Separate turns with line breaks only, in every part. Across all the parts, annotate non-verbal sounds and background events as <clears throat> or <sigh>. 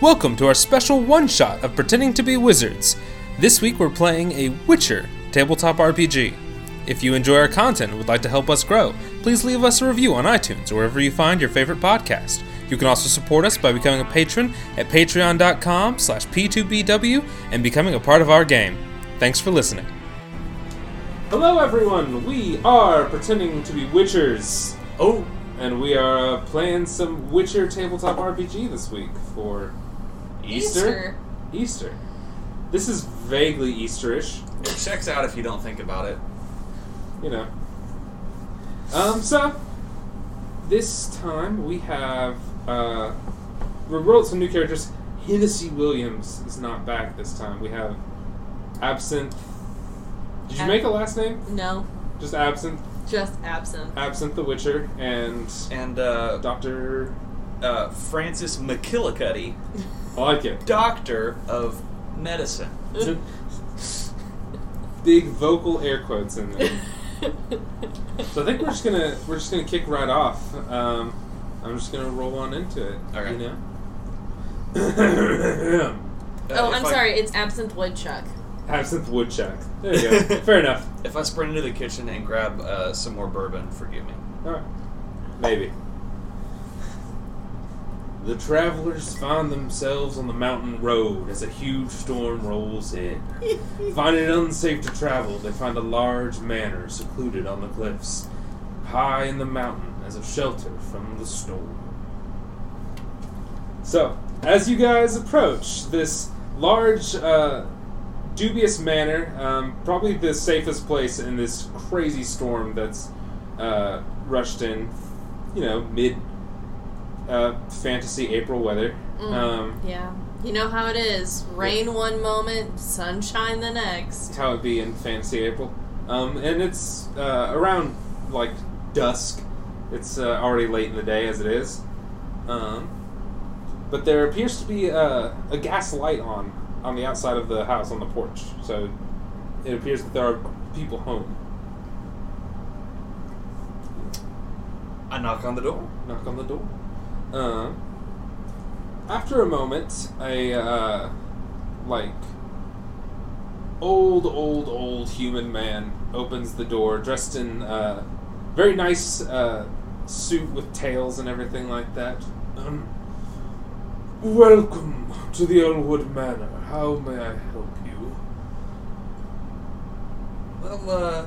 Welcome to our special one shot of Pretending to be Wizards. This week we're playing a Witcher tabletop RPG. If you enjoy our content and would like to help us grow, please leave us a review on iTunes or wherever you find your favorite podcast. You can also support us by becoming a patron at patreon.com slash p2bw and becoming a part of our game. Thanks for listening. Hello everyone, we are Pretending to be Witchers. Oh, and we are uh, playing some Witcher tabletop RPG this week for Easter. Easter. This is vaguely Easterish,
It checks out if you don't think about it.
you know. Um, so this time we have uh, we rolled some new characters. Hennessy Williams is not back this time. We have Absinthe. Did you
Ab-
make a last name?
No,
Just Absinthe.
just
<laughs>
absent.
Absinthe the Witcher and
And uh,
Doctor.
uh, Francis McKillicuddy,
I like it.
doctor of medicine.
<laughs> Big vocal air quotes in there. So I think we're just gonna uh, we're just gonna kick right off. Um, I'm just gonna roll on into it.
Okay.
You know. <coughs>
Uh,
oh,
if
I'm
I-
sorry. It's
<laughs>
absinthe woodchuck.
Absinthe woodchuck. There you go. Fair enough.
If I sprint into the kitchen and grab uh, some more bourbon, forgive me.
All right. Maybe. The travelers find themselves on the mountain road as a huge storm rolls in. Finding it unsafe to travel, they find a large manor secluded on the cliffs, high in the mountain as a shelter from the storm. So, as you guys approach this large, uh, dubious manor, um, probably the safest place in this crazy storm that's uh, rushed in, you know, mid uh, fantasy April weather.
Mm,
Um,
yeah, you know how it is. Rain one moment, sunshine the next.
how it be in fantasy April. Um, and it's uh, around like dusk. It's uh, already late in the day as it is. Um, but there appears to be uh, a gas light on on the outside of the house on the porch. So it appears that there are people home.
I knock on the door.
knock on the door. Uh, after a moment, a uh, like old, old, old human man opens the door, dressed in uh, very nice uh, suit with tails and everything like that. Um, Welcome to the Elwood Manor. How may I help you?
Well, uh,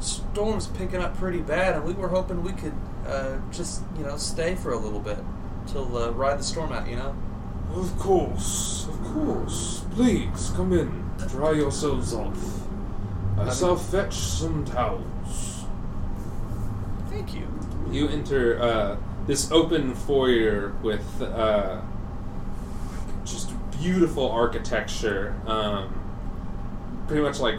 storm's picking up pretty bad, and we were hoping we could uh, just, you know, stay for a little bit till uh, ride the storm out. You know.
Of course, of course. Please come in. Dry yourselves off. I
Have
shall
you-
fetch some towels.
Thank you.
You enter uh, this open foyer with uh, just beautiful architecture. Um, pretty much like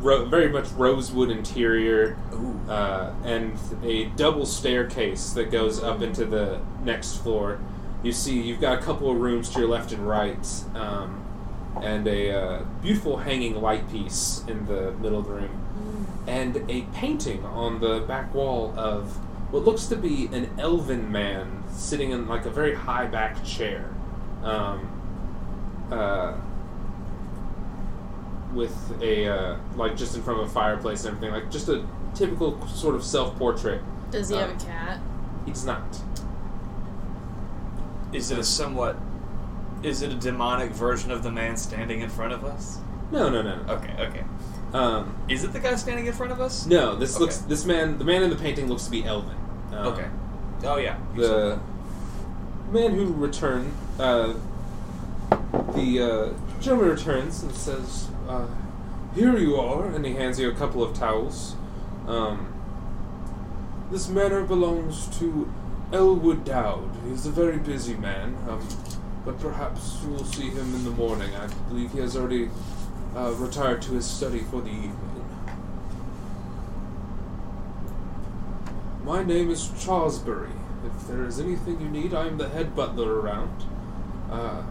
ro- very much rosewood interior,
Ooh.
uh, and a double staircase that goes up into the next floor. You see, you've got a couple of rooms to your left and right, um, and a uh, beautiful hanging light piece in the middle of the room and a painting on the back wall of what looks to be an elven man sitting in like a very high back chair, um, uh, with a uh, like just in front of a fireplace and everything, like just a typical sort of self portrait.
Does he
Uh,
have a cat?
It's not.
Is it a somewhat? Is it a demonic version of the man standing in front of us?
No, no, no, no.
Okay, okay.
Um,
Is it the guy standing in front of us?
no, this
Okay.
looks. This man, the man in the painting, looks to be elven. Um,
Okay. Oh yeah.
the man who returned, uh, the uh, gentleman returns and says, uh, "Here you are," and he hands you a couple of towels. Um, this manor belongs to Elwood Dowd. He's a very busy man, um, but perhaps you will see him in the morning. I believe he has already uh, retired to his study for the evening. My name is Charlesbury. If there is anything you need, I am the head butler around. Uh,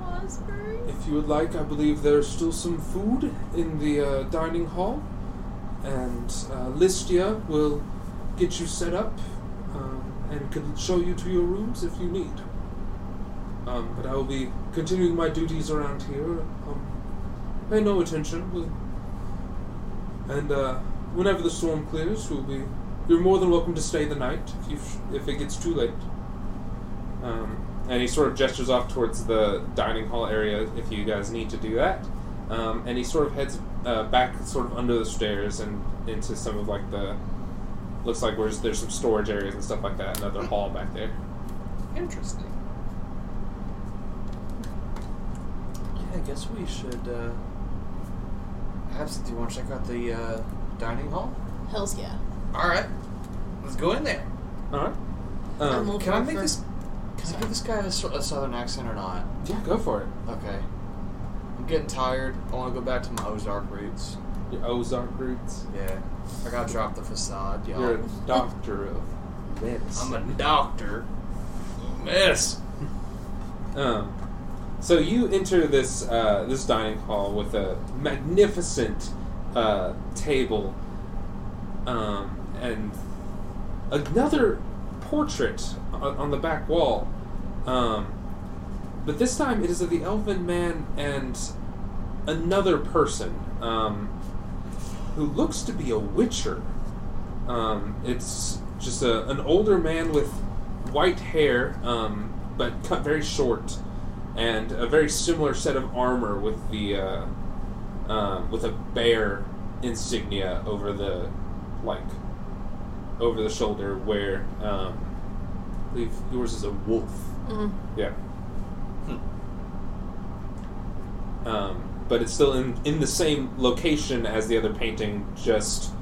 Raspberry?
if you would like, I believe there is still some food in the uh, dining hall, and uh, Listia will um, get you set up uh, and can show you to your rooms if you need. Um, but I will be continuing my duties around here. Um, pay no attention. We'll, and uh, whenever the storm clears, we'll be. You're more than welcome to stay the night if you if it gets too late. Um, and he sort of gestures off towards the dining hall area if you guys need to do that. Um, and he sort of heads uh, back, sort of under the stairs and into some of like the looks like where's there's some storage areas and stuff like that. Another
Mm.
hall back there.
Interesting. Yeah, I guess we should. Uh, have do you want to check out the uh, dining hall?
Hells yeah.
All right, let's go in there.
All right.
I'm
Um,
all
Can I
for-
make
for-
this?
Can I give this guy a, s- a southern accent or not?
yeah, go for it.
Okay. I'm getting tired. I want to go back to my Ozark roots.
Your Ozark roots.
Yeah. I gotta drop the facade, y'all.
You're a doctor of this.
I'm a doctor.
Miss.
Um, so you enter this uh, this dining hall with a magnificent uh, table, um, and another portrait on, on the back wall. Um, but this time it is of the Elven Man and another person um, who looks to be a witcher. Um, it's just a, an older man with white hair, um, but cut very short, and a very similar set of armor with the uh, um, with a bear insignia over the like over the shoulder, where um, I believe yours is a wolf.
Mhm.
Yeah.
Hmm.
Um, but it's still in, in the same location as the other painting, just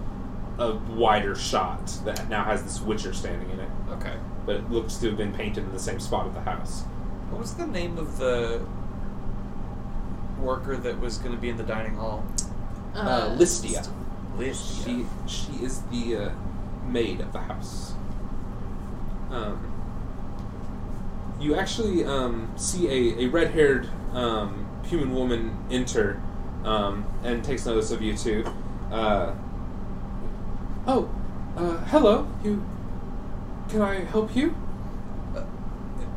a wider shot that now has this Witcher standing in it.
Okay.
But it looks to have been painted in the same spot of the house.
What was the name of the worker that was going to be in the dining hall?
Uh, Listia.
Liz.
She she is the uh, maid of the house. Um, you actually um, see a, a red haired um, human woman enter um, and takes notice of you too. Uh, oh, uh, hello. You can I help you?
uh,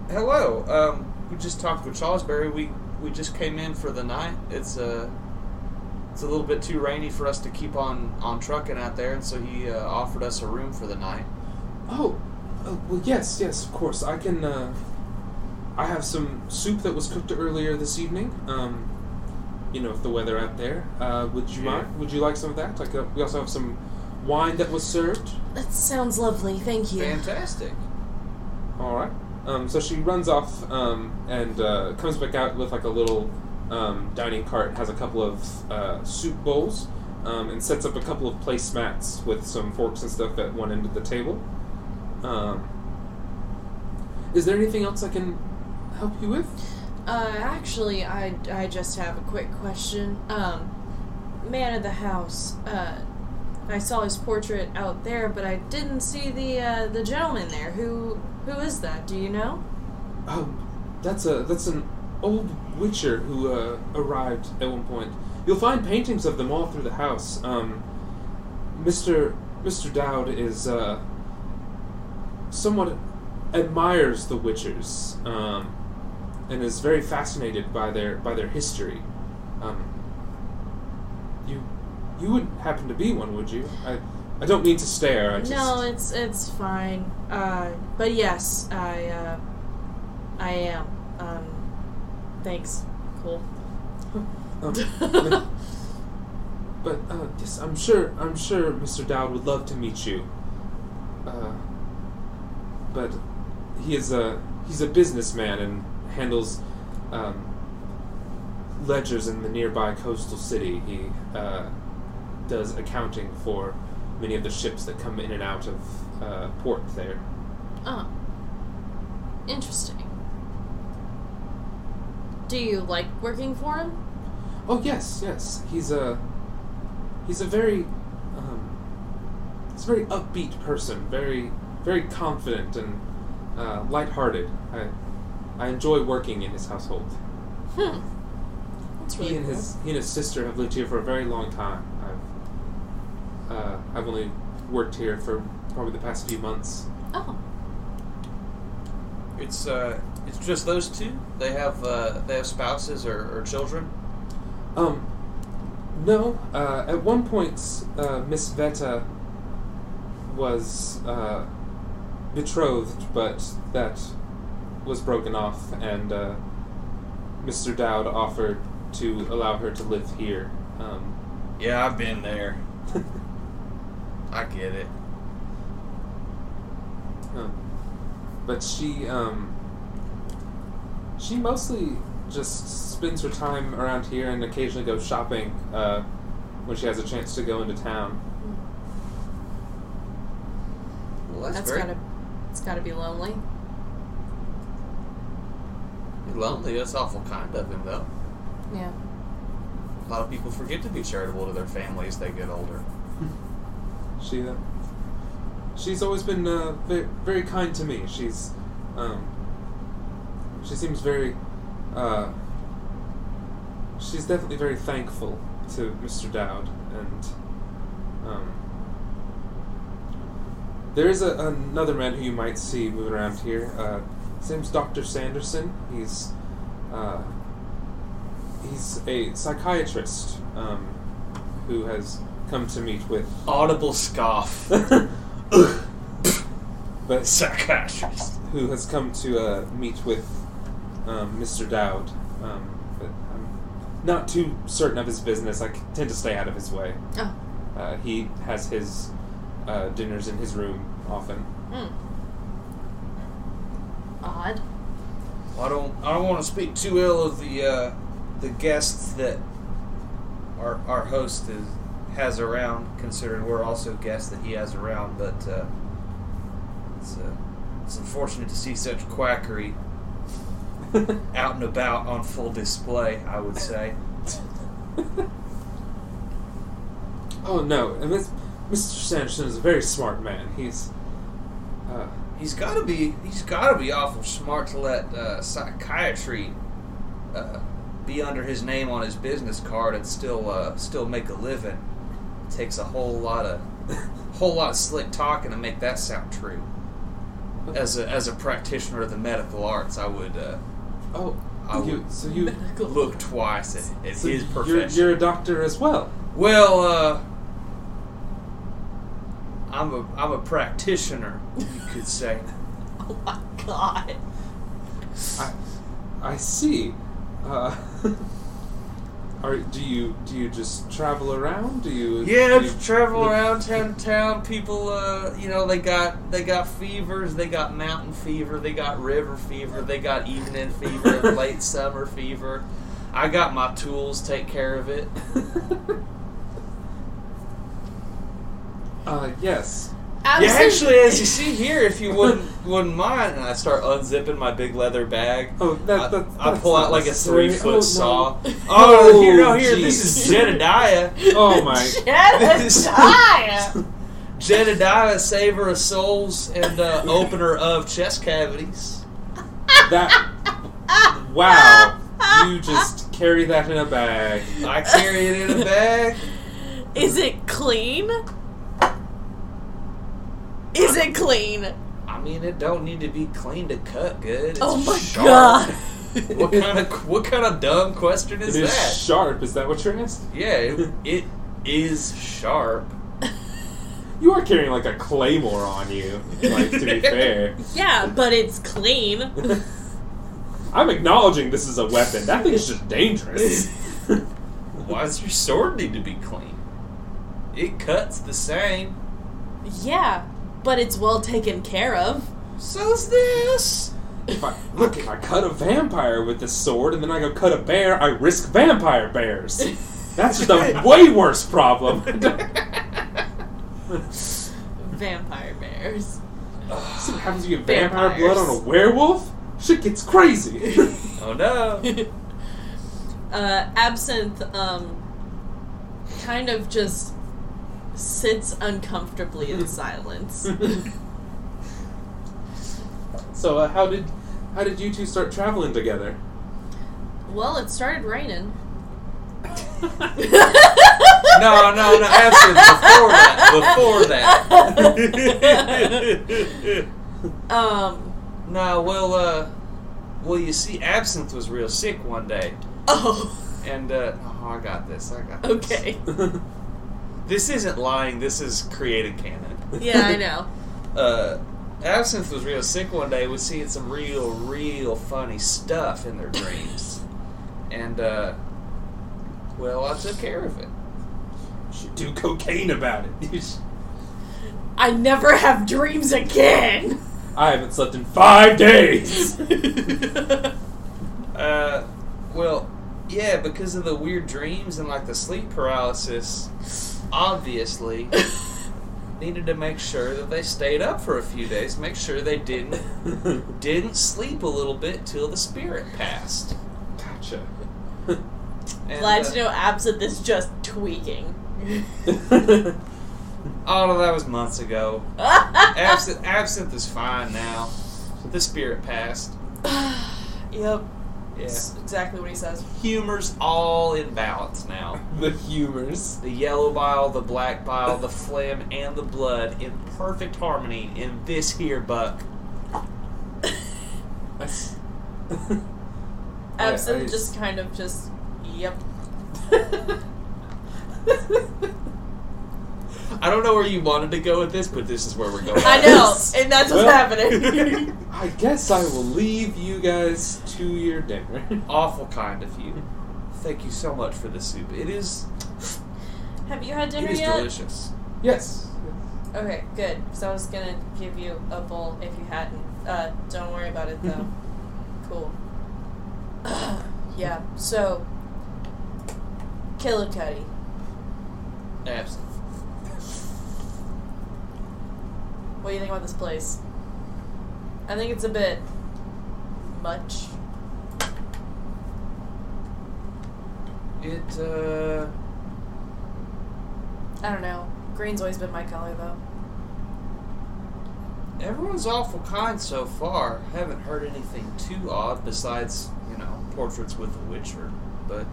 Hello. Um, we just talked with Salisbury. We we just came in for the night. It's uh, it's a little bit too rainy for us to keep on on trucking out there, and so he uh, offered us a room for the night.
Oh, uh, well, yes, yes, of course. I can. Uh, I have some soup that was cooked earlier this evening. Um, you know, if the weather out there, uh, would you
Yeah.
mind? Would you like some of that? Like, uh, we also have some wine that was served.
That sounds lovely. Thank you.
Fantastic.
All right. Um, so she runs off um, and uh, comes back out with like a little um, dining cart. Has a couple of uh, soup bowls um, and sets up a couple of placemats with some forks and stuff at one end of the table. Um, is there anything else I can help you with?
Uh, actually, I, I just have a quick question. Um, man of the house. Uh, I saw his portrait out there, but I didn't see the uh, the gentleman there. Who who is that? Do you know?
Oh, that's a that's an old witcher who uh, arrived at one point. You'll find paintings of them all through the house. Um, Mister Mister Dowd is uh, somewhat admires the witchers um, and is very fascinated by their by their history. Um, you you wouldn't happen to be one, would you? I I don't mean to stare. I just
No, it's it's fine. Uh, but yes, I uh, I am. Um, thanks. Cool.
<laughs>
<laughs>
Um, But uh, yes, I'm sure. I'm sure Mr. Dowd would love to meet you. Uh, but he is a he's a businessman and handles um, ledgers in the nearby coastal city. He uh, does accounting for many of the ships that come in and out of uh, port there.
Oh. Interesting. Do you like working for him?
Oh yes, yes. He's a he's a very um, he's a very upbeat person, very very confident and uh, lighthearted. I I enjoy working in his household.
Hmm. That's really
he and
cool.
his he and his sister have lived here for a very long time. I've uh, I've only worked here for probably the past few months.
Oh.
It's uh,
It's just those two. They have uh, they have spouses or, or children.
Um, no. Uh, at one point, uh, Miss Veta was uh, betrothed, but that was broken off, and uh, Mr. Dowd offered to allow her to live here. Um, <laughs>
Yeah, I've been there. I get it.
Huh. um, But she, um, she mostly just spends her time around here and occasionally goes shopping uh, when she has a chance to go into town.
Well, that's,
that's
very
gotta it's gotta be lonely.
lonely. That's awful kind of him, though.
Yeah.
A lot of people forget to be charitable to their family as they get older.
<laughs> She, uh, she's always been uh, very, very kind to me. She's, um, she seems very, uh, she's definitely very thankful to Mr. Dowd, and um, there is a, another man who you might see moving around here. Uh, his name's Doctor Sanderson. He's, uh, he's a psychiatrist um, who has come to meet
<laughs>
with
<laughs>
Audible scoff.
but
Psychiatrist.
who has come to uh, meet with um, Mr. Dowd. Um, but I'm not too certain of his business. I c- tend to stay out of his way.
Oh.
Uh, he has his uh, dinners in his room often. <laughs>
Mm. Odd.
I don't. I don't want to speak too ill of the uh, the guests that our our host is has around. Considering we're also guests that he has around, but uh, it's uh, it's unfortunate to see such quackery out and about on full display. I would say.
oh no, and this, Mr. Sanderson is a very smart man. He's uh,
He's got to be. He's got to be awful smart to let uh, psychiatry uh, be under his name on his business card and still uh, still make a living. takes a whole lot of whole lot of slick talking to make that sound true. As a as a practitioner of the medical arts, I would uh,
<laughs> oh,
I
you,
would-
so
<laughs>
you.
look twice at, at
So
his
you're-
profession.
you're a doctor as well.
Well, uh, I'm a I'm a practitioner, you could say.
<laughs> Oh my god.
I, I see. Uh, <laughs> are do you do you just travel around? Do you?
Yeah,
do you-
just travel around town, to town. People, uh, you know, they got they got fevers. They got mountain fever. They got river fever. They got evening fever. <laughs> late summer fever. I got my tools. Take care of it.
<laughs> uh, yes.
Yeah,
Absolutely.
actually, as you see here, if you wouldn't wouldn't mind, and I start unzipping my big leather bag.
Oh, that,
I,
that,
I
that's
pull
not
out like a
necessary.
three foot
Oh, no. <laughs>
saw. Oh, here, oh, here, this
jeez.
is Jedediah.
<laughs> Oh
<laughs>
my!
<laughs>
<laughs>
Jedediah.
Jedediah, saver of souls and uh, opener of chest cavities.
That
<laughs>
wow!
<laughs>
You just carry that in a bag.
I carry it in a bag.
Is it clean? Is it clean?
I mean, it don't need to be clean to cut good. It's
oh my
sharp.
<laughs>
god.
What kind of what kind of dumb question is
it is
that?
sharp. Is that what you're asking?
yeah, it, it is sharp.
You are carrying like a claymore on you. Like to
<laughs>
be fair.
yeah, but it's clean.
<laughs> I'm acknowledging this is a weapon. That thing's just dangerous.
Why does your sword need to be clean? It cuts the same.
Yeah, but it's well taken care of.
<laughs> So's this.
if I, look, if I cut a vampire with this sword and then I go cut a bear, I risk vampire bears. That's just a way worse
Oh, <laughs>
problem. <laughs>
Vampire bears. <laughs>
See what happens if you get vampire
Vampires.
blood on a werewolf? Shit gets crazy.
Oh no.
Uh, Absinthe, um, kind of just sits uncomfortably in
<laughs>
silence.
so, uh, how did how did you two start traveling
<laughs>
together?
Well, it started raining.
<laughs> No, no, no. Absolutely. Before that. Before that.
<laughs> Um,
nah, well, uh, Well, you see, Absinthe was real sick one day,
Oh, <laughs>
and uh, oh, I got this. I got this.
okay.
This isn't lying. This is created canon.
Yeah, I know.
Uh, Absinthe was real sick one day. Was seeing some real, real funny stuff in their dreams, and uh, well, I took care of it.
should do cocaine about it.
I never have dreams
<laughs>
again.
I haven't slept in five days.
Uh, well, yeah, because of the weird dreams and like the sleep paralysis, obviously needed to make sure that they stayed up for a few days, make sure they didn't
<laughs>
didn't sleep a little bit till the spirit passed.
Gotcha.
And,
Glad
uh,
to know absent this just
<laughs>
tweaking.
Oh, no, that was months ago.
<sighs>
Absinthe, absinthe is fine now. The spirit passed.
Yep,
Yeah.
that's exactly what he
<laughs>
says.
Humor's all in balance now.
the humors.
The yellow bile, the black bile, the phlegm, and the blood in perfect harmony in this here buck.
That's-
Absent
I- I-
just kind of just,
<laughs>
yep.
I don't know where you wanted to go with this, but this is where we're going.
I know, and that's what's
Well-
happening.
<laughs>
I guess I will leave you guys to your dinner.
Awful kind of you. Thank you so much for the soup. It is
have you had dinner
it is
yet?
delicious.
yes.
Okay, good. So I was gonna give you a bowl if you hadn't. Uh, don't worry about it
<laughs>
though. cool. <clears throat> yeah. So, Killicuddy.
Absinthe.
What do you think about this place? I think it's a bit much.
It uh
I don't know. Green's always been my color though.
everyone's awful kind so far. Haven't heard anything too odd besides, you know, portraits with the Witcher. But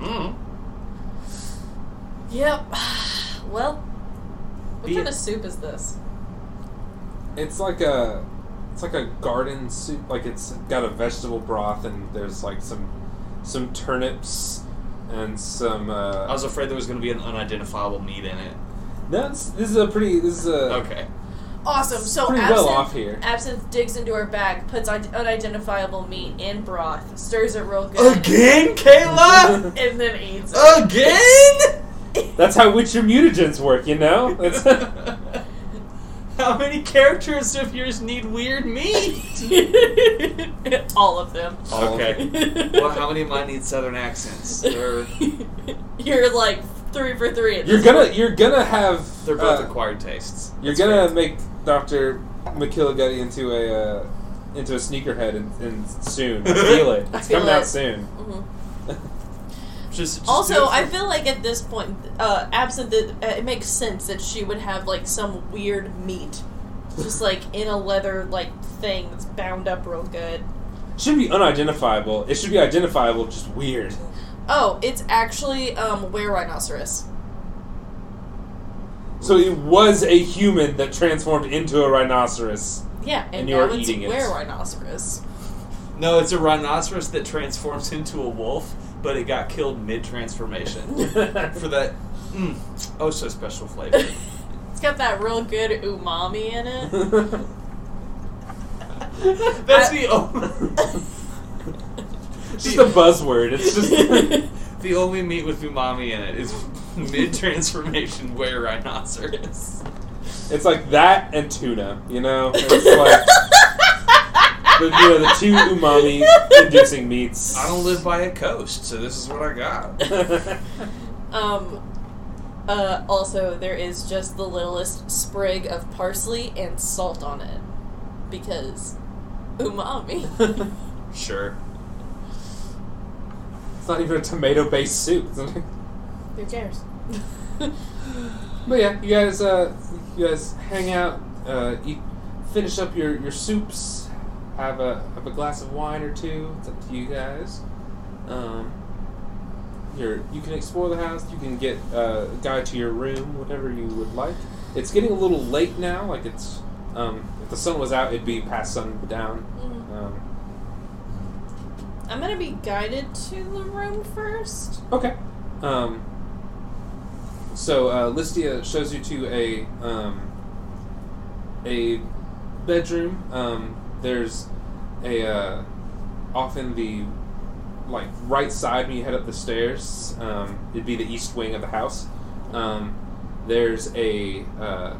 mm,
Yep. <sighs> well, what
Be-
kind of soup is this?
It's like a it's like a garden soup. Like it's got a vegetable broth and there's like some some turnips and some
I
uh
was afraid there was gonna be an unidentifiable meat in it.
no, it's, this is a pretty this is a
Okay.
Awesome. So
pretty
absinthe,
well off here.
absinthe digs into her bag, puts un- unidentifiable meat in broth, stirs it real good,
Again, Kayla?
and then eats it.
<laughs>
Again?
That's how witcher mutagens work, you know? That's <laughs>
How many characters of yours need weird meat?
<laughs> All of them.
Okay. <laughs> well, how many of mine need southern accents? They're
<laughs> You're like three for three. At
You're
this
gonna you're gonna have
they're both
uh,
acquired tastes.
You're gonna make Doctor McKilligutty into a uh, into a sneakerhead and, and soon. <laughs> I feel it.
I
It's
feel
coming
it.
out soon.
point. Mhm.
Just, just do
Also,
it for-
I feel like at this point, uh, absent the, uh, it makes sense that she would have like some weird meat, just like in a leather like thing that's bound up real good.
<laughs> Should be unidentifiable. It should be identifiable, just weird.
Oh, it's actually um, were rhinoceros.
So it was a human that transformed into a rhinoceros.
Yeah, and,
And you
now
are
it's
eating it.
were <laughs> rhinoceros.
no, it's a rhinoceros that transforms into a wolf, but it got killed mid transformation <laughs> <laughs> for that mm, oh so special flavor. <laughs>
It's got that real good umami in <laughs> it. <laughs>
That's the <laughs> only,
It's <laughs> just a buzzword. It's
<laughs>
just <laughs>
the only meat with umami in it is <laughs> mid transformation where rhinoceros.
it's like that and tuna. You know, it's
<laughs>
like the, you know, the two umami inducing meats.
I don't live by a coast, so this is what
<laughs>
I got.
<laughs> Um, uh, also, there is just the littlest sprig of parsley and salt on it because <laughs> umami.
Sure.
It's not even a tomato-based soup. isn't it?
Who cares?
But yeah, you guys, uh, you guys hang out, uh, eat, finish up your, your soups, have a have a glass of wine or two. It's up to you guys. Um, you you can explore the house. You can get uh, a guide to your room, whatever you would like. It's getting a little late now. Like it's, um, if the sun was out, it'd be past sundown.
Mhm.
Uh,
<laughs> I'm gonna be guided to the room first.
Okay. Um, so uh, Listia shows you to a um, a bedroom. Um, there's a uh, off in the like right side when you head up the stairs. Um, it'd be the east wing of the house. Um, there's a uh,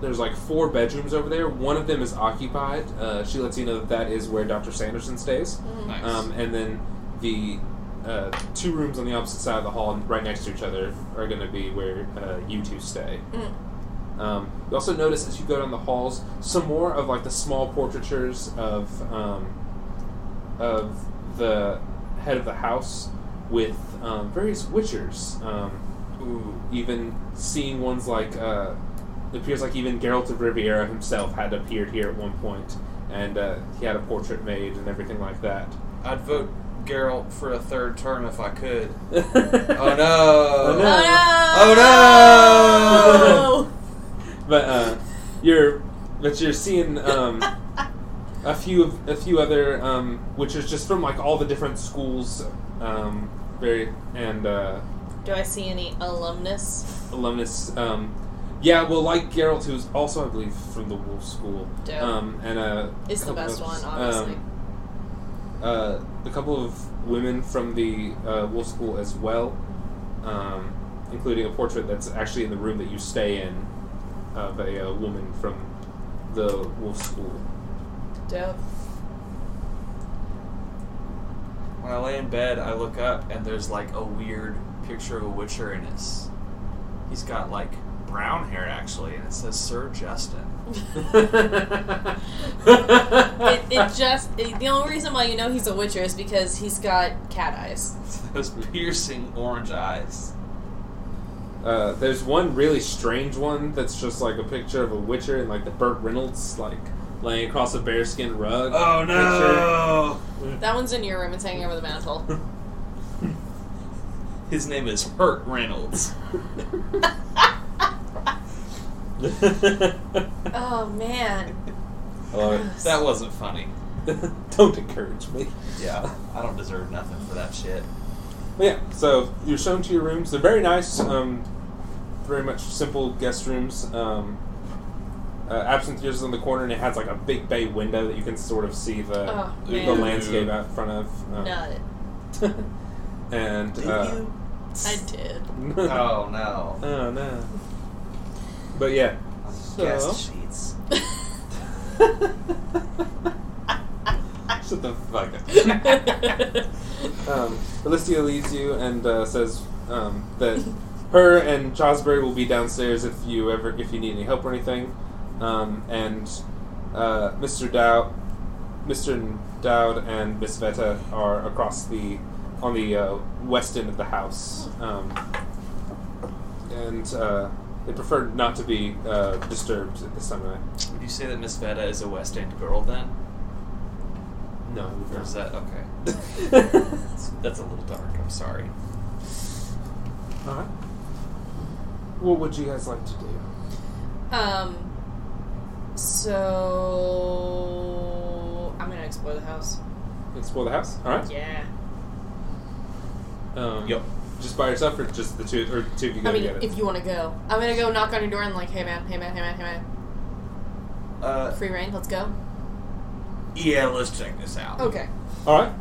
there's like four bedrooms over there. One of them is occupied. Uh, she lets you know that that is where Dr. Sanderson stays.
Nice.
Um, and then the uh, two rooms on the opposite side of the hall, right next to each other, are going to be where uh, you two stay.
Oh,
Um, you also notice as you go down the halls, some more of like the small portraitures of um, of the head of the house with um, various witchers. Um, even seeing ones like uh, it appears like even Geralt of Riviera himself had appeared here at one point, and uh, he had a portrait made and everything like that.
I'd vote Geralt for a third term if I
<laughs>
could.
oh
Oh no!
Oh, no. Oh,
Oh no!
But uh, you're but you're seeing um, a few of a few other um, witches just from like all the different schools, um, very and uh,
<laughs> Do I see any alumnus?
alumnus. Um, yeah, well, like Geralt, who's also I believe from the Wolf School,
Dope.
um, and uh,
It's the
couple
best
of,
one, honestly.
um, uh, a couple of women from the uh, Wolf School as well, um, including a portrait that's actually in the room that you stay in of a, uh woman from the Wolf School. <laughs>
<laughs> Dope.
When I lay in bed, I look up and there's like a weird picture of a Witcher in his. He's got like brown hair actually, and it says Sir Justin.
It, it just it, the only reason why you know he's a witcher is because he's got cat eyes.
<laughs> Those piercing orange eyes.
Uh, there's one really strange one that's just like a picture of a Witcher and like the Burt Reynolds like laying across a bearskin rug.
Oh
<laughs>
no!
That one's in your room. It's hanging over the mantle.
<laughs>
His name is Hurt Reynolds.
I
Oh man.
love
That wasn't funny.
it. Uh, <laughs> Don't encourage me.
Yeah, I don't deserve nothing for that shit.
But yeah, so you're shown to your rooms. They're very nice, um, very much simple guest rooms. Um, uh, absinthe is in the corner, and it has like a big bay window that you can sort of see the
Oh,
Uh, the
man.
landscape out front of. Um,
Nut.
<laughs> and uh,
I
<laughs>
did.
Oh no.
oh no. But yeah. <laughs>
Guest sheets.
Shut the fuck up. Um, Alicia leaves you and uh, says um, that her and Chosbury will be downstairs if you ever if you need any help or anything. Um, and uh, Mr. Dow, Mr. Dowd, and Miss Vetta are across the on the uh, west end of the house, um, and uh, they prefer not to be uh, disturbed at this time of night.
Would you say that Miss Veta is a West End girl then?
No,
Or is that okay? That's a little dark. I'm sorry.
<laughs> All right. What would you guys like to do?
Um. So I'm gonna explore the house.
Explore the house. All right.
Yeah.
Um,
Yep.
Just by yourself, or just the two, or two of you go
I mean,
together?
if you want to go, I'm gonna go knock on your door and like, hey man, hey man, hey man, hey man,
Uh,
free reign, let's go.
yeah. Let's check this out.
Okay.
All right.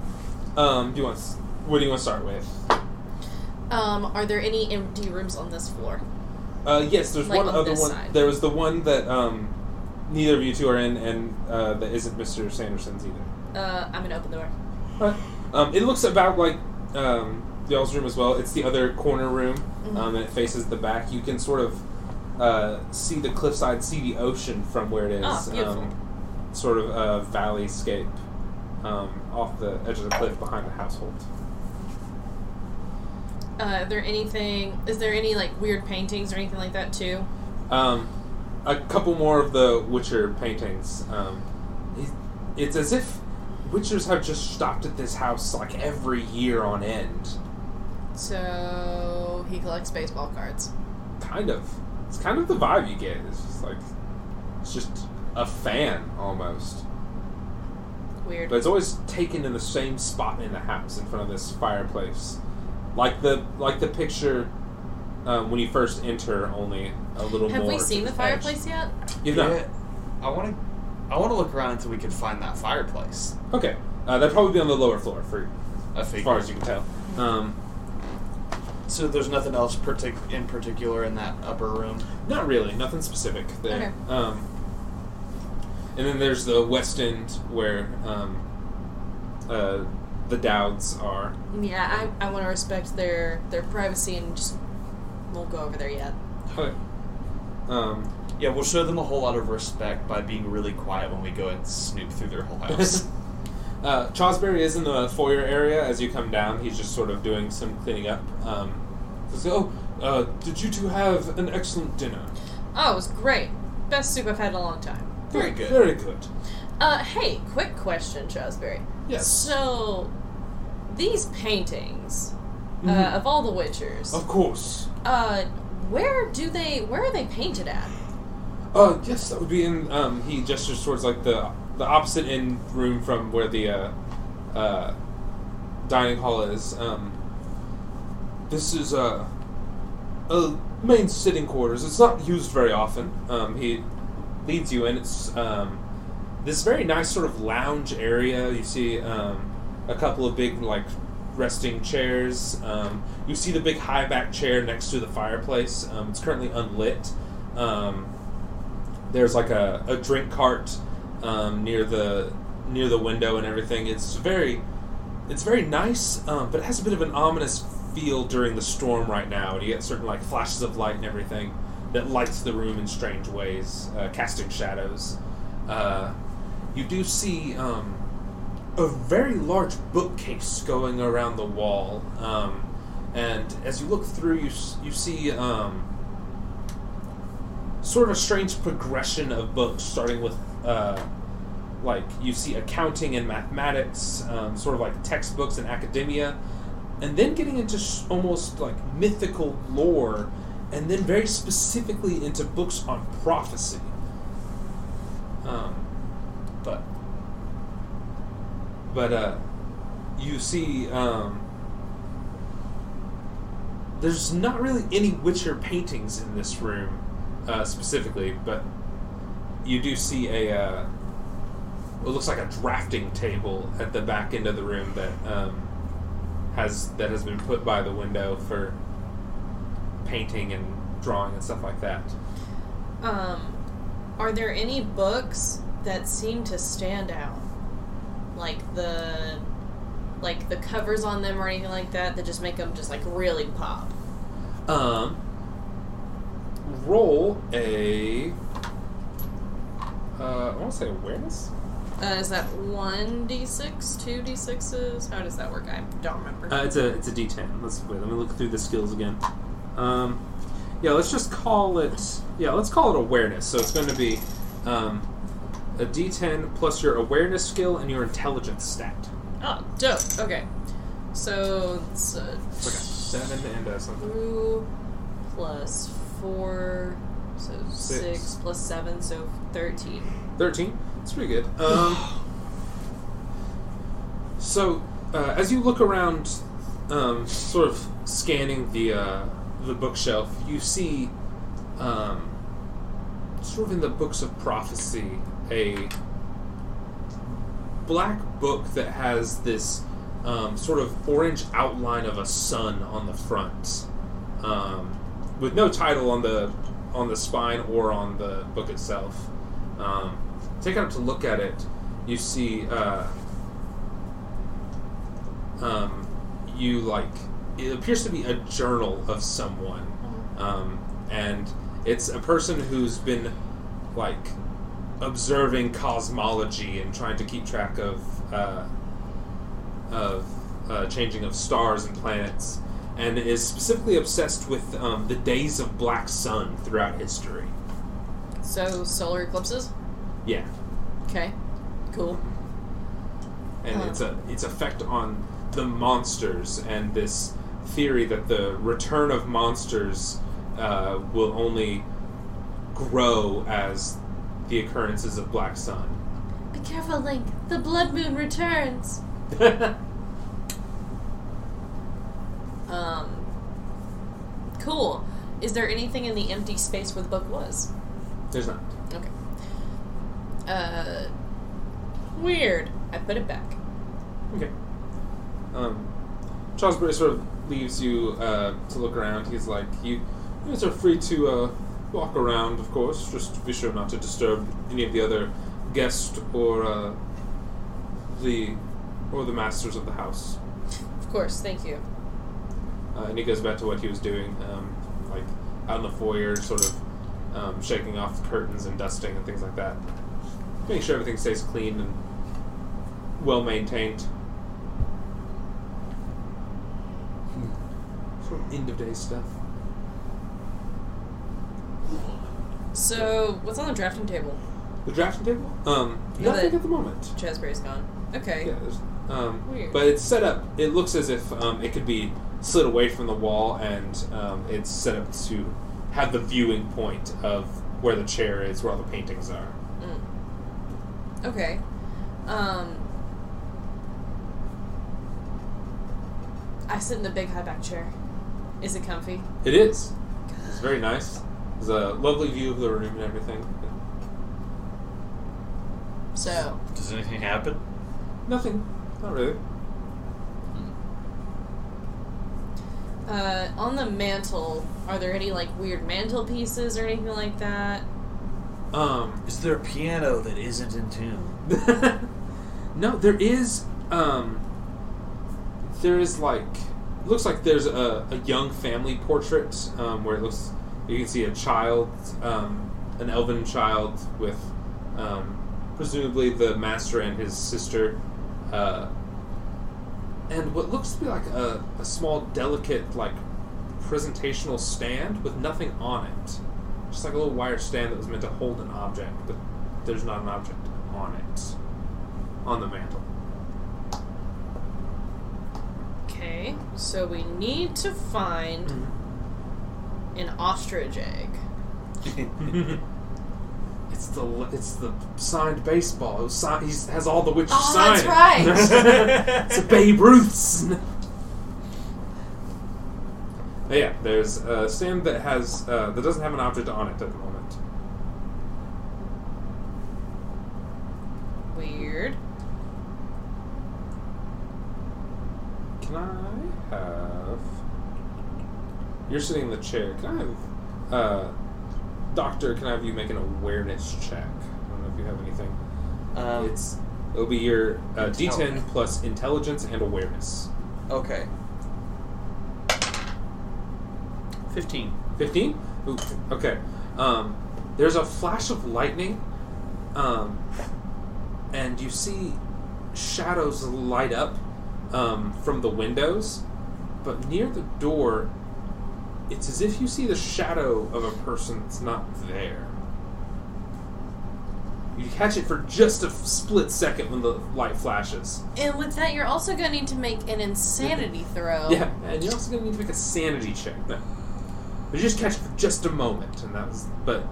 Um, do you want? s- What do you want to start with?
Um, are there any empty rooms on this floor?
Uh, yes, there's
Like
one
on
other
this
one.
side.
There was the one that um, neither of you two are in, and uh, that isn't Mr. Sanderson's either.
Uh, I'm gonna open the door.
Um, it looks about like um, y'all's room as well. It's the other corner room,
Mm-hmm.
um, and it faces the back. You can sort of uh, see the cliffside, see the ocean from where it is.
Ah, beautiful.
um, sort of a valley scape um, off the edge of the cliff behind the household.
Uh, are there anything? Is there any like weird paintings or anything like that too?
Um, a couple more of the Witcher paintings. Um, it, it's as if Witchers have just stopped at this house like every year on end.
So he collects baseball cards.
kind of it's kind of the vibe you get it's just like it's just a fan almost
Weird.
But it's always taken in the same spot in the house, in front of this fireplace, like the like the picture um, when you first enter, only a little
Have
more.
we seen
to
the
edge.
fireplace yet?
You've not.
I want to. I want to look around until we can find that fireplace.
Okay, uh, that'd probably be on the lower floor, for
I
as
figure.
far as you can tell. Um,
So there's nothing else partic- in particular in that upper room.
Not really, nothing specific there.
Okay.
Um, and then there's the west end where um, uh, the Dowds are.
Yeah, I, I want to respect their their privacy and just won't go over there yet.
Um,
Yeah, we'll show them a whole lot of respect by being really quiet when we go and snoop through their whole <laughs> house.
<laughs> uh, Chosberry is in the foyer area as you come down. He's just sort of doing some cleaning up. Um, says, oh, uh, did you two have an excellent dinner?
Oh, it was great. Best soup I've had in a long time.
Very good.
Very good.
Uh, hey, quick question, Chasberry.
Yes.
So, uh, these paintings uh,
Mhm.
of all the Witchers,
Of course.
uh, where do they? Where are they painted at?
Uh, yes, that would be in. Um, he gestures towards like the the opposite end room from where the uh, uh, dining hall is. Um, this is uh, a main sitting quarters. It's not used very often. Um, he leads you in. It's um, this very nice sort of lounge area. You see um, a couple of big like resting chairs. Um, you see the big high back chair next to the fireplace. Um, it's currently unlit. Um, there's like a, a drink cart um, near the near the window and everything. It's very it's very nice, um, but it has a bit of an ominous feel during the storm right now, and you get certain like flashes of light and everything that lights the room in strange ways, uh, casting shadows. Uh, you do see um, a very large bookcase going around the wall, um, and as you look through, you s- you see. Um, sort of a strange progression of books, starting with uh, like you see accounting and mathematics, um, sort of like textbooks and academia, and then getting into sh- almost like mythical lore, and then very specifically into books on prophecy. Um,
but
but uh, you see, um, there's not really any Witcher paintings in this room uh, specifically, but you do see a uh, what looks like a drafting table at the back end of the room that um, has that has been put by the window for painting and drawing and stuff like that.
Um, are there any books that seem to stand out, like the like the covers on them or anything like that, that just make them just like really pop?
Um, roll a. Uh, I want to say awareness.
Uh, is that one d six, two d sixes? How does that work? I don't remember.
Uh, it's a it's a D10. Let's wait. Let me look through the skills again. Um, yeah, let's just call it. Yeah, let's call it awareness. So it's going to be um, a D10 plus your awareness skill and your intelligence stat.
oh, dope. Okay, so it's uh,
It's like a seven and a something.
two plus four, so
Six.
six plus seven, so thirteen.
Thirteen. It's pretty good. Um, so uh, as you look around, um, sort of scanning the uh, the bookshelf, you see, um, sort of in the books of prophecy, a black book that has this um, sort of orange outline of a sun on the front, um, with no title on the on the spine or on the book itself. Um, take out to look at it. You see, uh, um, you like it appears to be a journal of someone, um, and it's a person who's been like observing cosmology and trying to keep track of uh, of uh, changing of stars and planets, and is specifically obsessed with um, the days of black sun throughout history.
So solar eclipses.
Yeah,
Okay, cool.
and
Oh.
it's a its effect on the monsters and this theory that the return of monsters uh, will only grow as the occurrences of black sun. <laughs>
Careful, Link. The blood moon returns. Um, cool. Is there anything in the empty space where the book was?
There's not.
Okay. Uh, weird. I put it back.
Okay. Um, Charles Bray sort of leaves you uh, to look around. He's like, you you guys are free to uh, walk around, of course. Just be sure not to disturb any of the other guests or uh, the or the masters of the house.
Of course. Thank you.
Uh, and he goes back to what he was doing, um, like out in the foyer, sort of um, shaking off curtains and dusting and things like that. Making sure everything stays clean and well maintained. Hmm. Sort of end of day stuff.
So, what's on the drafting table?
The drafting table? Um,
Yeah,
nothing
but-
at the moment.
Chasbury's gone. Okay.
Yeah, there's- um,
Weird.
but it's set up. It looks as if um, it could be slid away from the wall, and um, it's set up to have the viewing point of where the chair is, where all the paintings are.
Mm. Okay. Um. I sit in the big high back chair. Is it comfy?
It is. It's very nice. There's a lovely view of the room and everything.
So,
Does anything happen?
Nothing. Not really.
Hmm.
uh, on the mantle, are there any like weird mantle pieces or anything like that?
Um,
Is there a piano that isn't in
<laughs>
tune?
<laughs> no, there is. Um, there is like looks like there's a, a young family portrait um, where it looks you can see a child, um, an elven child with um, presumably the master and his sister, uh, and what looks to be like a, a small delicate like presentational stand with nothing on it, just like a little wire stand that was meant to hold an object, but there's not an object on it on the
<laughs>
mantle.
Okay. So we need to find an ostrich egg.
it's the it's the signed baseball. It was si- he's, has all the witches
Oh,
signed.
that's
<laughs>
right.
it's a Babe Ruth's. But yeah, there's a stand that has uh, that doesn't have an object on it at the moment.
Weird.
Can I have? You're sitting in the chair. Can I have, uh, doctor? Can I have you make an awareness check? I don't know if you have anything.
Um,
it's it'll be your uh, D10
Intelligence.
plus intelligence and awareness.
Okay. 15.
15? Ooh, okay. Um, there's a flash of lightning, um, and you see shadows light up um, from the windows, but near the door, it's as if you see the shadow of a person that's not there. You catch it for just a f- split second when the light flashes.
And with that, you're also gonna need to make an insanity throw.
Yeah, Um, and you're also gonna need to make a sanity check. But you just catch it for just a moment, and that was. But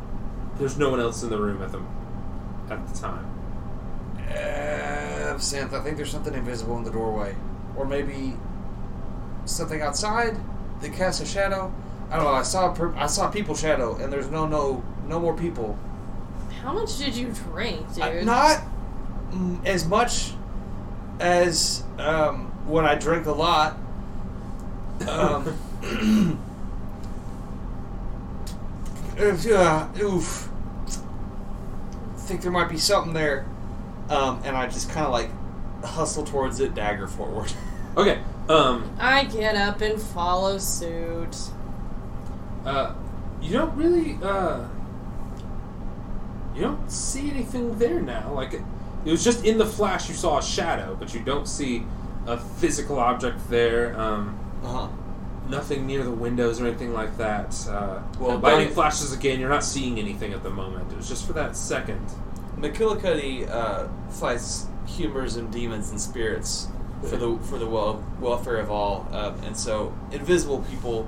there's no one else in the room at the at the time.
Uh, Synth, I think there's something invisible in the doorway. Or maybe something outside that casts a shadow. I don't know. I saw per- I saw people shadow, and there's no no no more people.
How much did you drink, dude?
I- not mm, as much as um, when I drink a lot. Um, oof, yeah, uh, oof. Think there might be something there, um, and I just kind of like hustle towards it, dagger forward.
<laughs>
<laughs>
Okay. Um.
I get up and follow suit.
Uh. You don't really. Uh. You don't see anything there now. Like it, it was just in the flash. You saw a shadow, but you don't see a physical object there. Um.
Uh huh.
Nothing near the windows or anything like that. Uh,
Well,
lighting
by-
flashes again. You're not seeing anything at the moment. It was just for that second.
McKillicuddy uh, fights humors and demons and spirits for the for the well, welfare of all, um, and so invisible people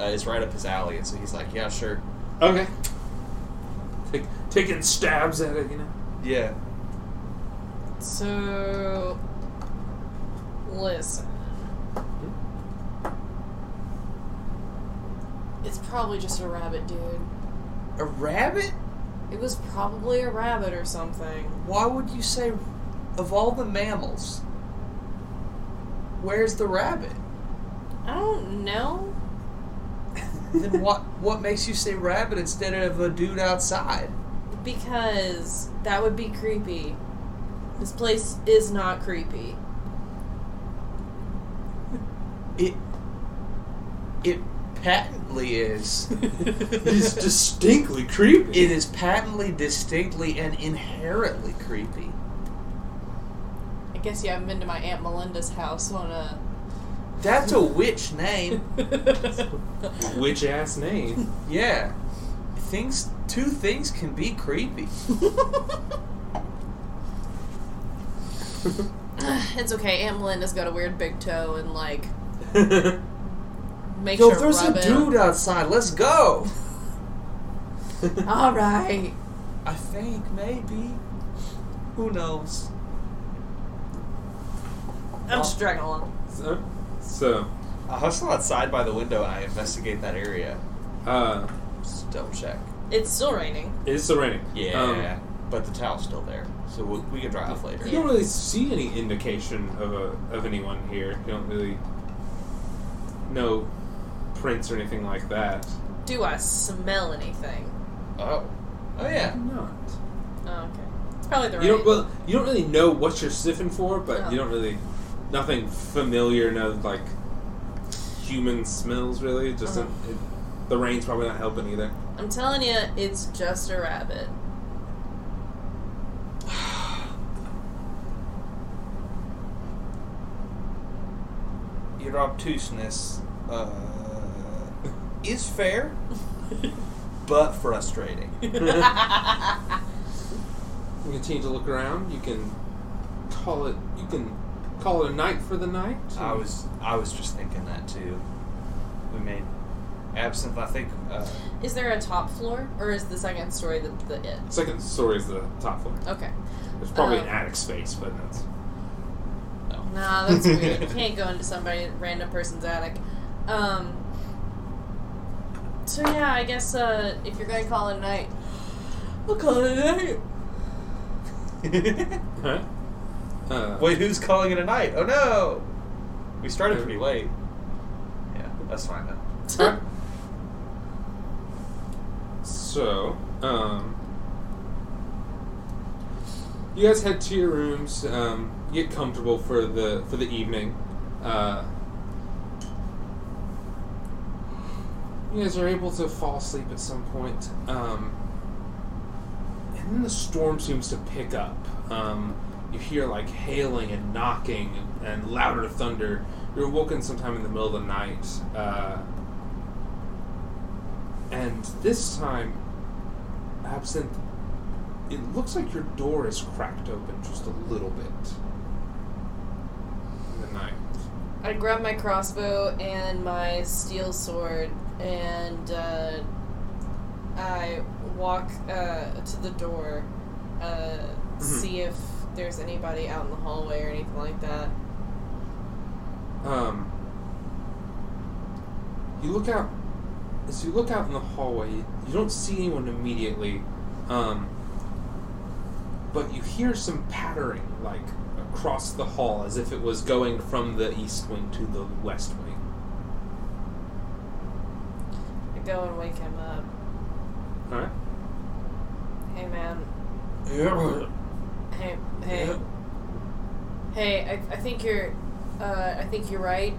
uh, is right up his alley, and so he's like, yeah, sure,
Okay. Take, taking stabs at it, you know.
yeah.
So, listen. It's probably just a rabbit, dude.
A rabbit?
It was probably a rabbit or something.
Why would you say, of all the mammals, where's the rabbit?
I don't <laughs> know. <laughs>
then what? What makes you say rabbit instead of a dude outside?
Because that would be creepy. This place is not <laughs> creepy.
It, it patently is.
it
is
distinctly creepy.
It is patently, distinctly, and inherently creepy.
I guess you haven't been to my Aunt Melinda's house on <laughs> a.
That's a witch name.
Witch ass
<laughs>
name. <laughs>
Yeah. Things two things can be creepy.
<sighs> it's okay. Aunt Melinda's got a weird big toe and like make
Yo,
sure
there's
rub
a
it.
dude outside. Let's go.
All right.
I think maybe. Who knows?
I'm struggling.
so, so,
I hustle outside by the window and I investigate that area.
uh,
Just double check.
It's still raining.
it's still raining.
Yeah,
Um,
but the towel's still there, so we we can dry off later.
you don't really see any indication of a, of anyone here. You don't really no prints or anything like that.
Do I smell anything?
Oh, oh yeah. <sighs>
Not.
Oh, okay. It's probably the rain.
You don't well, you don't really know what you're sniffing for, but
Oh.
you don't really nothing familiar, no like human smells really. Just
Uh-huh.
it, the rain's probably not helping either.
I'm telling you, it's just a rabbit.
Your obtuseness uh, is fair, but frustrating.
You continue to look around. You can call it. You can call it a night for the night.
I was I was just thinking that too. We made absinthe. I think uh,
is there a top floor or is the second story the, the it?
Second story is the top floor.
Okay.
There's probably an
Oh.
attic space, but that's
Nah, that's weird.
<laughs>
you
<laughs>
can't go into somebody random person's attic. Um. So yeah, I guess uh, if you're gonna call it a night, we'll call it a night.
<laughs>
huh? Uh,
wait, who's calling it a night? Oh no, we started pretty late. Yeah, that's fine though.
<laughs>
Alright. So, um, you guys head to your rooms, um, get comfortable for the for the evening. Uh, you guys are able to fall asleep at some point, um, and then the storm seems to pick up. Um, you hear like hailing and knocking and louder thunder. You're woken sometime in the middle of the night. Uh, and this time, Absinthe, it looks like your door is cracked open just a little bit. In the night.
I grab my crossbow and my steel sword, and uh, I walk uh, to the door, uh, see if there's anybody out in the hallway or anything like that.
Um, you look out. As you look out in the hallway, you don't see anyone immediately, um, but you hear some pattering, like across the hall, as if it was going from the east wing to the west wing.
I go and wake him up.
All right.
Hey, man. Hey, hey, hey! I, I think you're, uh, I think you're right.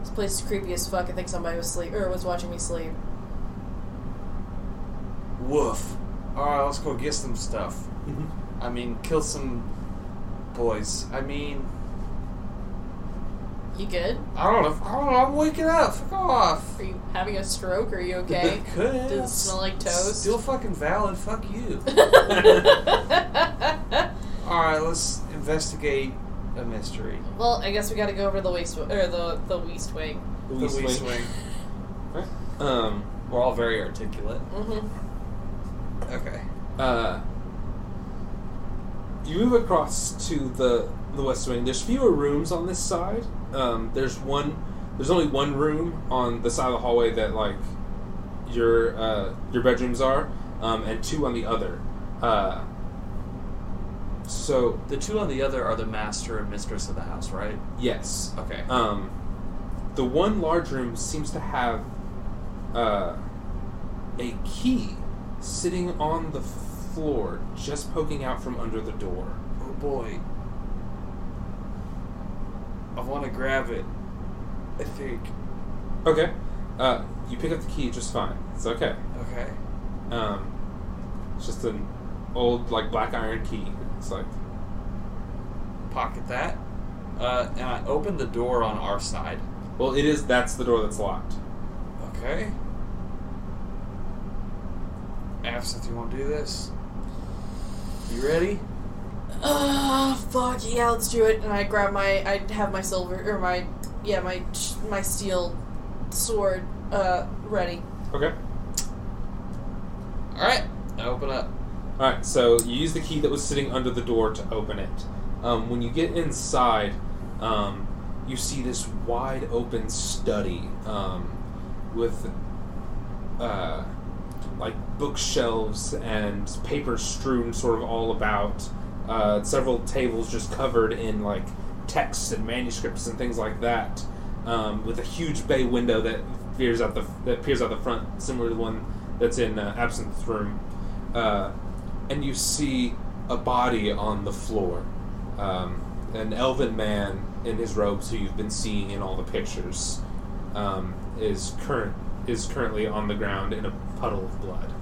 This place is creepy as fuck. I think somebody was sleep or was watching me sleep.
Woof. All right, let's go get some stuff. I mean, kill some boys. I mean,
You good?
I don't know. I don't know. I'm waking up. Fuck off.
Are you having a stroke? Are you
<laughs>
okay?
Could
Does it smell like toast?
Still fucking valid. Fuck
<laughs>
<laughs>
you.
well,
All right, let's investigate a mystery.
I guess we got to go over the waste or the the waste wing.
The
The wee swing.
Alright. Um,
<laughs> We're all very articulate.
Mm-hmm.
Okay.
Uh, you move across to the the west wing. There's fewer rooms on this side. Um, there's one. There's only one room on the side of the hallway that like your uh, your bedrooms are, um, and two on the other. Uh, so
The two on the other are the master and mistress of the house, right?
yes,
Okay.
um, the one large room seems to have uh, a key sitting on the floor, just poking out from under the door.
Oh boy. I want to grab it. I think.
Okay. Uh, you pick up the key just fine. It's okay.
Okay.
Um, it's just an old, like, black iron key. It's like,
Pocket that. Uh, and I open the door on our side.
well, it is, that's the door that's locked.
Okay. Absinthe, you want to do this? You ready?
Ah, fuck yeah, let's do it. And I grab my, I have my silver or my, yeah, my my steel sword uh ready.
Okay.
Alright. I open up.
Alright, so you use the key that was sitting under the door to open it. Um, when you get inside, um, you see this wide open study um, with uh, like bookshelves and paper strewn sort of all about. Uh, several tables just covered in like texts and manuscripts and things like that. Um, with a huge bay window that veers out the that peers out the front, similar to the one that's in uh, Absinthe's room. Uh, and you see a body on the floor, um, an elven man in his robes who you've been seeing in all the pictures um, is current is currently on the ground in a puddle of blood.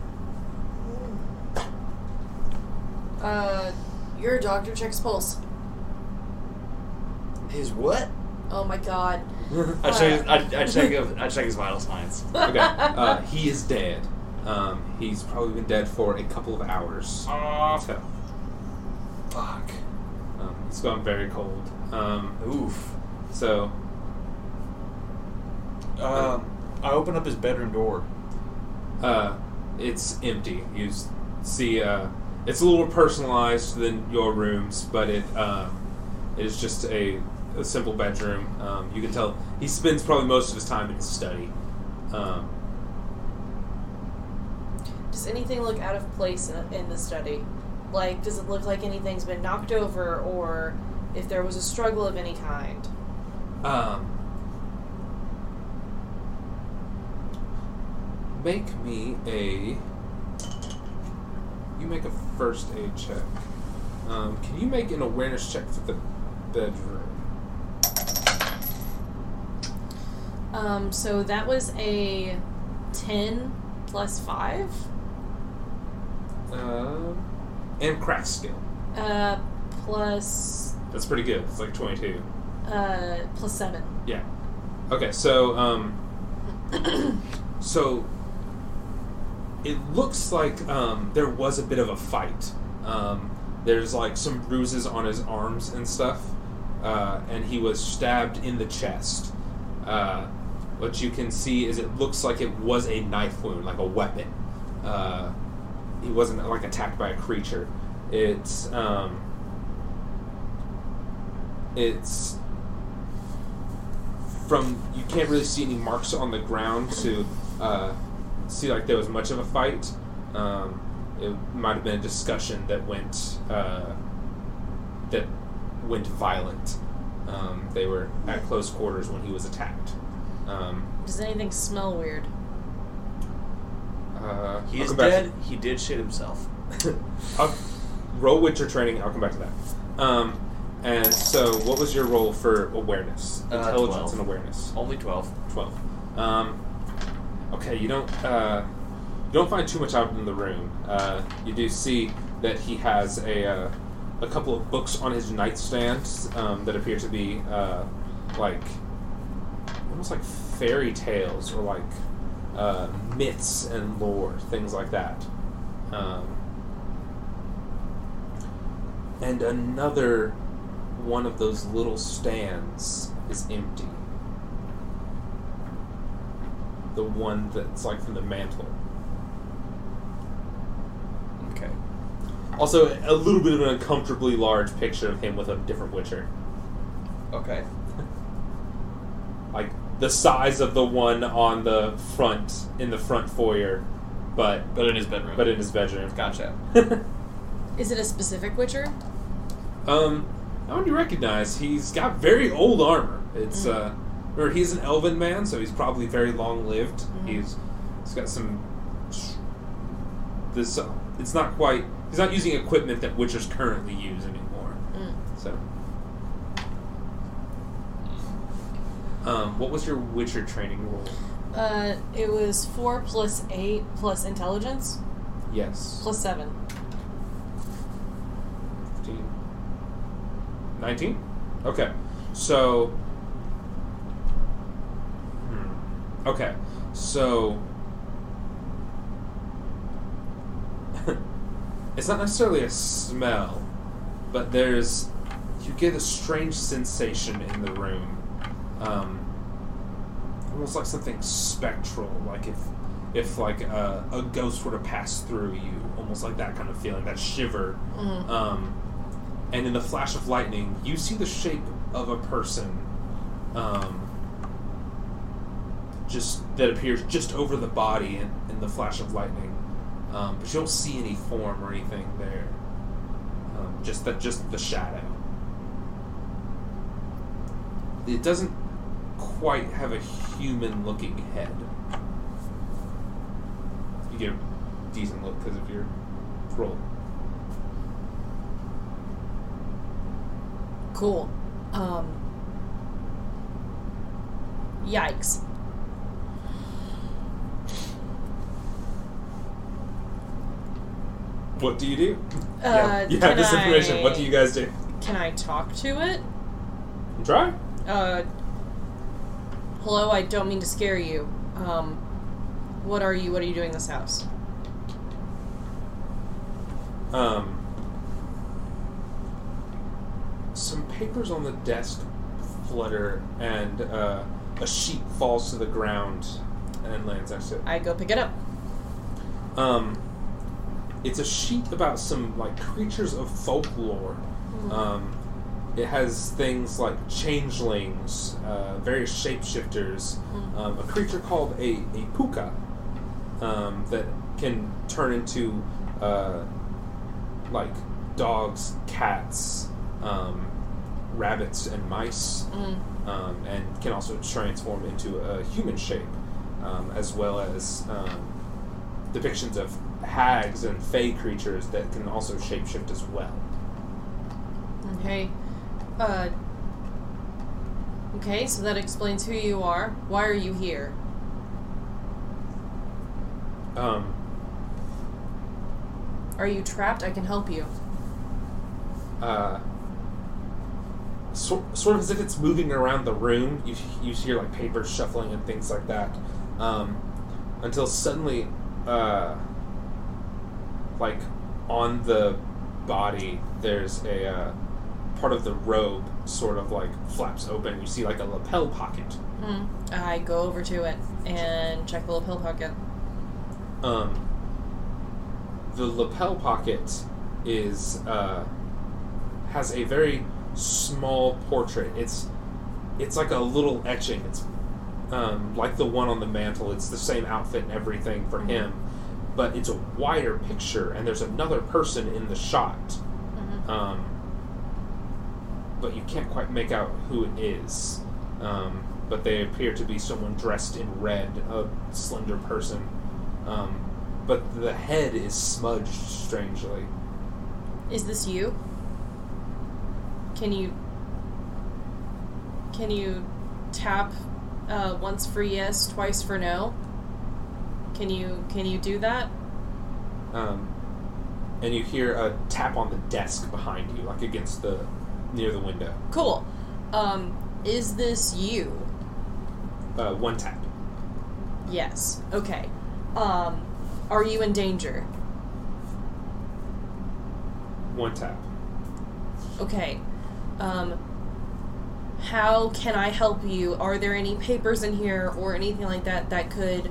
Uh, your doctor checks pulse.
His what?
Oh my god.
I check. I, I <laughs> check. I check his vital signs.
Okay,
<laughs>
uh, he is dead. Um, he's probably been dead for a couple of hours.
Off.
So,
Fuck.
um, it's gone very cold. Um,
Oof.
so
Um, I open up his bedroom door.
Uh, it's empty. You s- see, uh, it's a little personalized than your rooms, but it um, it is just a, a simple bedroom. Um, you can tell he spends probably most of his time in his study. Um,
Does anything look out of place in, in the study? Like, does it look like anything's been knocked over, or if there was a struggle of any kind?
um, make me a. You make a first aid check. Um, can you make an awareness check for the bedroom?
Um, so that was a ten plus five.
Um, and craft skill.
Uh, plus
That's pretty good. It's like 22.
uh plus seven. <clears throat>
Yeah. Okay, so um so it looks like um there was a bit of a fight. Um there's like some bruises on his arms and stuff. Uh, and he was stabbed in the chest. Uh, what you can see is it looks like it was a knife wound, like a weapon. Uh, he wasn't like attacked by a creature. It's um, it's from you can't really see any marks on the ground to uh, see like there was much of a fight. Um, it might have been a discussion that went uh, that went violent. Um, they were at close quarters when he was attacked. Um,
Does anything smell weird?
uh,
He
I'll
is
come back to-
dead. He did shit himself.
I'll roll Witcher training. I'll come back to that. Um, and so, what was your roll for awareness,
Uh,
intelligence,
12.
and awareness?
Only twelve.
Twelve. Um, okay, you don't uh, you don't find too much out in the room. Uh, you do see that he has a uh, a couple of books on his nightstand um, that appear to be uh, like almost like fairy tales or like uh, myths and lore, things like that. Um, and another one of those little stands is empty. The one that's like from the mantle.
Okay.
Also, a little bit of an uncomfortably large picture of him with a different Witcher,
Okay.
like the size of the one on the front in the front foyer, but
But in his bedroom.
but in his bedroom. <laughs>
Gotcha.
Is it a specific Witcher?
Um, I one you recognize. He's got very old armor. It's uh, or he's an elven man, so he's probably very long lived. He's he's got some this. Uh, it's not quite. He's not using equipment that witchers currently use anymore.
Mm.
So, um, what was your witcher training role?
Uh, it was four plus eight plus intelligence
Yes,
plus seven.
15. 19? Okay. So. Hmm. Okay. So. <laughs> it's not necessarily a smell, but there's. You get a strange sensation in the room. Um, almost like something spectral, like if. If like a, a ghost were to pass through you, almost like that kind of feeling, that shiver
Mm.
um, and in the flash of lightning, you see the shape of a person, um, just that appears just over the body in, in the flash of lightning. Um, but you don't see any form or anything there. Um, just that, just the shadow. It doesn't quite have a human-looking head. You get a decent look because of your roll.
Cool. Um. Yikes.
What do you do? <laughs>
Uh,
You have
can
this information.
I-
What do you guys do?
Can I talk to it?
Try.
Uh, hello, I don't mean to scare you. Um, what are you? What are you doing in this house?
Um, some papers on the desk flutter, and uh, a sheet falls to the ground and lands next to it.
I go pick it up.
Um, it's a sheet about some like creatures of folklore.
Mm-hmm.
Um, it has things like changelings, uh, various shapeshifters,
Mm-hmm.
um, a creature called a, a puka um, that can turn into uh, like dogs, cats, um, rabbits, and mice
Mm.
um, and can also transform into a human shape, um, as well as um, depictions of hags and fey creatures that can also shapeshift as well.
Okay. Uh. Okay, so that explains who you are. Why are you here?
Um,
Are you trapped? I can help you.
uh, sor- sort of as if it's moving around the room, you, you hear like papers shuffling and things like that, um, until suddenly, uh, like on the body, there's a uh, part of the robe sort of like flaps open. You see like a lapel pocket.
Mm. I go over to it and check the lapel pocket.
Um, the lapel pocket is uh, has a very small portrait. It's it's like a little etching. It's um, like the one on the mantle. It's the same outfit and everything for him, but it's a wider picture, and there's another person in the shot. Um, but you can't quite make out who it is. Um, but they appear to be someone dressed in red, a slender person. Um, but the head is smudged strangely.
Is this you? Can you can you tap uh, once for yes, twice for no? Can you can you do that?
Um, and you hear a tap on the desk behind you, like against the near the window.
Cool. Um, is this you?
Uh, one tap.
Yes. Okay. Um, are you in danger?
One tap.
Okay. Um, how can I help you? Are there any papers in here or anything like that that could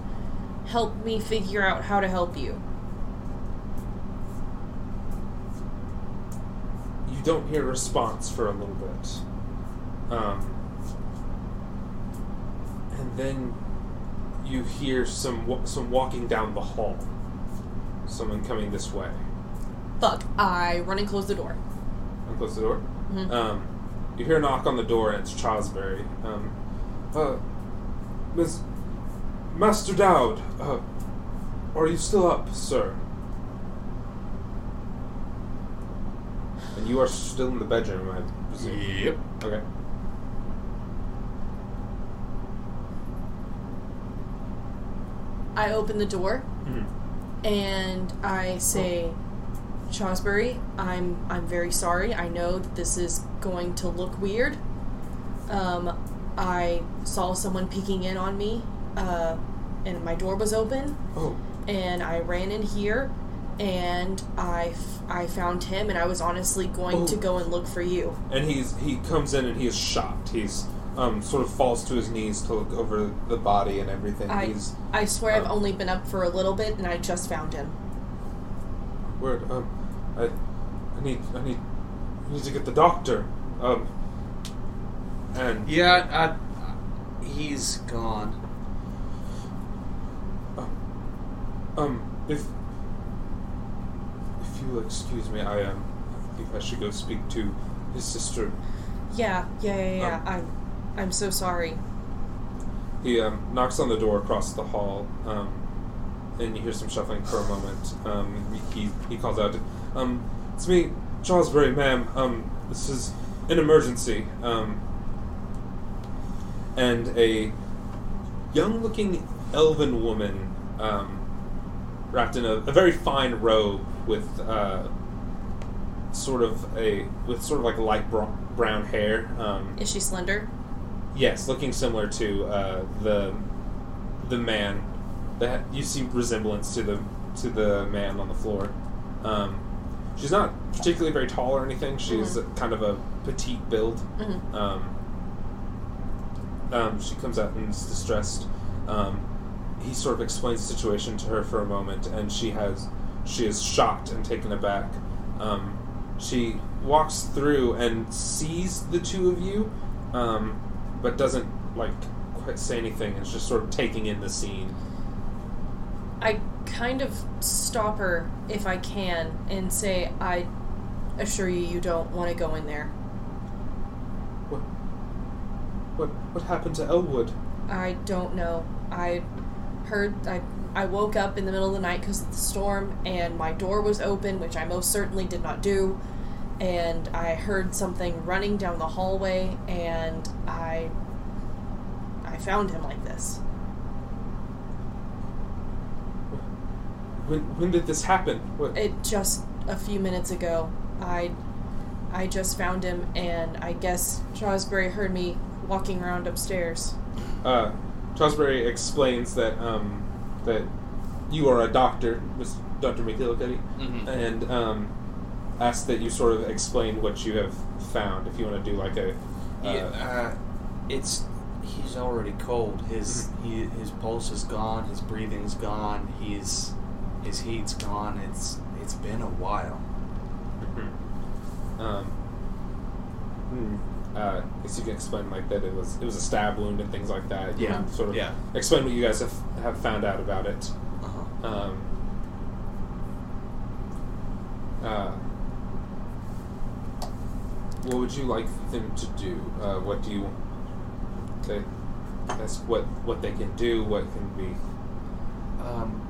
help me figure out how to help you?
you don't hear a response for a little bit. Um, and then you hear some wa- some walking down the hall. Someone coming this way.
Fuck. I run and close the door.
And close the door.
Mhm.
Um, you hear a knock on the door, and it's Chosbury. Um, uh, Miss Master Dowd, uh, are you still up, sir? And you are still in the bedroom, I presume.
Yep.
Okay.
I open the door
Mhm.
and I say, Shawsbury, I'm I'm very sorry. I know that this is going to look weird. Um, I saw someone peeking in on me, uh, and my door was open,
Oh,
and I ran in here, and I, f- I found him, and I was honestly going to
Oh.
go and look for you.
and he's he comes in and he is shocked. He's um, sort of falls to his knees to look over the body and everything.
I
he's
I swear I've
Oh.
only been up for a little bit, and I just found him.
Word. Um, I, I need, I need, I need to get the doctor. Um, and
Yeah, I, I, he's gone.
uh, um, if if you'll excuse me, I um, I think I should go speak to his sister.
Yeah, yeah, yeah, yeah.
Um.
I'm I'm so sorry.
He um, knocks on the door across the hall. Um, and you hear some shuffling for a moment. Um, he he calls out, um, "It's me, Charlesbury, ma'am. Um, this is an emergency." Um, and a young-looking elven woman, um, wrapped in a, a very fine robe with uh, sort of a with sort of like light bro- brown hair. Um,
Is she slender?
Yes, looking similar to uh, the the man that you see resemblance to the to the man on the floor. Um, she's not particularly very tall or anything. She's kind of a petite build.
Mm-hmm.
Um, um, she comes out and is distressed. Um, he sort of explains the situation to her for a moment, and she has she is shocked and taken aback. Um, she walks through and sees the two of you, um, but doesn't like quite say anything. It's just sort of taking in the scene.
I kind of stop her if I can and say, I assure you, you don't want to go in there.
What what what happened to Elwood?
I don't know. I heard, I, I woke up in the middle of the night because of the storm, and my door was open, which I most certainly did not do. And I heard something running down the hallway, and I, I found him like this.
When when did this happen? What?
It just a few minutes ago. I I just found him and I guess Shawsbury heard me walking around upstairs.
uh, Chosbury explains that um, that you are a doctor, Miss Doctor McGillicuddy,
Mm-hmm.
and um, asks that you sort of explain what you have found. If you want to do like a, uh,
yeah, uh, it's he's already cold. His he, his pulse is gone. His breathing's gone. He's his heat's gone. It's it's been a while.
mhm. um, hmm, uh, I guess you can explain like that it was it was a stab wound and things like that. You
Yeah,
can sort of
yeah.
explain what you guys have have found out about it.
Uh-huh.
Um, uh, what would you like them to do? Uh, what do you? They, that's what what they can do. What can be?
Um,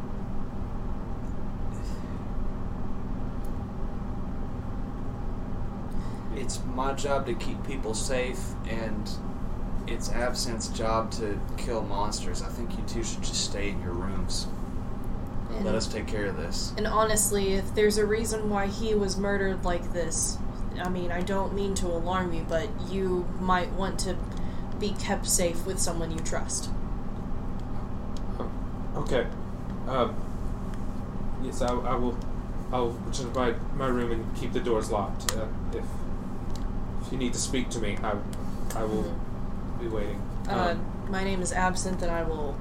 it's my job to keep people safe, and it's Absinthe's job to kill monsters. I think you two should just stay in your rooms.
And,
Let us take care of this.
and honestly, if there's a reason why he was murdered like this, I mean, I don't mean to alarm you, but you might want to be kept safe with someone you trust.
Okay. Um, yes, I, I will. I'll return to my, my room and keep the doors locked. Uh, if if you need to speak to me, I I will be waiting. Um,
Uh, my name is Absinthe and I will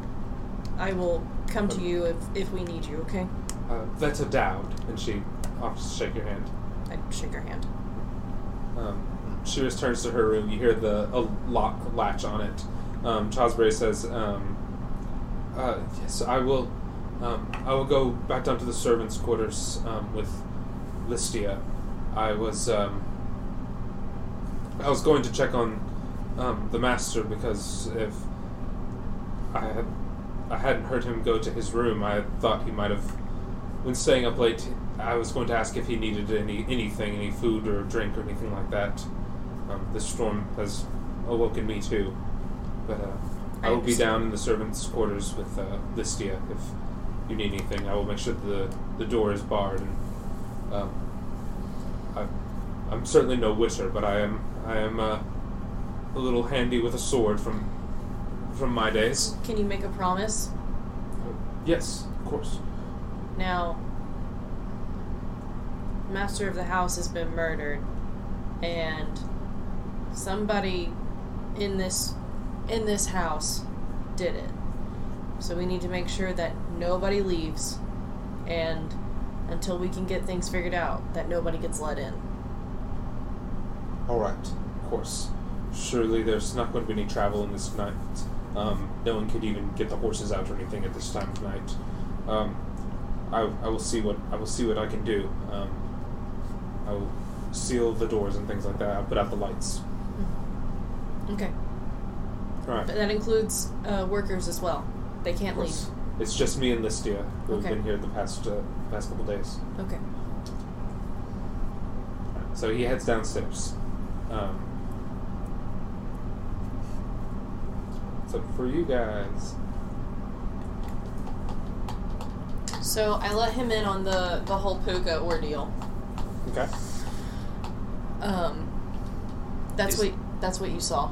I will come to
Um,
you if, if we need you, okay?
uh, Veta Dowd, and she offers to shake your hand.
I shake her hand.
Um, she just turns to her room. You hear the a lock latch on it. Um, Chasbury says, um, uh, "Yes, I will. Um, I will go back down to the servants' quarters um, with Listia. I was um, I was going to check on um, the master because if I had I hadn't heard him go to his room, I thought he might have when staying up late. I was going to ask if he needed any anything, any food or drink or anything like that. Um, this storm has awoken me too, but uh, I
I
will be
understand.
down in the servants' quarters with uh, Listia if you need anything. I will make sure the the door is barred. And, um, I, I'm certainly no witcher, but I am I am uh, a little handy with a sword from from my days.
Can you make a promise?
Yes, of course.
Now, master of the house has been murdered, and somebody in this in this house did it. So we need to make sure that nobody leaves, and until we can get things figured out, that nobody gets let in.
All right, of course. Surely there's not going to be any travel in this night. Um, no one could even get the horses out or anything at this time of night. Um, I, I will see what I will see what I can do. Um, I will seal the doors and things like that. I'll put out the lights.
Okay,
All right.
but that includes uh, workers as well. They
Of
can't leave.
course. It's just me and Listia who've
Okay.
been here the past uh, past couple days.
Okay.
So he heads downstairs. Um, so for you guys,
So I let him in on the the whole puka ordeal.
okay,
Um, that's
Is-
what that's what you saw.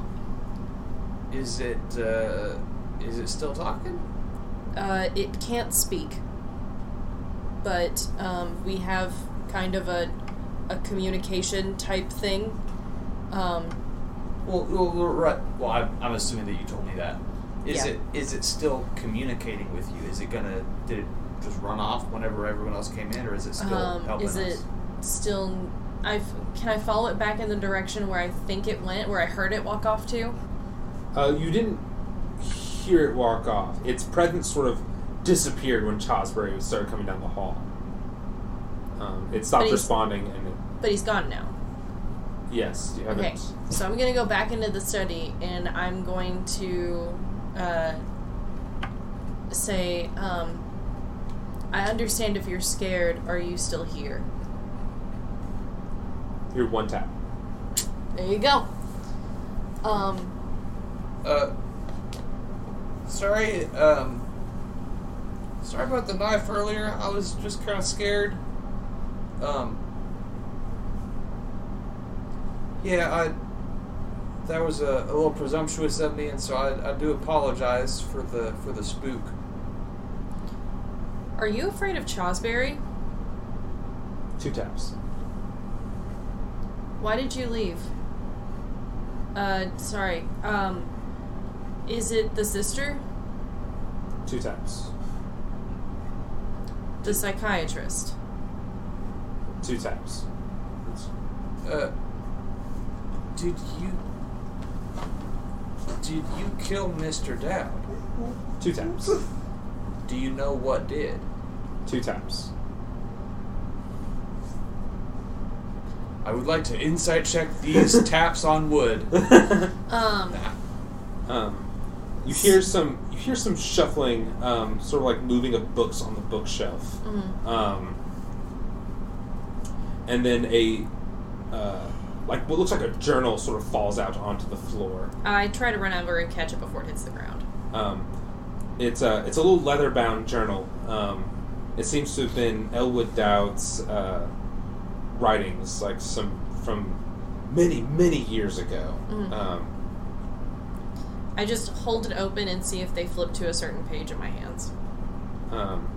Is it uh, is it still talking?
Uh, it can't speak, but um, we have kind of a a communication type thing. Um,
Well, well, well, right. Well, I'm, I'm assuming that you told me that. Is
Yeah.
it is it still communicating with you? Is it gonna did it just run off whenever everyone else came in, or is it still
um,
helping
is it
us?
still? I can I follow it back in the direction where I think it went, where I heard it walk off to.
uh, you didn't hear it walk off. Its presence sort of disappeared when Chasbury started coming down the hall. Um, it
But
stopped
he's-
responding, and it,
But he's gone now.
yes, you haven't.
Okay, so I'm gonna go back into the study and I'm going to uh, say, um, I understand if you're scared. Are you still here?
You're one tap.
There you go. Um,
Uh, sorry. Um, sorry about the knife earlier. I was just kind of scared. Um. Yeah, I. That was a, a little presumptuous of me, and so I, I do apologize for the for the spook.
are you afraid of Chosberry?
Two taps.
Why did you leave? Uh, sorry. Um, is it the sister,
Two taps.
the psychiatrist?
Two taps. It's-
Uh, did you did you kill Mr. Dowd?
Two taps.
Do you know what did?
Two taps.
I would like to insight check these taps on wood.
Um,
Um, you hear some you hear some shuffling, um, sort of like moving of books on the bookshelf,
mm,
um, and then a uh, like what looks like a journal sort of falls out onto the floor.
I try to run over and catch it before it hits the ground.
Um, it's a it's a little leather bound journal. Um, it seems to have been Elwood Dowd's uh, writings, like some from many many years ago.
Mhm.
Um,
I just hold it open and see if they flip to a certain page in my hands.
Um,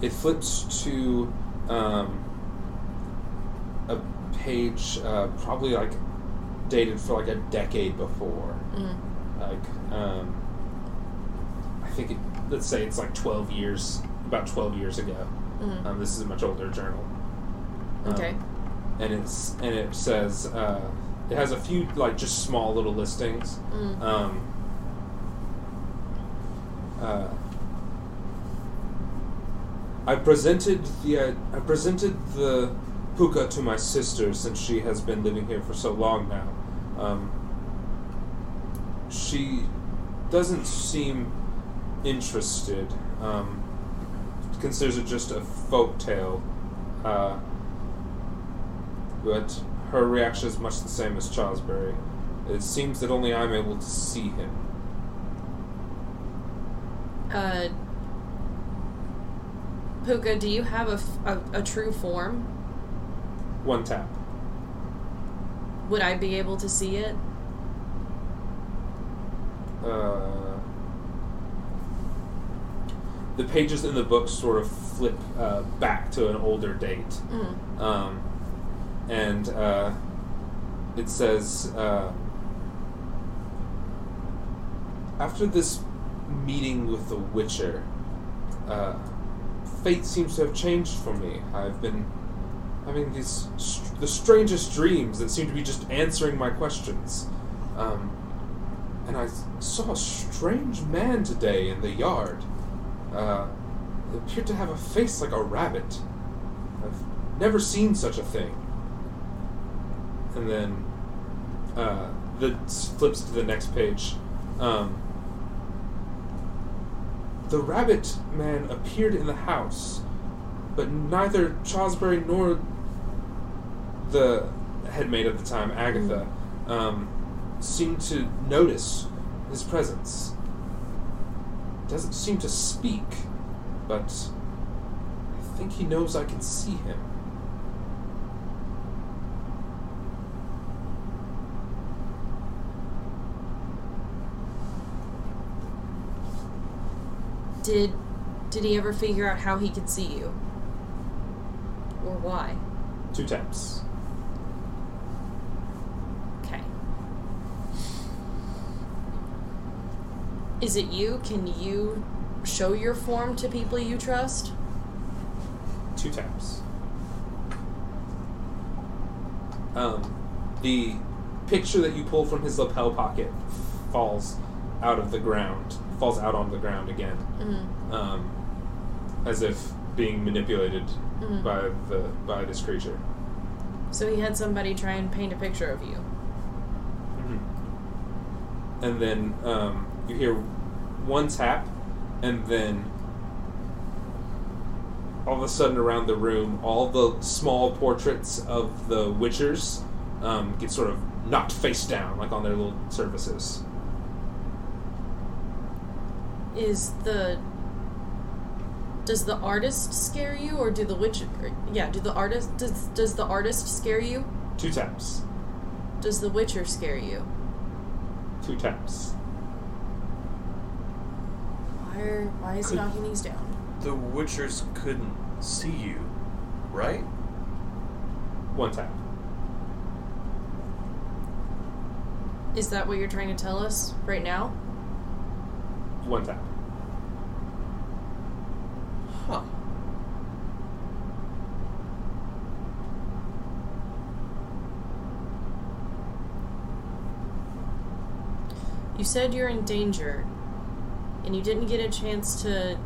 it flips to um, a page uh, probably like dated for like a decade before.
Mm.
Like, um, I think it, let's say it's like 12 years, about 12 years ago.
Mm.
Um, this is a much older journal. Um,
Okay.
And it's and it says uh, it has a few like just small little listings.
Mm.
Um, uh, I presented the uh, I presented the puka to my sister since she has been living here for so long now. Um, she doesn't seem interested. Um, considers it just a folk tale, uh, but her reaction is much the same as Charlesbury. It seems that only I'm able to see him.
Uh, Puka, do you have a, f- a- a true form?
One tap.
Would I be able to see it?
Uh, the pages in the book sort of flip uh, back to an older date.
Mm.
Um, and uh, it says uh, after this meeting with the Witcher, uh, fate seems to have changed for me. I've been having these str- the strangest dreams that seem to be just answering my questions. Um, and I s- saw a strange man today in the yard. Uh, it appeared to have a face like a rabbit. I've never seen such a thing. And then uh, the flips to the next page. Um, the rabbit man appeared in the house, but neither Chosbury nor the headmaid at the time, Agatha, um, seemed to notice his presence. Doesn't seem to speak, but I think he knows I can see him.
Did did he ever figure out how he could see you? Or why?
Two taps.
Okay. Is it you? Can you show your form to people you trust?
Two taps. Um, the picture that you pull from his lapel pocket falls out of the ground, falls out on the ground again,
Mm.
um, as if being manipulated
Mhm.
by the by this creature.
So he had somebody try and paint a picture of you.
Mm-hmm. And then um, you hear one tap, and then all of a sudden around the room, all the small portraits of the witchers um, get sort of knocked face down, like on their little surfaces.
Is the does the artist scare you, or do the witch? Or, yeah, do the artist does does the artist scare you?
Two taps.
Does the Witcher scare you?
Two taps.
Why are, why is he
Could-
knocking these down?
The Witchers couldn't see you, right?
One tap.
Is that what you're trying to tell us right now?
One tap.
Huh.
You said you're in danger, and you didn't get a chance to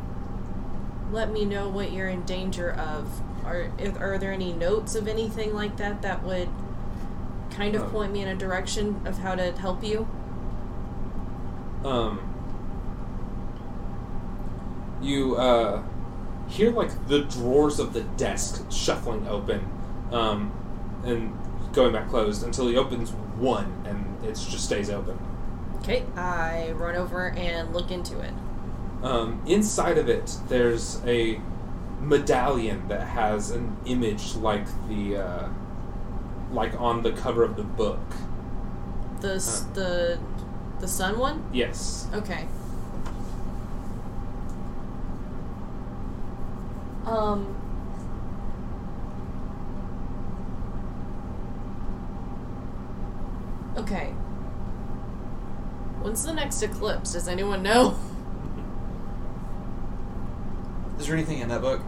let me know what you're in danger of. Are if, are there any notes of anything like that that would kind of
Um.
point me in a direction of how to help you?
um, you uh, hear like the drawers of the desk shuffling open um, and going back closed until he opens one and it just stays open.
Okay, I run over and look into it.
Um, inside of it, there's a medallion that has an image like the uh, like on the cover of the book.
The s the the sun one.
Yes,
Okay. Um. Okay. When's the next eclipse? Does anyone know?
Is there anything in that book?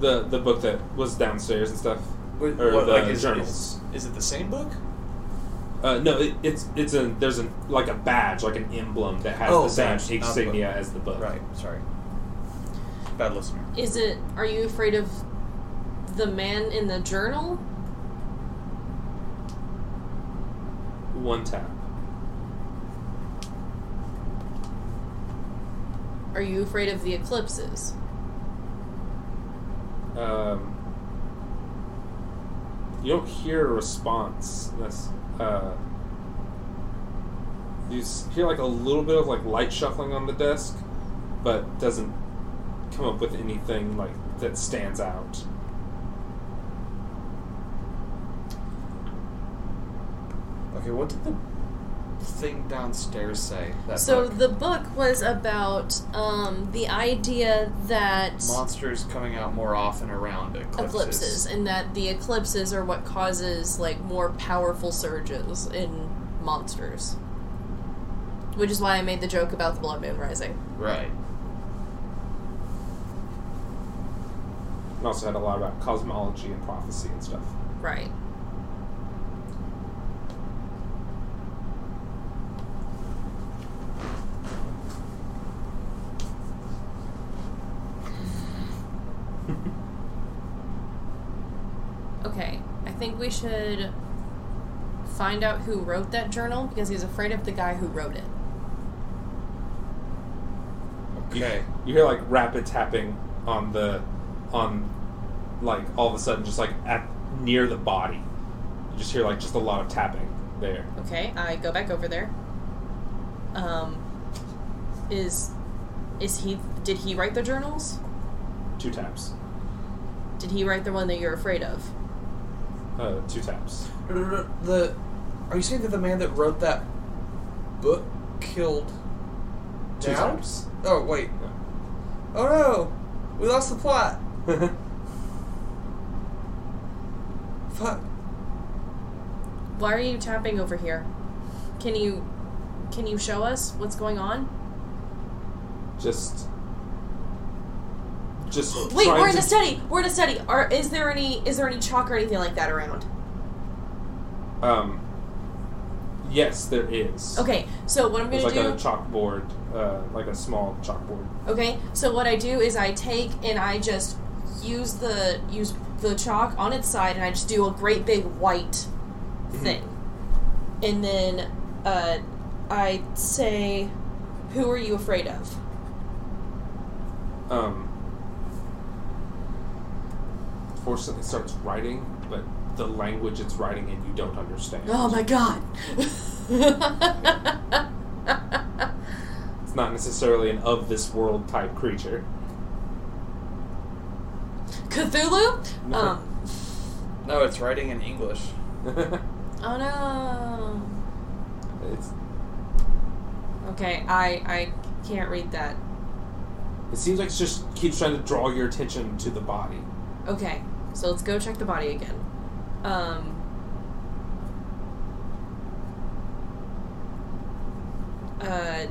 the the book that was downstairs and stuff,
What-
or
what,
the
like, is-
journals.
Is it the same book?
Uh, no, it, it's it's a there's a like a badge, like an emblem that has
Oh,
the same
badge, not book.
insignia as the book.
Right. Sorry. Bad listener.
Is it? Are you afraid of the man in the journal?
One tap.
Are you afraid of the eclipses?
Um, you don't hear a response. That's uh, you s- hear like a little bit of like light shuffling on the desk, but doesn't come up with anything like that stands out.
Okay. What did the thing downstairs say? That
so
book?
the book was about um, the idea that
monsters coming out more often around eclipses.
eclipses and that the eclipses are what causes like more powerful surges in monsters which is why i made the joke about the blood moon rising
Right.
It also had a lot about cosmology and prophecy and stuff. <laughs>
right okay i think we should find out who wrote that journal because he's afraid of the guy who wrote it
You-
Okay.
You hear like rapid tapping on the on like all of a sudden just like at near the body. You just hear like just a lot of tapping there.
Okay, I go back over there. Um, is is he? Did he write the journals?
Two taps.
Did he write the one that you're afraid of?
Uh, two taps.
The are you saying that the man that wrote that book killed
Two
Dowd?
taps.
Oh wait. Oh no, we lost the plot. Fuck.
Why are you tapping over here? Can you can you show us what's
<gasps>
going on?
<laughs> just just
Wait,
trying
we're in
to-
a study. We're in a study. Are is there any is there any chalk or anything like that around?
um Yes, there is.
Okay, so what I'm
There's
gonna
like
do?
a chalkboard, uh, like a small chalkboard.
Okay, so what I do is I take and I just use the use the chalk on its side, and I just do a great big white thing, and then uh, I say, "Who are you afraid of?"
Um, fortunately, it starts writing, but the language it's writing in you don't understand.
Oh my god! <laughs>
It's not necessarily an of this world type creature. <laughs>
Cthulhu. Um,
No, it's writing in English.
it's
oh no. Okay, I I can't read that.
it seems like it just keeps trying to draw your attention to the body.
Okay, so let's go check the body again. Um. Uh.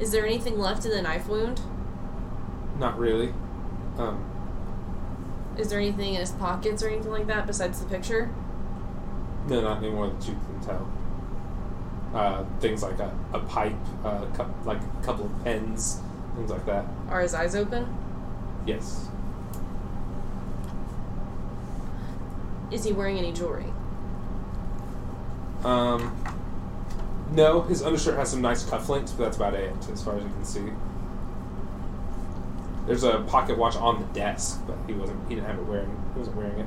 Is there anything left in the knife wound?
Not really. Um,
Is there anything in his pockets or anything like that besides the picture?
no, not any more that you can tell. Uh, things like a, a pipe, uh, cou- like a couple of pens, things like that.
Are his eyes open?
Yes.
Is he wearing any jewelry?
Um, no, his undershirt has some nice cufflinks, but that's about it as far as you can see. There's a pocket watch on the desk, but he wasn't. He didn't have it wearing. He wasn't wearing it.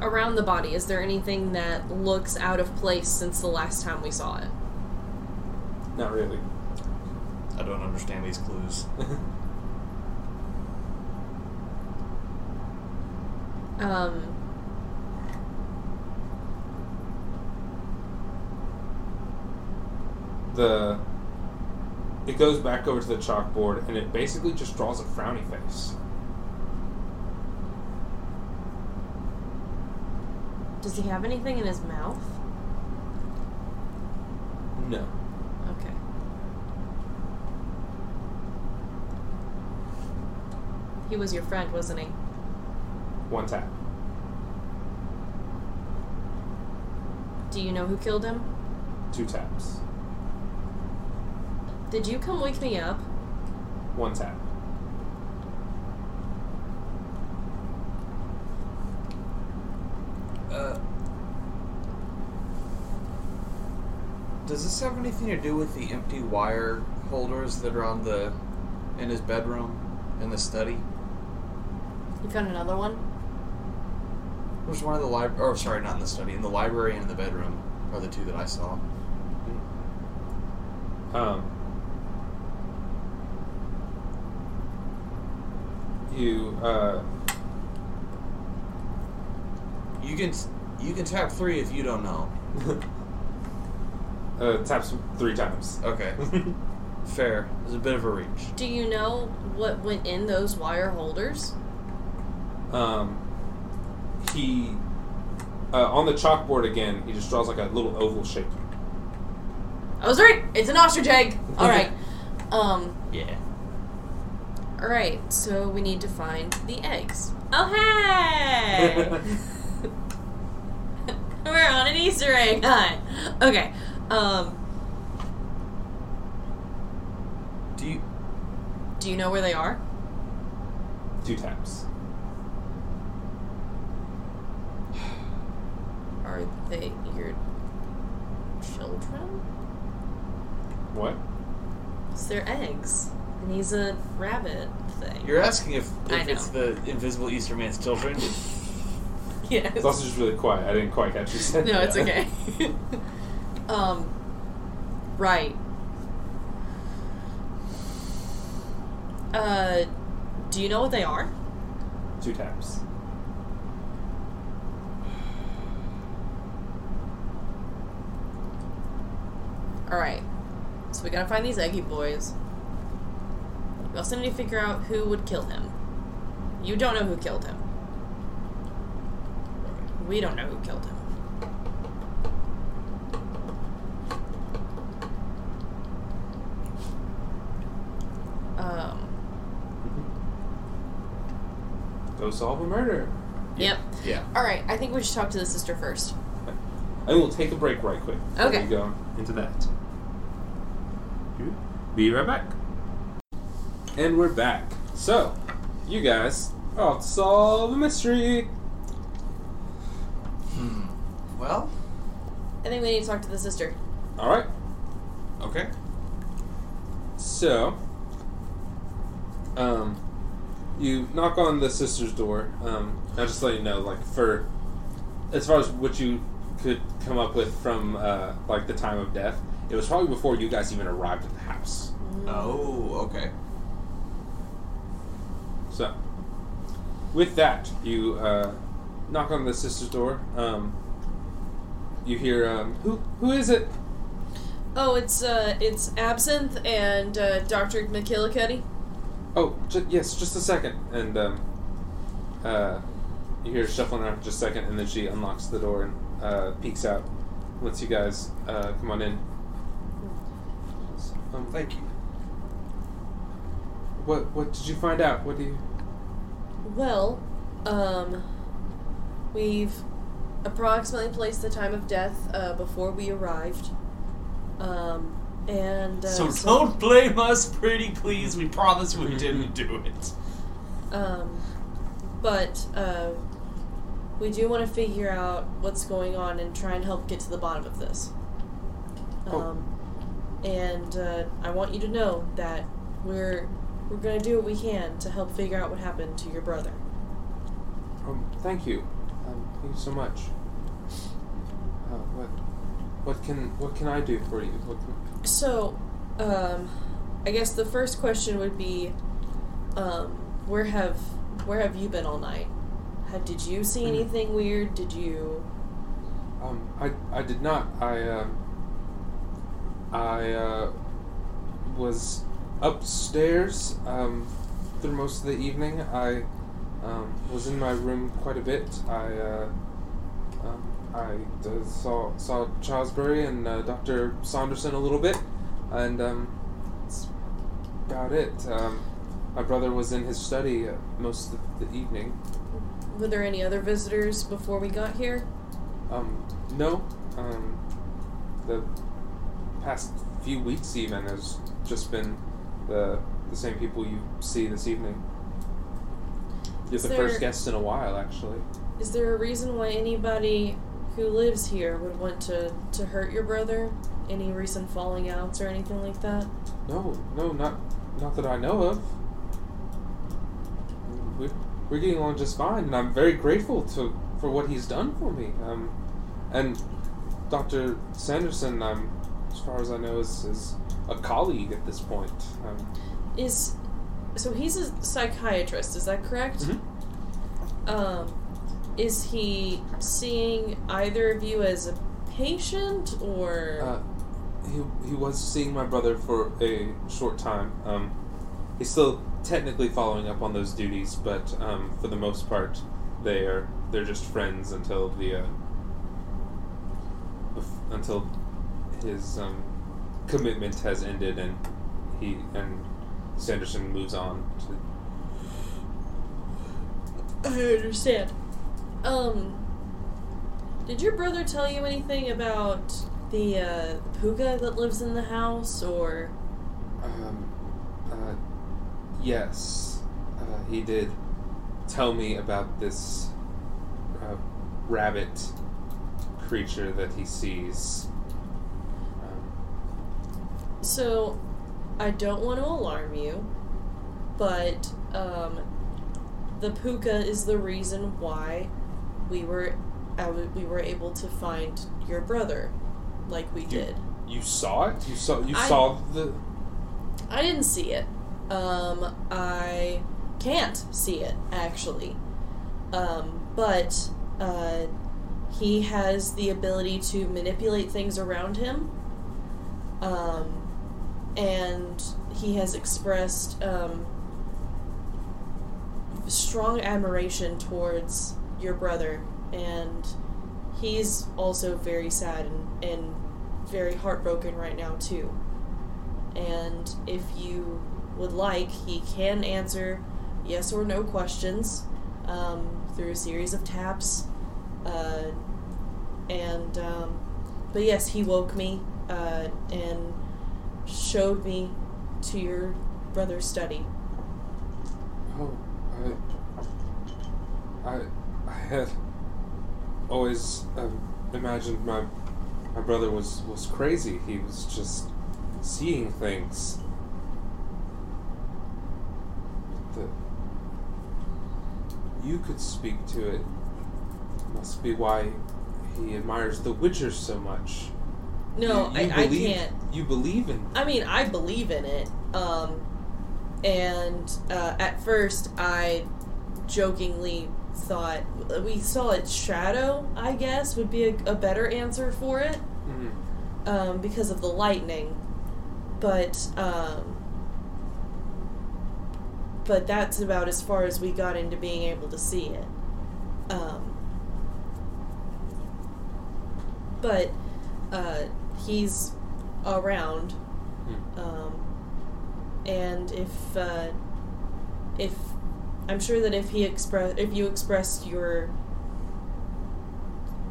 Around the body, is there anything that looks out of place since the last time we saw it?
Not really. <laughs>
I don't understand these clues.
Um.
the it goes back over to the chalkboard, and it basically just draws a frowny face.
Does he have anything in his mouth?
No.
Okay. He was your friend, wasn't he?
One tap.
Do you know who killed him?
Two taps.
Did you come wake me up?
One tap.
Uh, does this have anything to do with the empty wire holders that are on the in his bedroom in the study?
You found another one?
There's one in the library. Oh, sorry, not in the study. In the library and in the bedroom are the two that I saw.
Um. You uh <laughs>
You can you can tap three if you don't know.
uh taps three times.
<laughs>
Okay, fair. It's a bit of a reach.
Do you know what went in those wire
<laughs>
holders?
um he uh, on the chalkboard again, he just draws like a little oval shape.
I was right. Oh, It's an ostrich <laughs> egg. All right. Um.
Yeah.
All right. So we need to find the eggs. Oh <laughs> hey! We're on an Easter egg hunt. Okay. Um.
Do you?
Do you know where they are?
<laughs> Two taps.
Are they your children?
What?
It's their eggs, and he's a rabbit thing.
You're asking if,
I
if it's the invisible Easter man's children.
<laughs> yes.
It's also just really quiet. I didn't quite catch you said
No, it's
that.
okay. um, right. Uh, do you know what they are?
<laughs> Two taps.
All right. So we gotta find these Eggy boys. We also need to figure out who would kill him. You don't know who killed him. We don't know who killed him. Um.
Go solve a murder.
Yep.
yeah.
All right. I think we should talk to the sister first.
And we'll take a break right quick. before
Okay.
We go into that. Be right back. And we're back. So, you guys are off to solve a mystery.
Hmm.
Well.
I think we need to talk to the sister.
All right.
Okay.
So, um, you knock on the sister's door. Um, I'll just let you know, like, for as far as what you could come up with from, uh, like, the time of death, it was probably before you guys even arrived at the house.
Oh. Okay.
So, with that, you uh, knock on the sister's door. Um, you hear, um, who, who is it?
Oh, it's uh, it's Absinthe and uh, Doctor McKillicuddy.
Oh, ju- yes, just a second. And um, uh, you hear shuffling around for just a second, and then she unlocks the door and uh, peeks out. Once you guys uh, come on in. Um,
Thank you.
what what did you find out? What do you?
Well, um, we've approximately placed the time of death uh, before we arrived, um, and uh,
So don't blame us, pretty please. We promise we didn't do it.
Um, but uh, we do want to figure out what's going on and try and help get to the bottom of this.
Oh.
Um, and uh, I want you to know that we're we're gonna do what we can to help figure out what happened to your brother.
Um, thank you. Um, thank you so much. Uh, what what can what can I do for you? What can,
So, um, I guess the first question would be, um, where have where have you been all night? Have, did you see anything weird? Did you?
Um, I, I did not. I, uh, I, uh, was upstairs, um, through most of the evening. I, um, was in my room quite a bit. I, uh, um, I uh, saw saw Charlesbury and uh, Doctor Saunderson a little bit, and um, that's about it. Um, my brother was in his study uh, most of the evening.
Were there any other visitors before we got here?
Um, no, um, the past few weeks even has just been the the same people you see this evening. You're
Is
the
there-
first guest in a while, actually.
Is there a reason why anybody who lives here would want to, to hurt your brother? Any recent falling outs or anything like that?
No, no, not not that I know of. We're, we're getting along just fine, and I'm very grateful to for what he's done for me. Um, and Doctor Sanderson, um, as far as I know, is, is a colleague at this point. Um,
Is so he's a psychiatrist, is that correct?
Mm-hmm.
Um is he seeing either of you as a patient or
uh, he he was seeing my brother for a short time. Um, he's still technically following up on those duties, but um, for the most part, they are they're just friends until the uh, bef- until his um, commitment has ended and he and Sanderson moves on. To,
I understand. Um, did your brother tell you anything about the uh, puga that lives in the house, or
um, uh, yes, uh, he did tell me about this uh, rabbit creature that he sees. Um,
so? I don't want to alarm you, but um, the puka is the reason why we were I w- we were able to find your brother, like we did.
you saw it. You saw. You
I-
saw the.
I didn't see it. Um, I can't see it actually. Um, but uh, he has the ability to manipulate things around him. Um, and he has expressed um, strong admiration towards your brother, and he's also very sad and, and very heartbroken right now too and if you would like, he can answer yes or no questions um, through a series of taps. Uh, and um, but yes, he woke me uh, and showed me to your brother's study.
Oh, I, I, I had always um, imagined my my brother was was crazy. He was just seeing things. The, you could speak to it. Must be why he admires the Witcher so much.
No,
You- you
I,
believe-
I can't.
You believe in
I mean, I believe in it. Um, and uh, at first, I jokingly thought we saw its shadow, I guess, would be a, a better answer for it
Mhm.
um, because of the lightning. But, um, but that's about as far as we got into being able to see it. Um, but uh, he's around
Hmm.
um, and if uh, if I'm sure that if he express if you expressed your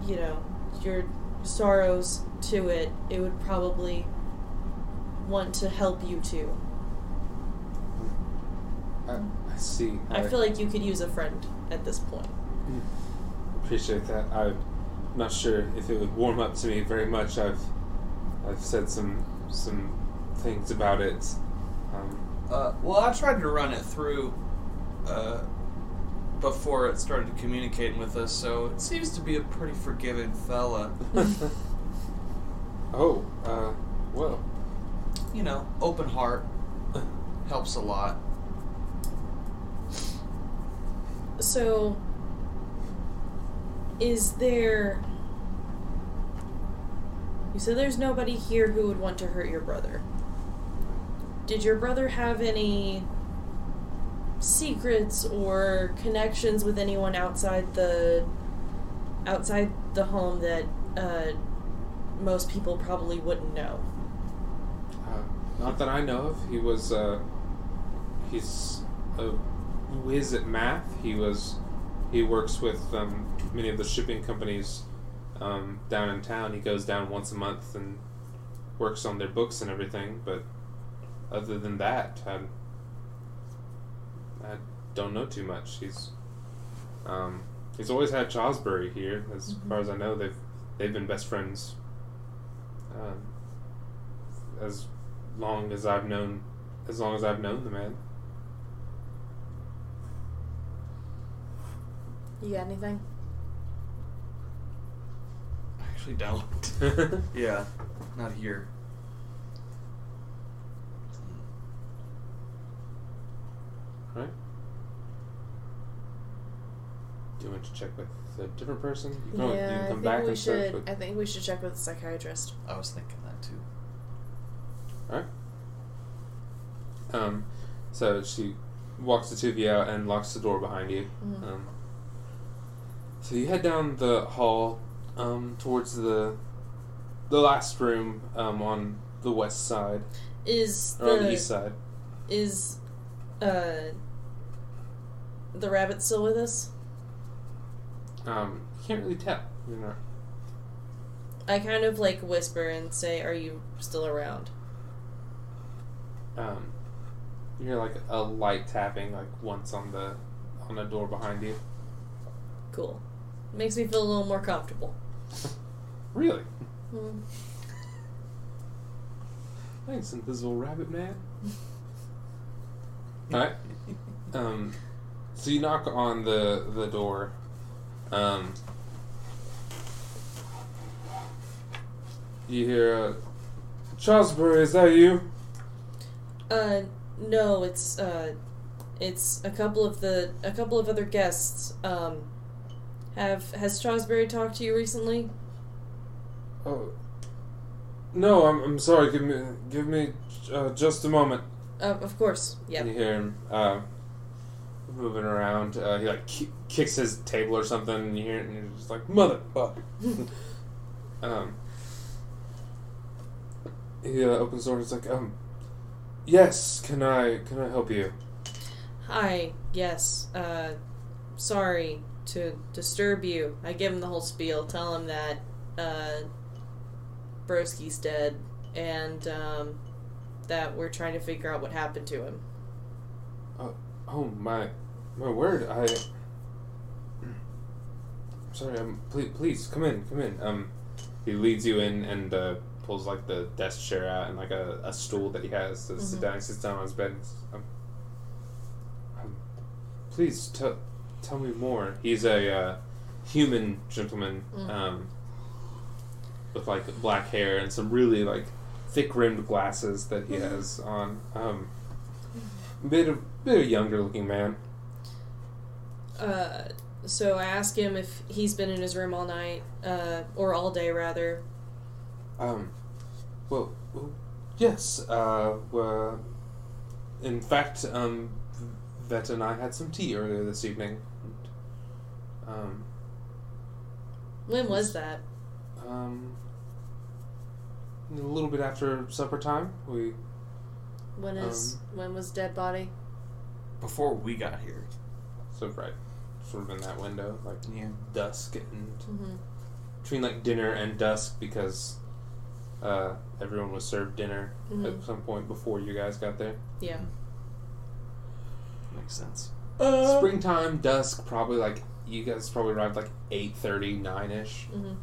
you know your sorrows to it, it would probably want to help you too.
I, I see.
I feel like you could use a friend at this point.
Appreciate that. I'm not sure if it would warm up to me very much. I've I've said some some things about it. <laughs> Um,
Uh, well, I tried to run it through uh, before it started communicating with us, so it seems to be a pretty forgiving fella.
oh, uh, well, <laughs> Uh,
You know, open heart helps a lot.
So, is there? You said there's nobody here who would want to hurt your brother. Did your brother have any secrets or connections with anyone outside the outside the home that uh, most people probably wouldn't know.
Uh, not that I know of. He was, uh, he's a whiz at math. He was, he works with um, many of the shipping companies um, down in town. He goes down once a month and works on their books and everything. But other than that, I, I don't know too much. He's, um, he's always had Chosbury here. As far as I know, they've they've been best friends. Um, as long as I've known as long as I've known the man.
You got anything?
I actually don't.
<laughs>
Yeah, not here.
right? Do you want to check with a different person? You can, you can
yeah, I
come
think
back
we
and
should.
search with
I think we should check with a psychiatrist.
I was thinking that too.
um so she walks the two of you out and locks the door behind you.
Mm-hmm.
Um, so you head down the hall um, towards the the last room um, on the west side
Is
or on the east
the
side.
is uh the rabbit still with us?
Um, you can't really tell. You're not
I kind of like whisper and say, "Are you still around?"
um, you hear like a light tapping like once on the on the door behind you. <laughs>
Cool. Makes me feel a little more comfortable.
Really?
Hmm.
Thanks, Invisible Rabbit Man. Alright.
<laughs>
Um, so you knock on the, the door. Um, you hear, uh, Charlesbury, is that you?
Uh, no, it's uh, it's a couple of the a couple of other guests. Um, have has Strasbury talked to you recently?
Oh, no, I'm, I'm sorry. Give me, give me uh, just a moment.
Uh, of course. Yep.
You hear him uh, moving around. Uh, he like ki- kicks his table or something, and you hear it, and you're just like motherfucker. <laughs> um, he uh, opens the door. and He's like, um, yes, can I can I help you?
Hi. Yes. Uh, sorry to disturb you. I give him the whole spiel. Tell him that uh, Broski's dead and um, that we're trying to figure out what happened to him.
Oh my, my word! I. I'm Sorry, um, please, please come in, come in. Um, he leads you in and uh, pulls like the desk chair out and like a, a stool that he has to sit
Mhm.
down. He sits down on his bed. And, s- um, um, please tell tell me more. He's a uh, human gentleman,
Mm.
um, with like black hair and some really like thick rimmed glasses that he has on. Um, bit of bit of younger looking man.
Uh, so I ask him if he's been in his room all night, uh, or all day rather.
Um, well, well, yes. Uh, uh, in fact, um, Vet and I had some tea earlier this evening. Um,
When was that?
um, a little bit after supper time, we
When is when was dead body?
Before we got here.
so right, sort of in that window, like
Yeah.
dusk and
Mm-hmm.
between like dinner and dusk because uh, everyone was served dinner
Mhm.
at some point before you guys got there.
Yeah.
Makes sense.
Uh-huh. springtime dusk probably like you guys probably arrived like 8.30 9ish
Mm-hmm.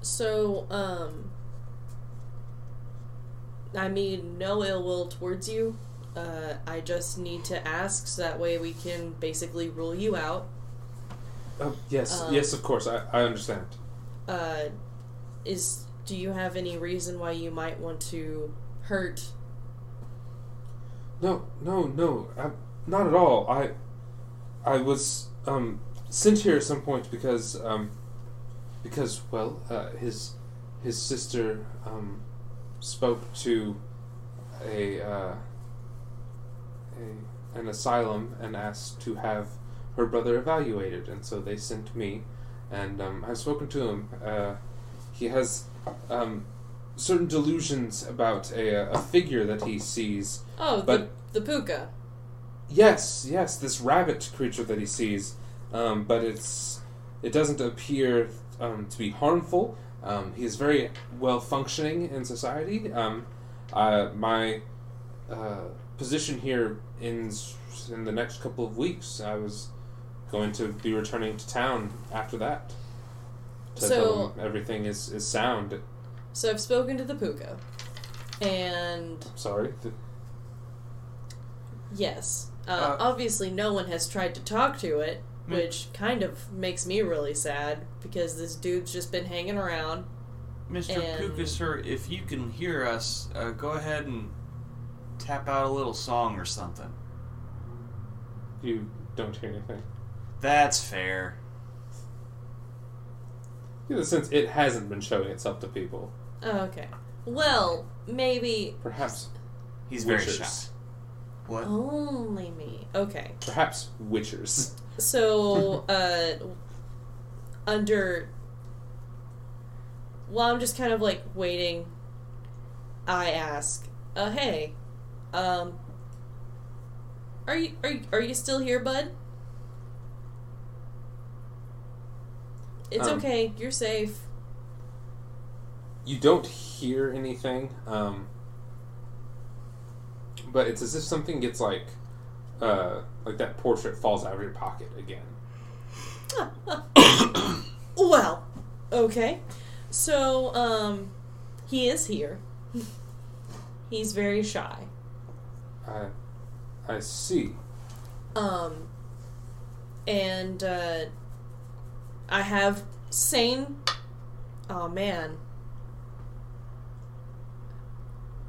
So, um, I mean, no ill will towards you. Uh, I just need to ask so that way we can basically rule you out.
oh yes
Um,
yes of course i, I understand
Uh, is do you have any reason why you might want to hurt?
no no no I, not at all i i was um sent here at some point because um because well uh, his his sister um spoke to a uh a an asylum and asked to have her brother evaluated, and so they sent me, and um, I've spoken to him. Uh, he has um, certain delusions about a, a figure that he sees.
Oh,
But-
the, the puka.
Yes, yes, this rabbit creature that he sees, um, but it's it doesn't appear um, to be harmful. Um, he is very well functioning in society. Um, uh, my uh, position here ends in the next couple of weeks. I was going to be returning to town after that. To tell
So-
him everything is, is sound.
So I've spoken to the puka, and
Sorry. th-
yes, uh,
Uh,
obviously no one has tried to talk to it,
Hmm.
which kind of makes me really sad because this dude's just been hanging around.
Mr.
And-
Puka, sir, if you can hear us, uh, go ahead and tap out a little song or something.
You don't hear anything.
That's fair.
In the sense, it hasn't been showing itself to people.
Oh, okay. Well, maybe
Perhaps
He's
Witchers.
very shy. What?
only me. Okay.
Perhaps witchers.
So, uh, under. Well, I'm just kind of like waiting. I ask, uh, hey, um, are you are you, are you still here, bud? It's
Um,
okay. You're safe.
You don't hear anything, um, but it's as if something gets like, uh, like that portrait falls out of your pocket again.
well, okay. So, um, he is here. <laughs> He's very shy.
I, I see.
Um, and uh, I have sane. Oh man.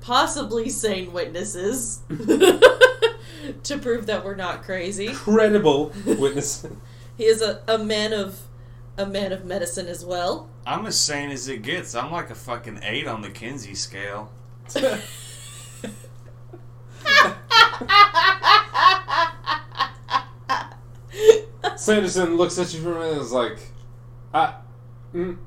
Possibly sane witnesses <laughs> to prove that we're not crazy.
<laughs> Credible witness.
He is a, a man of a man of medicine as well. <laughs>
I'm as sane as it gets. I'm like a fucking eight on the Kinsey scale.
Sanderson looks at you for a minute and is like, ah, mm,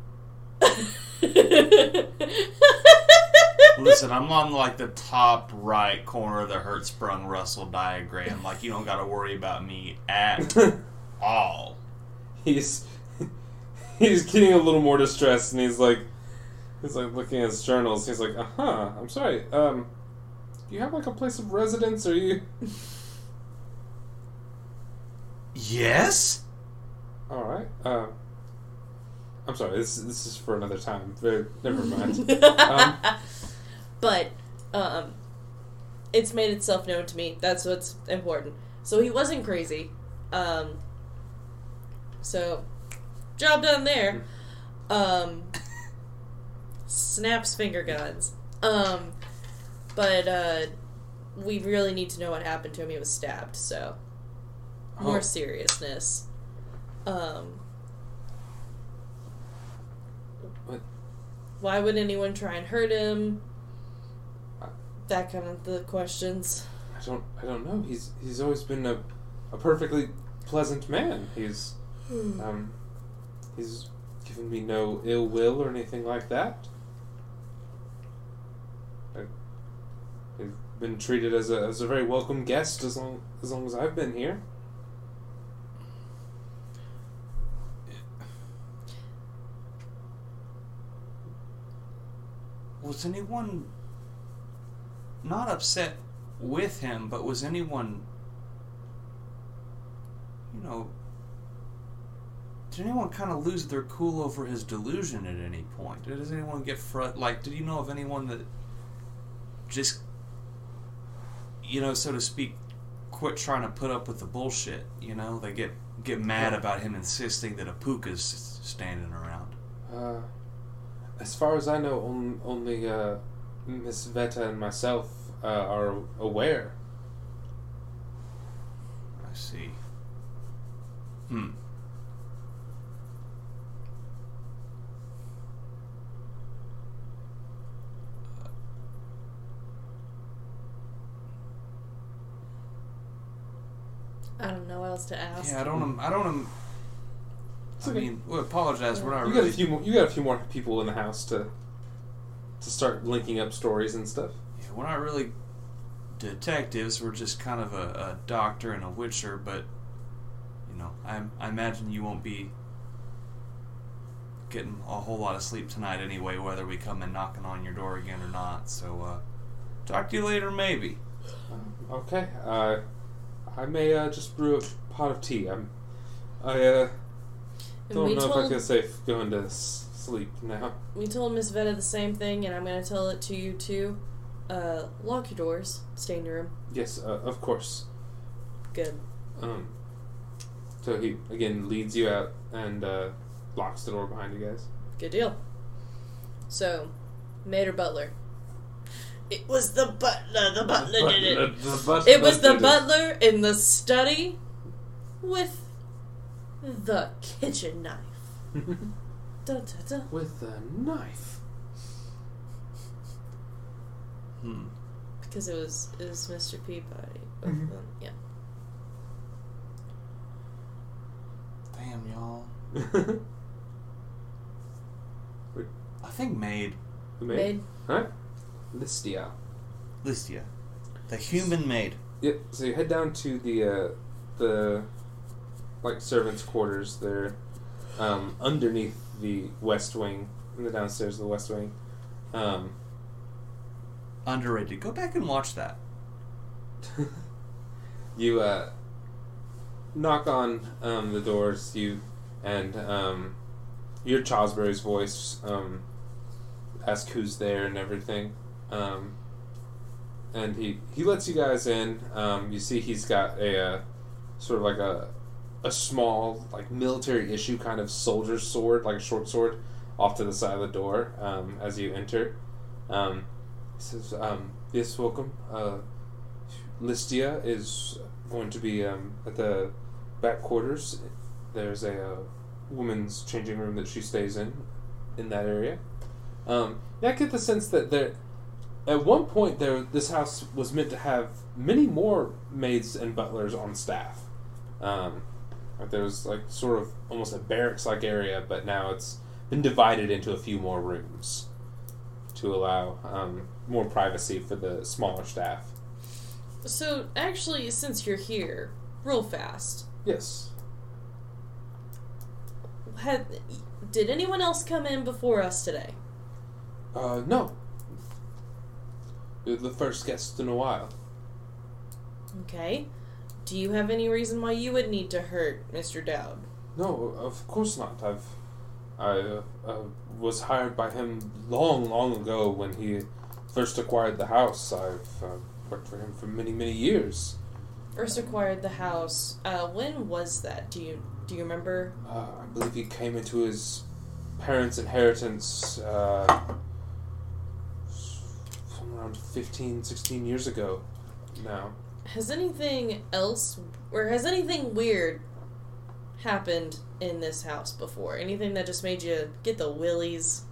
Listen, I'm on like the top right corner of the Hertzsprung Russell diagram. Like you don't got to worry about me at
mm." <laughs>
all.
he's <laughs> he's getting a little more distressed and he's like he's like looking at his journals he's like uh-huh i'm sorry um do you have like a place of residence or you
Yes.
all right uh, i'm sorry this this is for another time Very, <laughs> never
<laughs>
mind
but um, it's made itself known to me. That's what's important. So he wasn't crazy. Um, so job done there. Um, snaps finger guns. Um, but uh, we really need to know what happened to him. He was stabbed. So more
Oh.
seriousness. Um,
What?
Why would anyone try and hurt him?
I-
That kind of the questions.
i don't i don't know he's he's always been a, a perfectly pleasant man he's um he's given me no ill will or anything like that I- I've been treated as a, as a very welcome guest as long as long as I've been here.
Was anyone not upset with him, but was anyone, you know, did anyone kind of lose their cool over his delusion at any point? Did does anyone get front? Like, did you know of anyone that just, you know, so to speak, quit trying to put up with the bullshit? You know, they get get mad about him insisting that a puka's s- standing around.
Uh, as far as I know, on, only uh, Miss Veta and myself uh, are aware.
I see. Hmm.
I don't know what else to ask.
Yeah, I don't. um, I don't. um,
It's
I
okay.
mean, we apologize. We're not
You got
really.
a few more. You got a few more people in the house to to start linking up stories and stuff.
yeah, we're not really detectives. We're just kind of a, a doctor and a witcher. But you know, I, I imagine you won't be getting a whole lot of sleep tonight anyway, whether we come and knocking on your door again or not. So, uh, talk to you later, maybe.
Um, okay. Uh, I may uh, just brew a pot of tea. I'm. I uh,
And
don't
we
know if I
told-
can say f- going to s- sleep now.
We told Miss Vetta the same thing, and I'm going to tell it to you too. Uh, lock your doors. Stay in your room.
Yes, uh, of course.
Good.
Um, so he again leads you out and uh, locks the door behind you guys.
Good deal. So, Mater Butler. It was the butler. The butler did it. It was the butler in the study with the kitchen knife. Da, da, da.
<laughs> With a
<laughs>
knife.
Hmm.
Because it was it was Mr. Peabody. But, um, yeah.
Damn, y'all.
the
I think maid
maid. Huh? Listia.
Listia, the human maid.
Yep. So you head down to the uh, the like servants' quarters there, um, underneath the west wing, in the downstairs of the west wing. Um,
Underrated. Go back and watch that.
<laughs> you uh, knock on um, the doors. You and um, your Chosbury's voice um, ask who's there and everything. Um, and he he lets you guys in. Um, you see he's got a uh, sort of like a a small like military issue kind of soldier's sword, like a short sword, off to the side of the door um, as you enter. Um, he says, um, "Yes, welcome." Uh, Listia is going to be um, at the back quarters. There's a uh, woman's changing room that she stays in, in that area. Um, yeah, I get the sense that there, at one point, there this house was meant to have many more maids and butlers on staff. Um, like there was like sort of almost a barracks-like area, but now it's been divided into a few more rooms to allow um, more privacy for the smaller staff.
So actually, since you're here, real fast,
Yes.
had did anyone else come in before us today?
Uh, no. You're the first guest in a while.
Okay. Do you have any reason why you would need to hurt Mr. Dowd?
No, of course not. I've, I uh, uh, was hired by him long, long ago when he first acquired the house. I've uh, worked for him for many, many years.
First acquired the house. Uh, when was that? Do you do you remember?
Uh, I believe he came into his parents' inheritance uh, from around 15, 16 years ago now.
Has anything else or has anything weird happened in this house before? Anything that just made you get the willies?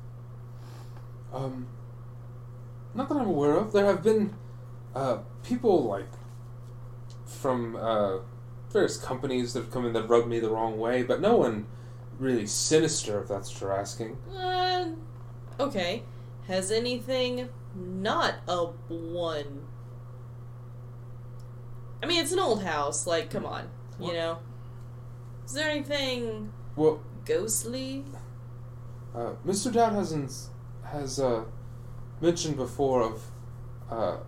Um, not that I'm aware of. There have been uh, people like from uh, various companies that have come in that rubbed me the wrong way, but no one really sinister, if that's what you're asking.
Uh, okay. Has anything not a one? I mean, it's an old house. Like, come on, you
What?
know. Is there anything
Well,
ghostly?
uh, Mr. Dowd has ins- has uh, mentioned before of uh,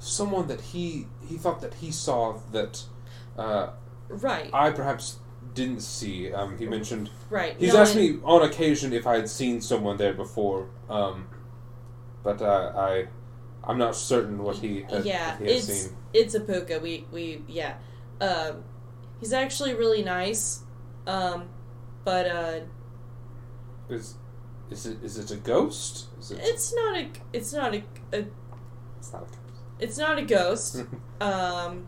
someone that he he thought that he saw that uh,
Right,
I perhaps didn't see. Um, he mentioned
right.
He's
no,
asked
I-
me on occasion if I had seen someone there before, um, but uh, I, I'm not certain what he had,
yeah,
he had
it's
seen.
it's a puka. We we yeah. Um, he's actually really nice. Um, but uh,
Is, is it is it a ghost? Is it?
it's not a it's not a, a
It's not <laughs>
<laughs>
a
it's not a ghost.
ghost.
Um,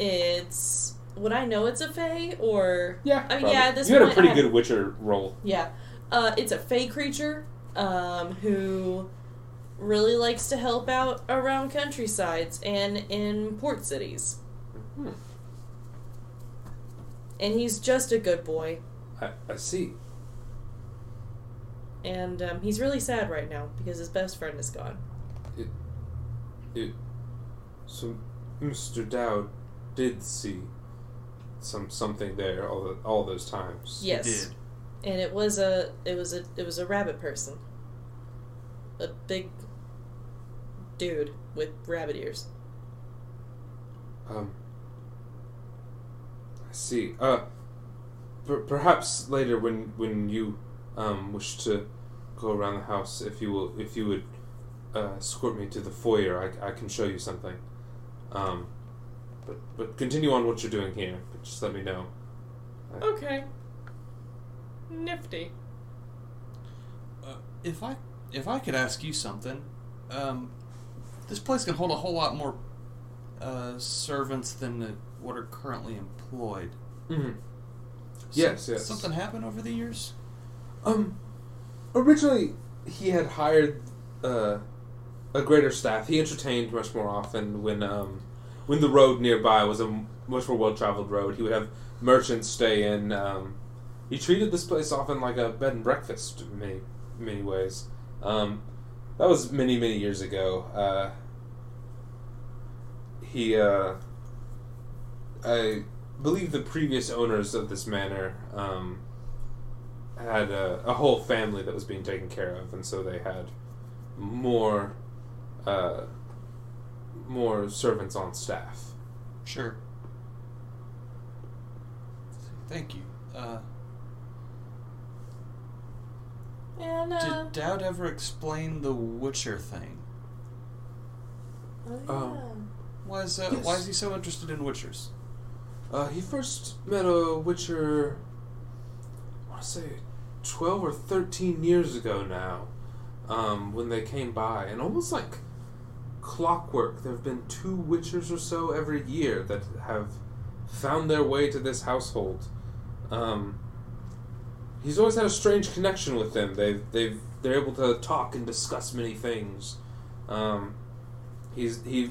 it's would I know it's a fae or
yeah.
I mean,
probably.
yeah, at this
you had a
point,
pretty
I-
good Witcher role.
yeah, uh, it's a fae creature. Um, who really likes to help out around countrysides and in port cities.
Hmm.
and he's just a good boy,
I, I see.
and um, he's really sad right now because his best friend is gone.
So, Mr. Dow did see some something there all the, all those times.
Yes, and it was a it was a it was a rabbit person, a big dude with rabbit ears.
Um. I see. Uh. Per- perhaps later, when when you um wish to go around the house, if you will, if you would uh, escort me to the foyer, I, I can show you something. Um. But but continue on what you're doing here. But just let me know.
Okay. Nifty.
Uh, If I if I could ask you something, um, this place can hold a whole lot more uh, servants than the, what are currently employed.
Mm-hmm.
So-
Yes, yes.
Something happened over the years.
Um, originally he had hired uh, a greater staff. He entertained much more often when um, when the road nearby was a m- much more well traveled road. He would have merchants stay in. Um, he treated this place often like a bed and breakfast in many many ways. Um, that was many many years ago. Uh, he uh, I believe the previous owners of this manor. Um, had a, a whole family that was being taken care of, and so they had more uh, more servants on staff.
Sure. Thank you. Uh,
And uh,
did Dowd ever explain the Witcher thing?
oh, yeah.
um,
Why is uh, why
Yes.
is he so interested in Witchers?
Uh, he first met a witcher, I want to say, twelve or thirteen years ago now, um, when they came by, and almost like clockwork, there have been two witchers or so every year that have found their way to this household. Um, he's always had a strange connection with them. They've they've they're able to talk and discuss many things. Um, he's he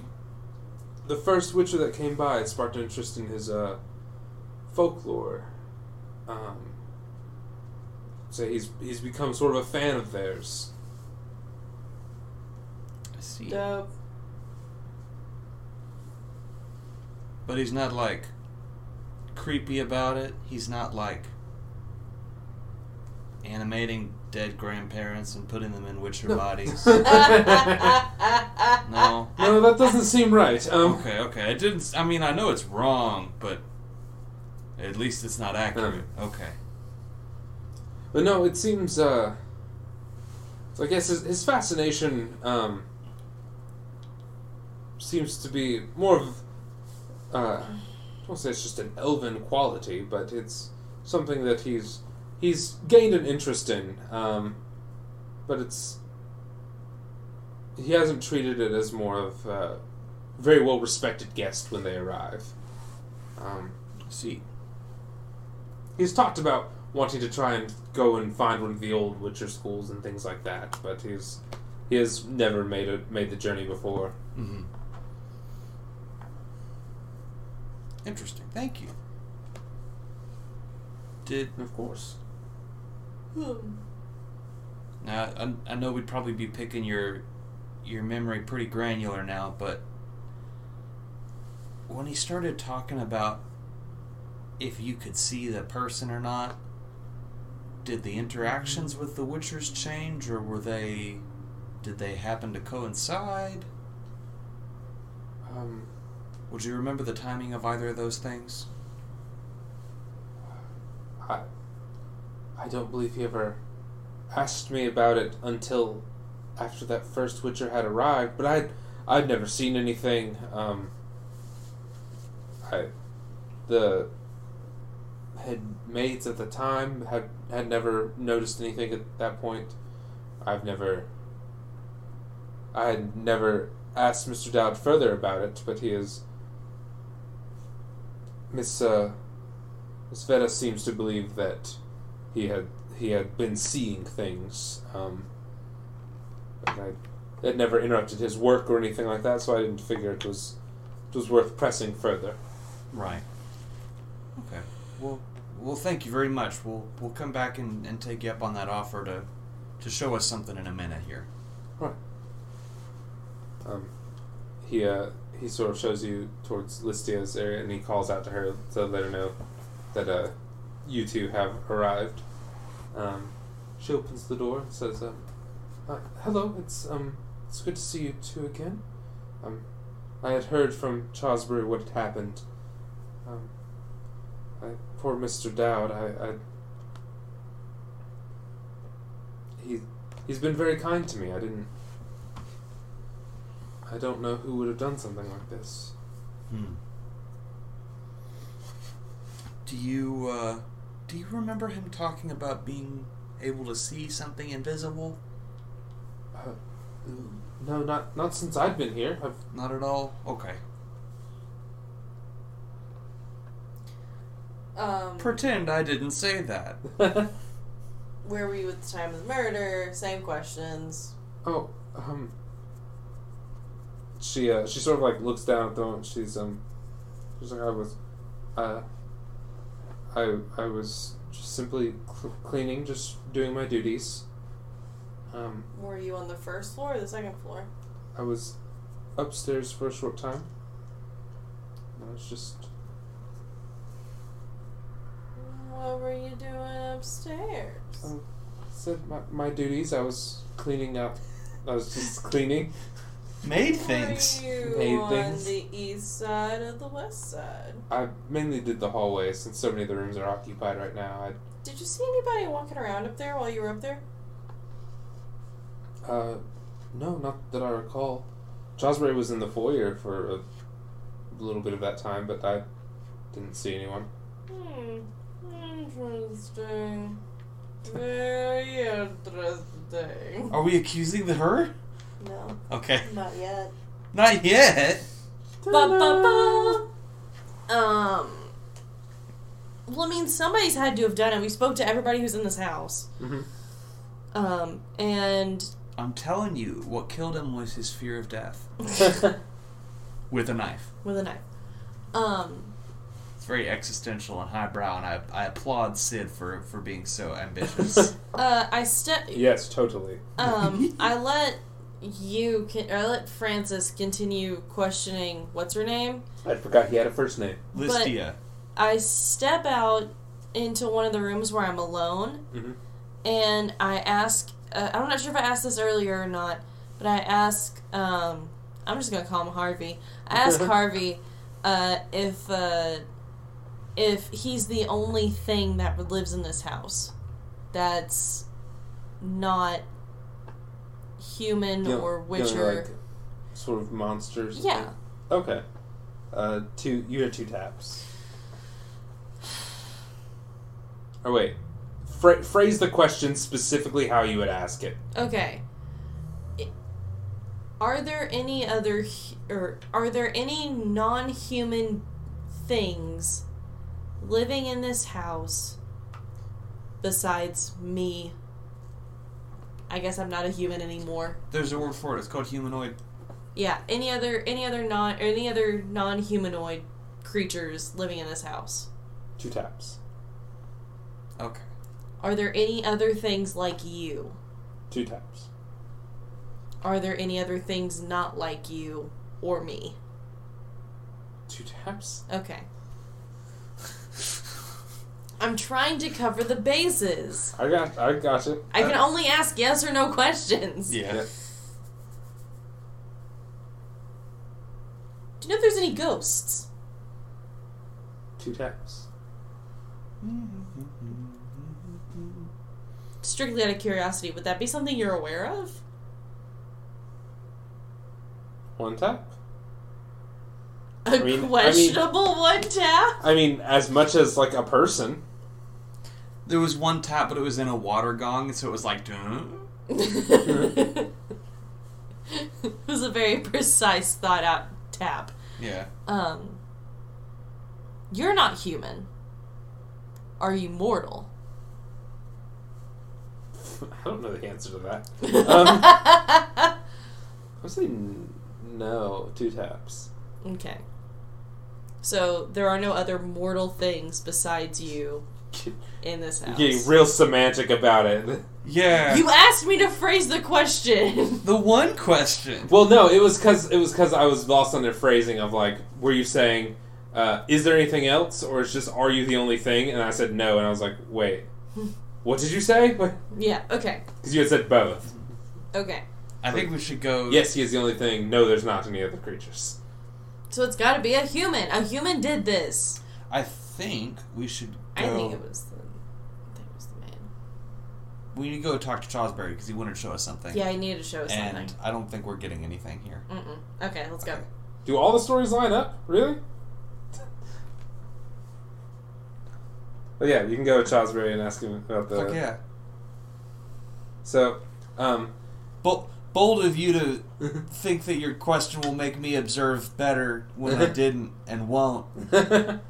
the first witcher that came by it sparked an interest in his uh, folklore. Um, so he's he's become sort of a fan of theirs. <laughs>
I
<laughs>
see.
the
But he's not like creepy about it. He's not like animating dead grandparents and putting them in Witcher
No. <laughs>
bodies.
no.
no.
No, that doesn't seem right. Um,
Okay, okay. It didn't. I mean, I know it's wrong, but at least it's not accurate. Okay.
But no, it seems. Uh, so I guess his, his fascination um, seems to be more of. Uh, I won't say it's just an elven quality, but it's something that he's he's gained an interest in. Um, but it's he hasn't treated it as more of a very well respected guest when they arrive. Um,
See.
He's talked about wanting to try and go and find one of the old Witcher schools and things like that, but he's he has never made a made the journey before.
Mm-hmm. Interesting. Thank you. Did
Of course.
now? I, I know we'd probably be picking your your memory pretty granular now, but when he started talking about if you could see the person or not, did the interactions with the Witchers change, or were they? Did they happen to coincide?
Um,
Would you remember the timing of either of those things?
I I don't believe he ever asked me about it until after that first Witcher had arrived, but I'd I'd never seen anything. Um, I the head maids at the time had had never noticed anything at that point. I've never I had never asked Mr. Dowd further about it, but he is Miss uh, Miss Veda seems to believe that he had he had been seeing things. Um, but I, it never interrupted his work or anything like that, so I didn't figure it was it was worth pressing further.
Right. Okay.
Well, well, thank you very much. We'll we'll come back and, and take you up on that offer to to show us something in a minute here.
Right. Um, he uh, he sort of shows you towards Listia's area, and he calls out to her to let her know that uh, you two have arrived. Um, she opens the door and says, um, uh, "Hello, it's um, it's good to see you two again. Um, I had heard from Chasbury what had happened. Um, I, poor Mister Dowd. I, I he he's been very kind to me. I didn't I don't know who would have done something like this.
Hmm. Do you uh, do you remember him talking about being able to see something invisible?
Uh, no, not not since I've been here. I've,
Not at all. Okay.
Um,
Pretend I didn't say that.
where were you at the time of the murder? Same questions.
<laughs> oh, um. She uh, she sort of like looks down at them. and She's um, she's like I was, uh. I I was just simply cl- cleaning, just doing my duties. Um,
Were you on the first floor or the second floor?
I was upstairs for a short time. And I was just
What were you doing upstairs?
Um, said my, my duties. I was cleaning up. I was just cleaning.
Made things.
Were you
Made
on
things.
the east side or the west side?
I mainly did the hallway since so many of the rooms are occupied right now.
Did you see anybody walking around up there while you were up there?
I, uh, no, not that I recall. Chasbury was in the foyer for a little bit of that time, but I didn't see anyone.
Hmm. Interesting. Very interesting.
Are we accusing the her?
No,
Okay.
not yet.
Not yet.
Ba-ba-ba. Um. Well, I mean, somebody's had to have done it. We spoke to everybody who's in this house.
Mhm.
Um, and
I'm telling you, what killed him was his fear of death with a knife.
with a knife. Um,
It's very existential and highbrow, and I, I applaud Sid for, for being so <laughs> ambitious.
uh, I step.
<laughs> yes, totally.
Um, I let you. Con- I let Francis continue questioning. What's her name?
I forgot he had a first name.
Listia.
I step out into one of the rooms where I'm alone,
Mhm.
and I ask. Uh, I'm not sure if I asked this earlier or not, but I ask. Um, I'm just gonna call him Harvey. I ask Harvey uh, if uh, if he's the only thing that lives in this house that's not human
You know-
or
you know,
witcher.
like, sort of monsters. and
yeah.
things. Okay. Uh, two. You had two taps. Or wait. Phra- phrase the question specifically how you would ask it.
Okay. I- Are there any other hu- or are there any non-human things living in this house besides me? I guess I'm not a human anymore.
There's a word for it. It's called humanoid.
Yeah, any other any other non or any other non-humanoid creatures living in this house?
Two taps.
Okay.
Are there any other things like you?
Two taps.
Are there any other things not like you or me?
Two taps.
Okay. I'm trying to cover the bases.
I got. I got it. Uh,
I can only ask yes or no questions.
Yeah.
Do you know if there's any ghosts?
Two taps.
Strictly out of curiosity, would that be something you're aware of?
One tap.
A
mean- I mean-
questionable one tap?
<laughs> I mean, as much as like a person. <laughs>
There was one tap, but it was in a water gong, so it was like. "Dun."
it was a very precise, thought out tap.
Yeah.
Um, you're not human. Are you mortal?
I don't know the answer to that.
<laughs>
Um, I'm saying n- no. Two taps. <laughs>
Okay. So there are no other mortal things besides you in this house.
Getting real semantic about it.
Yeah.
You asked me to phrase the question. <laughs>
the one question.
Well, no, it was because it was because I was lost on their phrasing of like, were you saying, uh, is there anything else, or it's just are you the only thing? And I said no, and I was like, wait,
<laughs>
what did you say? <laughs> Because
yeah. Okay.
you had said both.
Okay.
I think we should go.
Yes, he is the only thing. No, there's not any other creatures.
So it's got to be a human. A human did this.
I think we should. Go,
I think it was the. I think it was the man.
we need to go talk to Chosberry because he wanted to show us something.
Yeah, I needed to show us
And
something.
I don't think we're getting anything here.
Mm-mm. Okay, let's go.
Okay.
Do all the stories line up? Really? But yeah, you can go to Chosbury and ask him about the.
Fuck yeah.
So, um,
Bo- bold of you to <laughs> think that your question will make me observe better when I didn't and won't.
<laughs>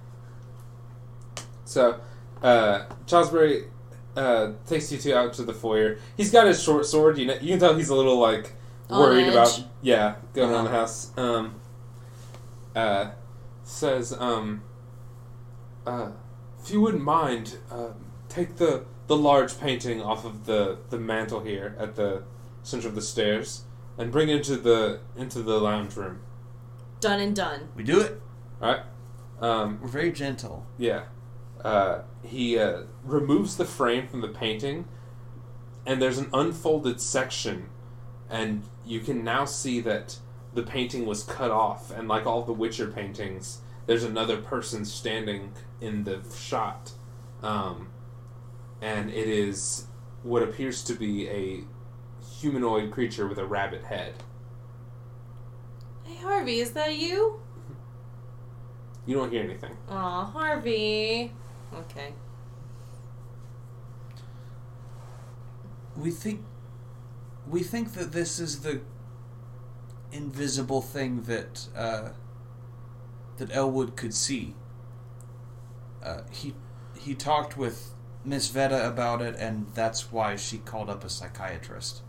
so, uh, Chosbury uh, takes you two out to the foyer. He's got his short sword. You know, you can tell he's a little like
On
worried
edge.
about yeah going on the
Uh-huh.
house. Um, uh, says, um, uh, if you wouldn't mind, uh, take the the large painting off of the the mantle here at the center of the stairs and bring it into the into the lounge room.
Done and done.
We do it.
All right. Um,
We're very gentle.
Yeah. Uh, he uh, removes the frame from the painting, and there's an unfolded section, and you can now see that the painting was cut off, and like all the Witcher paintings, there's another person standing in the shot. Um, and it is what appears to be a humanoid creature with a rabbit head.
Hey, Harvey, is that you?
You don't hear anything.
Aw, Harvey. Okay.
We think we think that this is the invisible thing that uh, that Elwood could see. Uh, he he talked with Miss Veda about it, and that's why she called up a psychiatrist.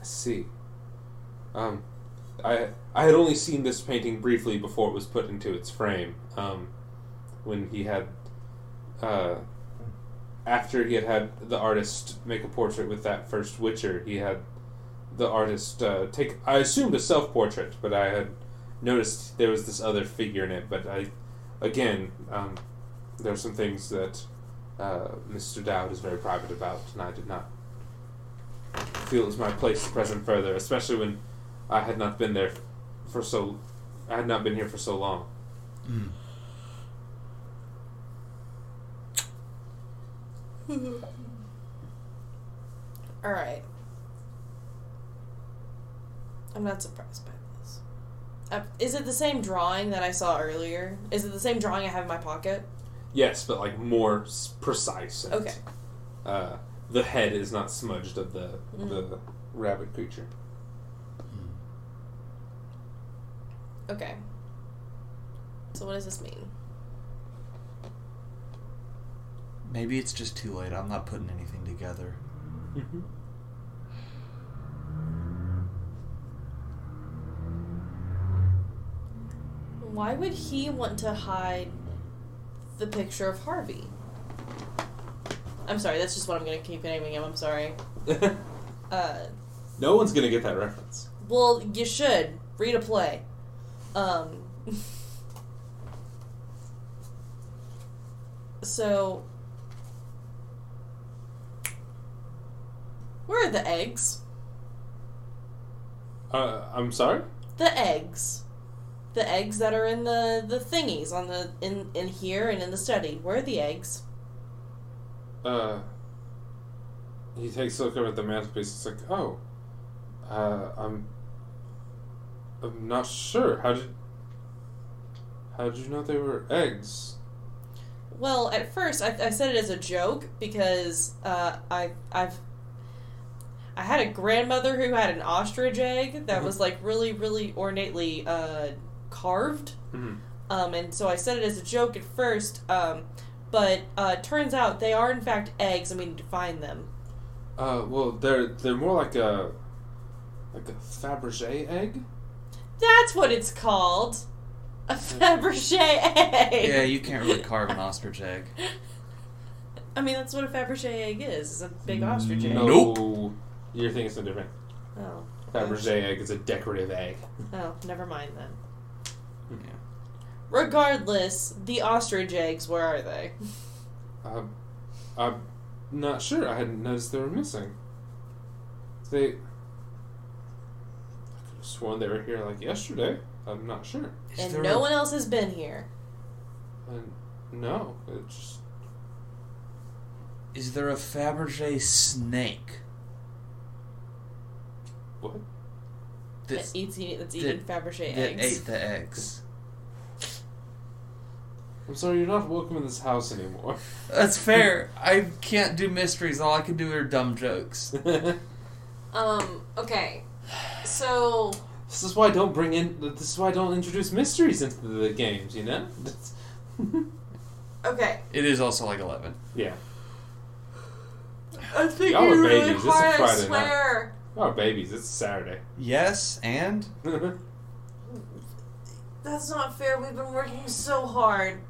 I see. Um, I I had only seen this painting briefly before it was put into its frame. Um, when he had, uh, after he had had the artist make a portrait with that first Witcher, he had the artist uh, take. I assumed a self portrait, but I had noticed there was this other figure in it. But I, again, um, there are some things that uh, Mr. Dowd is very private about, and I did not feel it was my place to present further, especially when I had not been there for so. I had not been here for so long.
All right. I'm not surprised by this. Uh, is it the same drawing that I saw earlier? Is it the same drawing I have in my pocket?
Yes, but like more s- precise. and,
Okay.
Uh, the head is not smudged of the the rabbit creature.
Okay. So what does this mean?
Maybe it's just too late. I'm not putting anything together.
Mm-hmm. <laughs>
Why would he want to hide the picture of Harvey? I'm sorry, that's just what I'm gonna keep naming him. I'm sorry. Uh,
no one's gonna get that reference.
well, you should read a play. Um. <laughs> so, where are the eggs?
Uh, I'm sorry.
the eggs the eggs that are in the the thingies on the in in here and in the study where are the eggs
Uh, he takes a look over at the mantelpiece. It's like, oh, uh, I'm, I'm not sure. How did, how did you know they were eggs?
well at first i, I said it as a joke because uh, i i've i had a grandmother who had an ostrich egg
Mm-hmm.
that was like really really ornately uh, carved
Mhm.
um, and so i said it as a joke at first um, but uh, turns out they are in fact eggs and we need to find them
Uh, well, they're they're more like a, like a Fabergé egg.
that's what it's called a Fabergé egg.
Yeah, you can't really carve an ostrich egg.
<laughs> I mean, that's what a Fabergé egg is. It's a big ostrich egg.
No.
Nope.
You're thinking something different.
Oh,
Fabergé egg is a decorative egg.
oh, never mind then.
Yeah.
Regardless, the ostrich eggs, where are they?
Um, I'm not sure. I hadn't noticed they were missing. They. I could have sworn they were here like yesterday. I'm not sure.
Is
And
there
no
a-
one else has been here.
And no, it just
Is there a Fabergé snake
what?
that's,
that eats e, that's
that-
eating Fabergé
that
eggs.
ate the eggs?
I'm sorry, you're not welcome in this house anymore. <laughs>
That's fair. I can't do mysteries. All I can do are dumb jokes.
this
Um. Okay. So
is why I don't bring in. This is why I don't introduce mysteries into the games. You know.
okay.
It is also like 11.
<laughs> yeah.
I think
Y'all are
you really
babies. This is
hard, I
Friday night.
swear.
Oh, babies! It's Saturday. <laughs>
Yes, and?
That's not fair. We've been working so hard.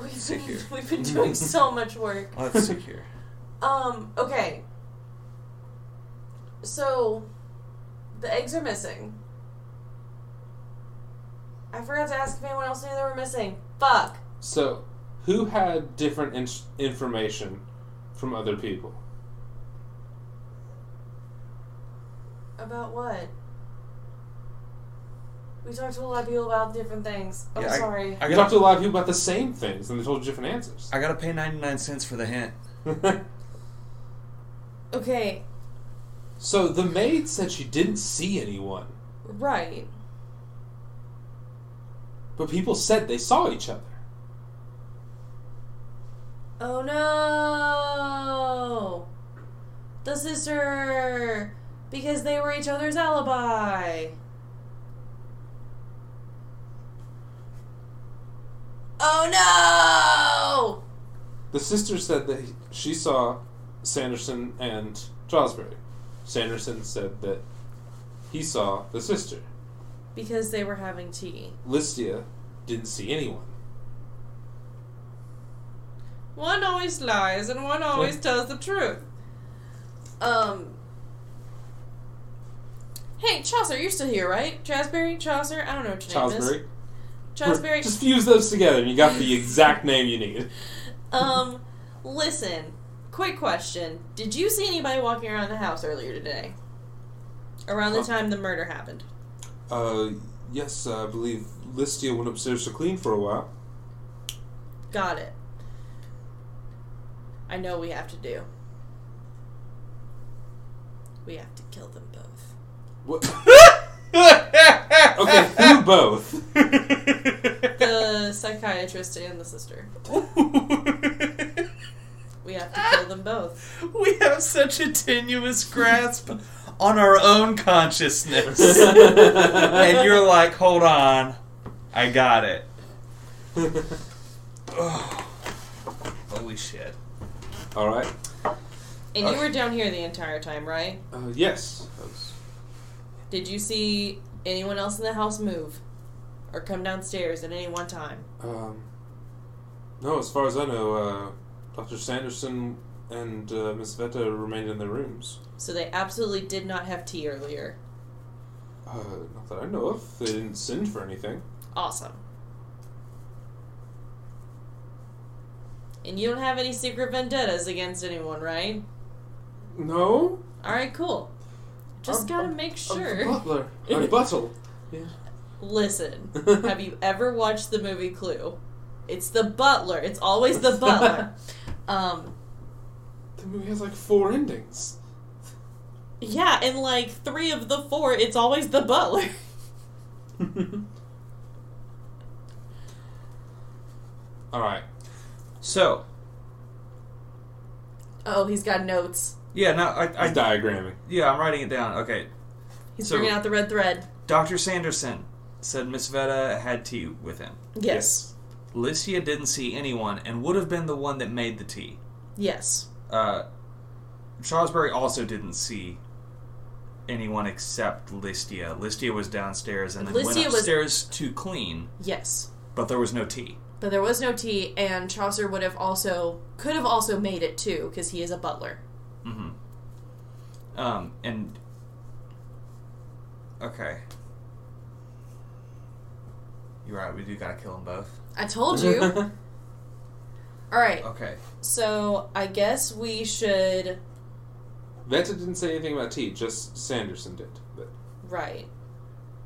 We've
Sit
been,
here.
we've been doing so much work.
Let's see <laughs> here.
Um. Okay. So, the eggs are missing. I forgot to ask if anyone else knew they were missing. Fuck.
so, who had different in- information from other people?
About what? We talked to a lot of people about different things. I'm
Yeah, I-
sorry.
I
you talked to a
gotta,
lot of people about the same things, and they told you different answers.
I gotta pay 99 cents for the hint.
okay.
<laughs> so the maid said she didn't see anyone,
Right.
but people said they saw each other.
Oh no! The sister! Because they were each other's alibi! Oh
The sister said that he- she saw Sanderson and Charlesbury. Sanderson said that he saw the sister.
no! Because they were having tea.
Listia didn't see anyone.
One always lies and one always tells the truth. Um. Hey, Chaucer, you're still here, right? Chasberry? Chaucer? I don't know what your name is.
Charlesbury.
Chasberry?
Just fuse those together, and you got the exact name you need.
Um, listen, quick question. Did you see anybody walking around the house earlier today? Around the
Huh.
time the murder happened.
Uh, yes, I believe Listia went upstairs to clean for a while.
Got it. I know we have to do. We have to kill them both.
What?
<laughs>
okay, who both?
The psychiatrist and the sister. We have to kill them both.
we have such a tenuous grasp on our
<laughs>
own consciousness. <laughs> and you're like, hold on, I got it. <sighs> Holy shit.
<laughs> All right.
And you were down here the entire time, right?
Uh, yes. I was-
Did you see anyone else in the house move or come downstairs at any one time?
Um, no, as far as I know, uh, Dr. Sanderson and uh, Miss Vetta remained in their rooms.
So they absolutely did not have tea earlier.
Uh, not that I know of. They didn't send for anything.
Awesome. And you don't have any secret vendettas against anyone, right?
No?
All right, cool. Just
I'm-
gotta
I'm-
make
I'm the
sure. <laughs>
butler. I'm Buttle. <laughs>
Listen, have you ever watched the movie Clue? It's the butler. It's always the butler. Um,
The movie has like four endings.
yeah, and like three of the four, it's always the butler.
<laughs> All right.
So,
Oh, he's got notes.
yeah, no, I,
I'm
I,
diagramming.
yeah, I'm writing it down. Okay,
He's
So-
bringing out the red thread.
Doctor Sanderson said Miss Vetta had tea with him.
Yes.
Lycia didn't see anyone and would have been the one that made the tea.
Yes.
Uh, Charlesbury also didn't see anyone except Listia. Listia was downstairs and then
Listia
went
was-
upstairs to clean,
Yes.
but there was no tea.
But there was no tea, and Chaucer would have also could have also made it too, because he is a butler.
Mm-hmm. Um, and okay, you're right. We do gotta kill them both.
I told <laughs> you. All right,
Okay.
so I guess we should.
<laughs> Veta didn't say anything about tea, just Sanderson did. But
Right.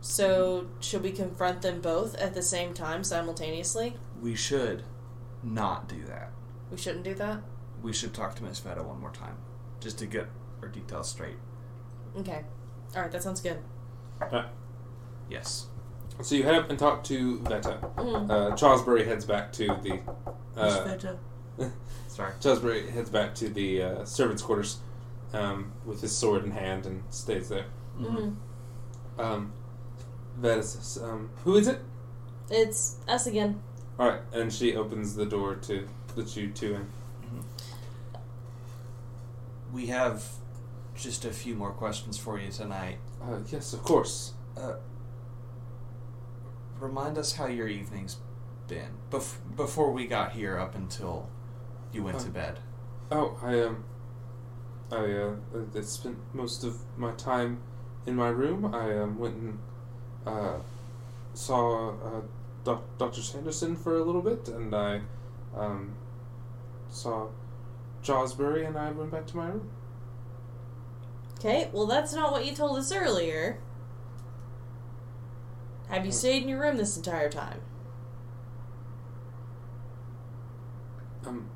So should we confront them both at the same time simultaneously?
We should not do that.
We shouldn't do that.
We should talk to Miss Veta one more time, just to get our details straight.
Okay. All right, that sounds good.
Alright.
Yes.
uh, So you head up and talk to Veta.
Mm.
Uh, Charlesbury heads back to the. Uh, <laughs>
Sorry.
Chesbury heads back to the uh, servants' quarters um, with his sword in hand and stays there.
Mhm.
Um, that is, um, who is it?
It's us again.
All right, and she opens the door to let you two in.
We have just a few more questions for you tonight. Uh,
Uh, yes, of course.
Remind us how your evening's been bef- before we got here up until you went
Uh,
to bed.
Oh, I um, I uh, I spent most of my time in my room. I um, went and uh, saw uh, doc- Doctor Sanderson for a little bit, and I um, saw Jawsbury, and I went back to my room.
Okay. Well, that's not what you told us earlier. Have you stayed in your room this entire time?
Um.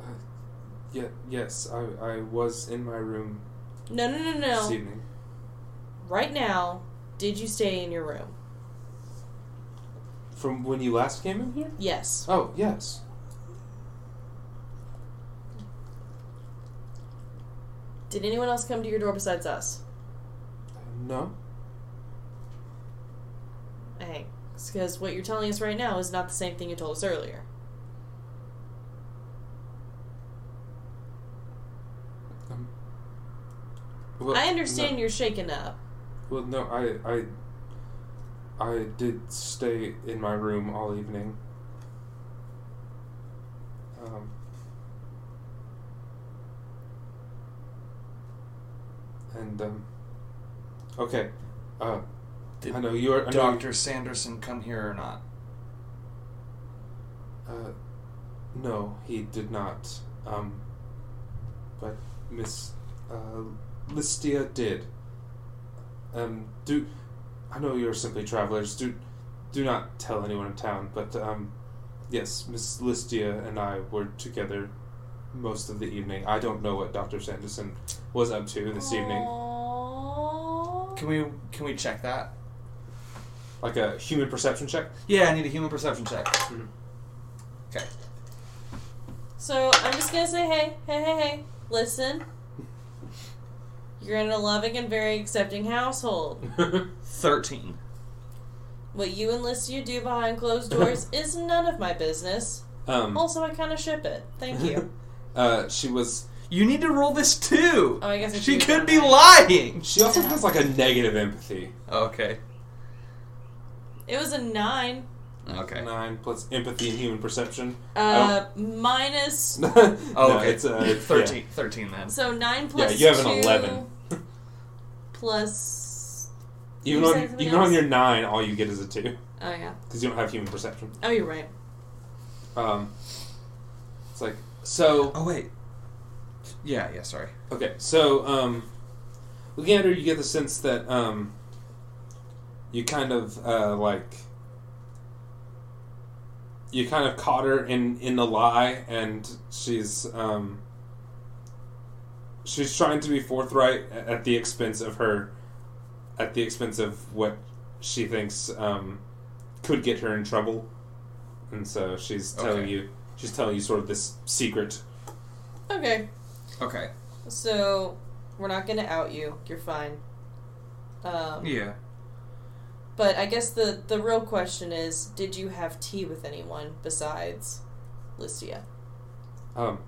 Uh, yeah. Yes, I I was in my room
No, no, no,
this
no.
evening.
Right now, did you stay in your room?
From when you last came in here?
Yes.
Oh yes.
Did anyone else come to your door besides us?
Uh, no.
Hey, because what you're telling us right now is not the same thing you told us earlier.
Um, Well,
I understand
no.
you're shaken up.
Well, no, I, I, I did stay in my room all evening. Um, and um, okay, uh,
Did
I know you're I know you-
Dr. Sanderson come here or not?
Uh, no, he did not. Um, but Miss uh, Listia did. Um, do I know you're simply travelers? Do do not tell anyone in town. But um, yes, Miss Listia and I were together most of the evening. I don't know what Doctor Sanderson was up to this evening.
Aww.
Can we can we check that?
Like a human perception check.
Yeah, I need a human perception check. Okay.
So I'm just gonna say, hey, hey, hey, hey, listen. You're in a loving and very accepting household.
13.
What you and Listia do behind closed doors is none of my business.
<laughs> Um,
Also, I kind of ship it. Oh, Thank you.
<laughs> uh, she was.
You need to roll this too.
Oh, I
<laughs>
guess I
she
do
could
roll
be
that.
lying.
She also has like a negative empathy.
Okay.
It was a nine.
Okay.
Nine plus empathy and human perception. <laughs>
Uh, minus.
oh,
Oh, okay.
It's, uh,
<laughs>
it's-
13, 13 then.
So nine
Yeah,
plus.
yeah you have an
two
eleven.
Plus.
Even
You
on
said something
even on
else?
your nine, all you get is a two
Oh yeah.
because you don't have human perception.
Oh, you're right.
Um, it's like so.
Oh, wait. Yeah, yeah, sorry.
Okay, so um, looking at her, you get the sense that um, you kind of uh, like you kind of caught her in in a lie, and she's um, she's trying to be forthright a- at the expense of her, at the expense of what she thinks um, could get her in trouble, and so she's telling
Okay.
you she's telling you sort of this secret.
Okay.
Okay.
So we're not gonna out you. You're fine. Um,
Yeah.
But I guess the the real question is, did you have tea with anyone besides
<laughs>
Listia?
<clears throat> Um,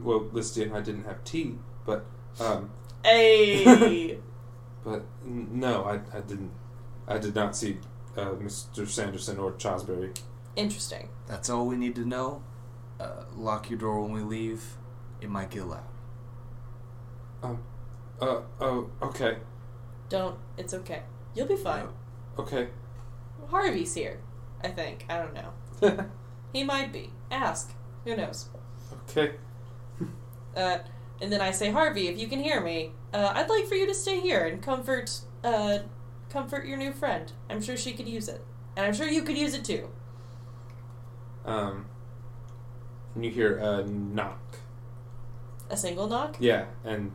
well, Listy and I didn't have tea, but um,
Hey.
But n- no, I, I didn't. I did not see uh, Mr. Sanderson or Chosberry.
Interesting.
That's all we need to know. Uh, lock your door when we leave. It might get loud.
Uh, oh, okay,
Don't. It's okay. You'll be fine.
okay. <laughs>
Harvey's here. I think. I don't know. He might be. Ask. Who knows?
okay.
Uh, and then I say, Harvey, if you can hear me, uh, I'd like for you to stay here and comfort, uh, comfort your new friend. I'm sure she could use it, and I'm sure you could use it too.
Um, and you hear a knock.
A single knock.
Yeah, and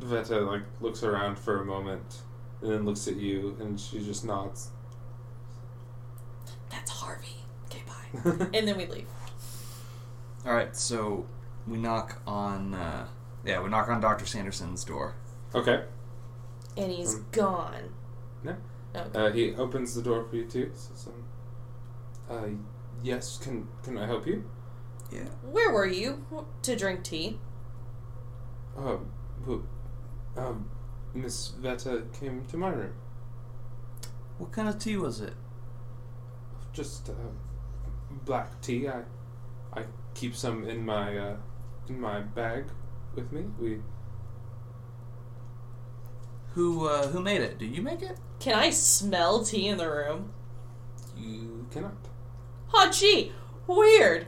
Veta like looks around for a moment, and then looks at you, and she just nods. <laughs>
That's Harvey. Okay, bye. <laughs> and then we leave.
All right, so we knock on. Uh, yeah, we knock on Doctor Sanderson's door.
okay.
And he's
Um,
gone.
no.
Okay.
Uh, he opens the door for you too. Says, um, uh, yes, can can I help you?
Yeah.
Where were you Wh- to drink tea?
Oh, who- um, Miss Veta came to my room.
What kind of tea was it?
Just um, black tea. I I keep some in my uh, in my bag with me. We
Who uh, who made it? Did you make it?
Can I smell tea in the room?
you cannot. <laughs>
Oh, gee, weird.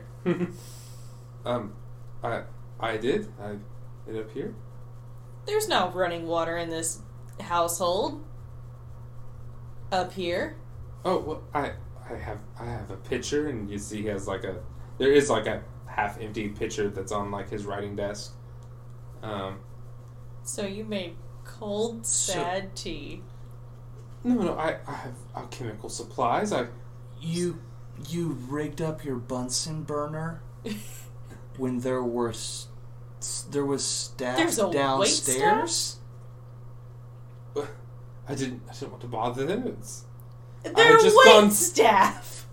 um, I I did. I ended up here.
There's no running water in this household. Up here.
Oh well, I I have I have a pitcher, and you see he has like a there is like a half empty pitcher that's on like his writing desk. Um,
So you made cold,
So-
sad tea. <laughs>
no no I I have alchemical supplies. I
You you rigged up your Bunsen burner when there were s- s- there was staff
There's a wait
downstairs.
I didn't I didn't want to bother them. It's
They're
just
wait
gone-
staff.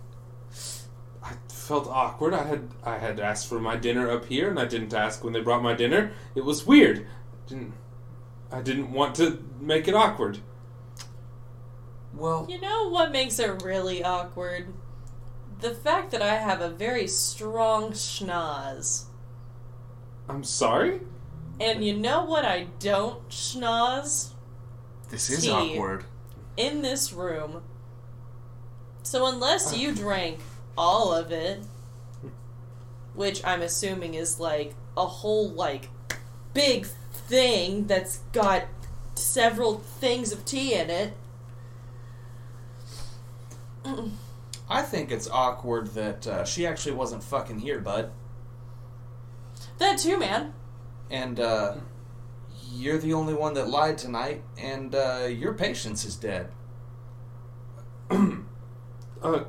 I felt awkward. I had I had asked for my dinner up here, and I didn't ask when they brought my dinner. It was weird. Didn't I didn't want to make it awkward.
Well,
You know what makes it really awkward? The fact that I have a very strong schnoz.
I'm sorry.
And you know what I don't schnoz?
this is
Tea.
awkward.
In this room. So unless you drank all of it, which I'm assuming is like a whole like big thing that's got several things of tea in it.
I think it's awkward that uh, she actually wasn't fucking here, bud.
That too, man.
And uh, you're the only one that lied tonight, and uh, your patience is dead.
Uh,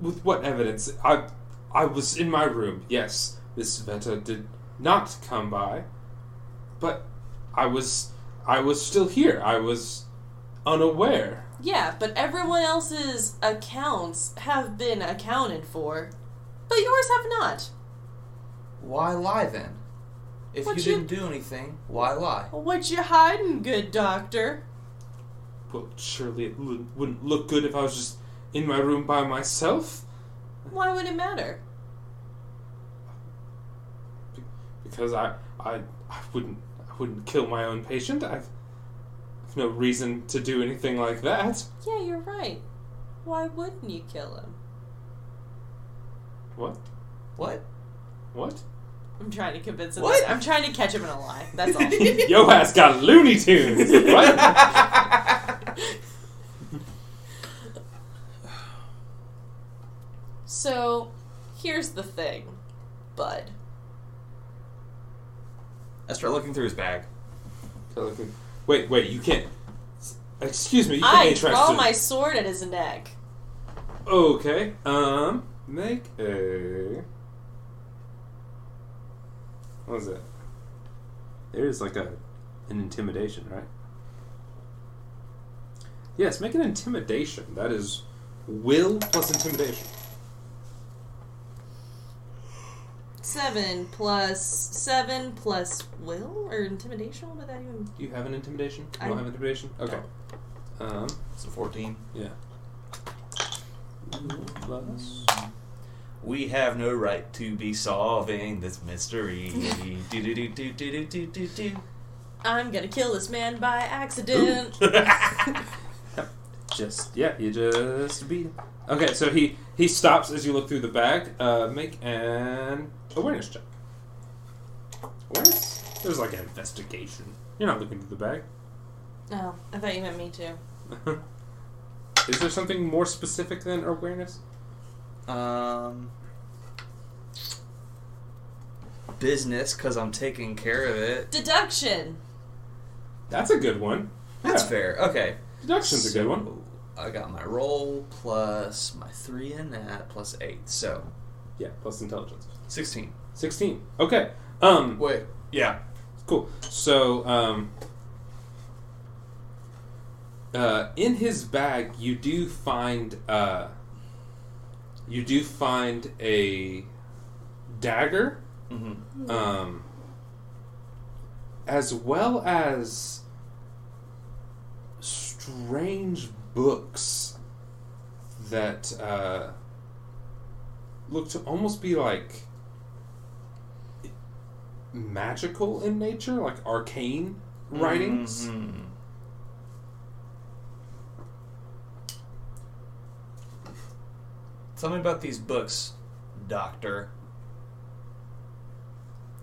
with what evidence? I, I was in my room. Yes, Miss Venta did not come by, but I was, I was still here. I was unaware.
Yeah, but everyone else's accounts have been accounted for, but yours have not.
Why lie then? If
What
you,
you-
didn't do anything, why lie?
What you hiding, good doctor?
Well, surely it l- wouldn't look good if I was just in my room by myself,
Why would it matter?
because I, I, I wouldn't, I wouldn't kill my own patient. I've, I've no reason to do anything like that.
Yeah, you're right. Why wouldn't you kill him?
What?
What?
What? <laughs>
I'm trying to convince him.
What?
I'm trying to catch him in a lie. That's
<laughs>
all.
Yo has got Looney Tunes.
<laughs>
What?
so, here's the thing, bud.
I start looking through his bag.
Pelican. Wait, wait, you can't. Excuse me, you can't
I
be
draw
trusted.
my sword at his neck.
Okay, um, make a. What was it? There is like a, an intimidation, right? Yes, make an intimidation. That is will plus intimidation.
Seven plus seven plus will or intimidation? Would that even?
Do you have an intimidation? You
I-
don't have intimidation? Okay. Um,
It's a 14.
yeah. Plus.
We have no right to be solving this
<laughs>
mystery. do, do, do, do, do, do, do, do.
I'm gonna kill this man by accident.
<laughs> Just yeah, you just beat him. Okay, so he he stops as you look through the bag. Uh, make an awareness check. Awareness. There's like an investigation. You're not looking through the bag.
<laughs>
<laughs>
oh, I thought you meant me too.
Is there something more specific than awareness?
Um, business because I'm taking care of it.
Deduction.
That's a good one.
That's
Yeah,
fair. Okay.
Deduction's a good one.
So, I got my roll plus my three and that plus eight, so
Yeah, plus intelligence.
sixteen.
Sixteen. Okay. Um.
Wait,
Yeah. Cool. So, um, uh, in his bag, you do find uh, you do find a dagger,
Mm-hmm.
um, as well as strange books that uh, look to almost be like magical in nature, like arcane writings.
Mm-hmm. Tell me about these books, Doctor.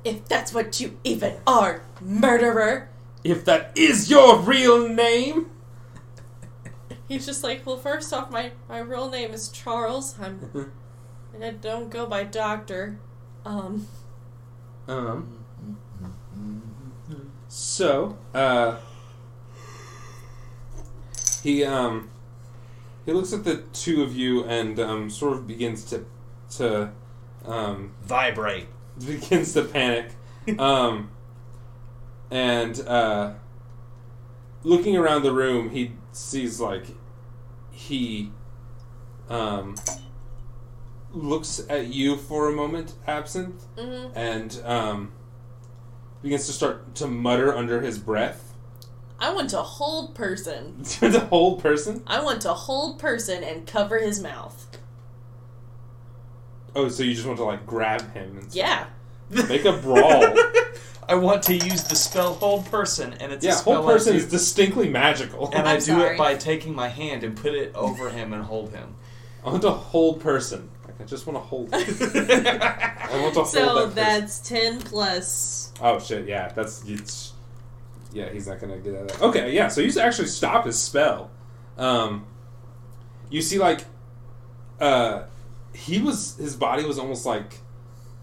If that's what you even are, murderer.
If that is your real name,
He's just like, well, first off, my my real name is Charles. I'm, and I don't go by doctor. Um,
um, so uh, he um, he looks at the two of you and um, sort of begins to to um,
Vibrate.
<laughs> begins to panic. Um, and uh, looking around the room, he sees like he um, looks at you for a moment, absent,
Mm-hmm.
mhm.
and um, begins to start to mutter under his breath <laughs>
I want to hold person.
to the whole person.
I want to hold person and cover his mouth.
Oh, so you just want to like grab him and <laughs>
Yeah.
make a brawl?
<laughs> I want to use the spell hold person, and it's
yeah,
a spell
whole person
I
is
do,
distinctly magical.
and I
I'm
do
sorry.
it by taking my hand and put it over him and hold
<laughs>
him.
<laughs> I want to hold person. Like, <laughs> I just want to hold. I want to
So
hold that. person.
that's ten plus.
Oh shit! Yeah, that's it's. Yeah, he's not gonna get out of that. Okay, yeah. So you actually stop his spell. Um, you see, like, uh, he was his body was almost like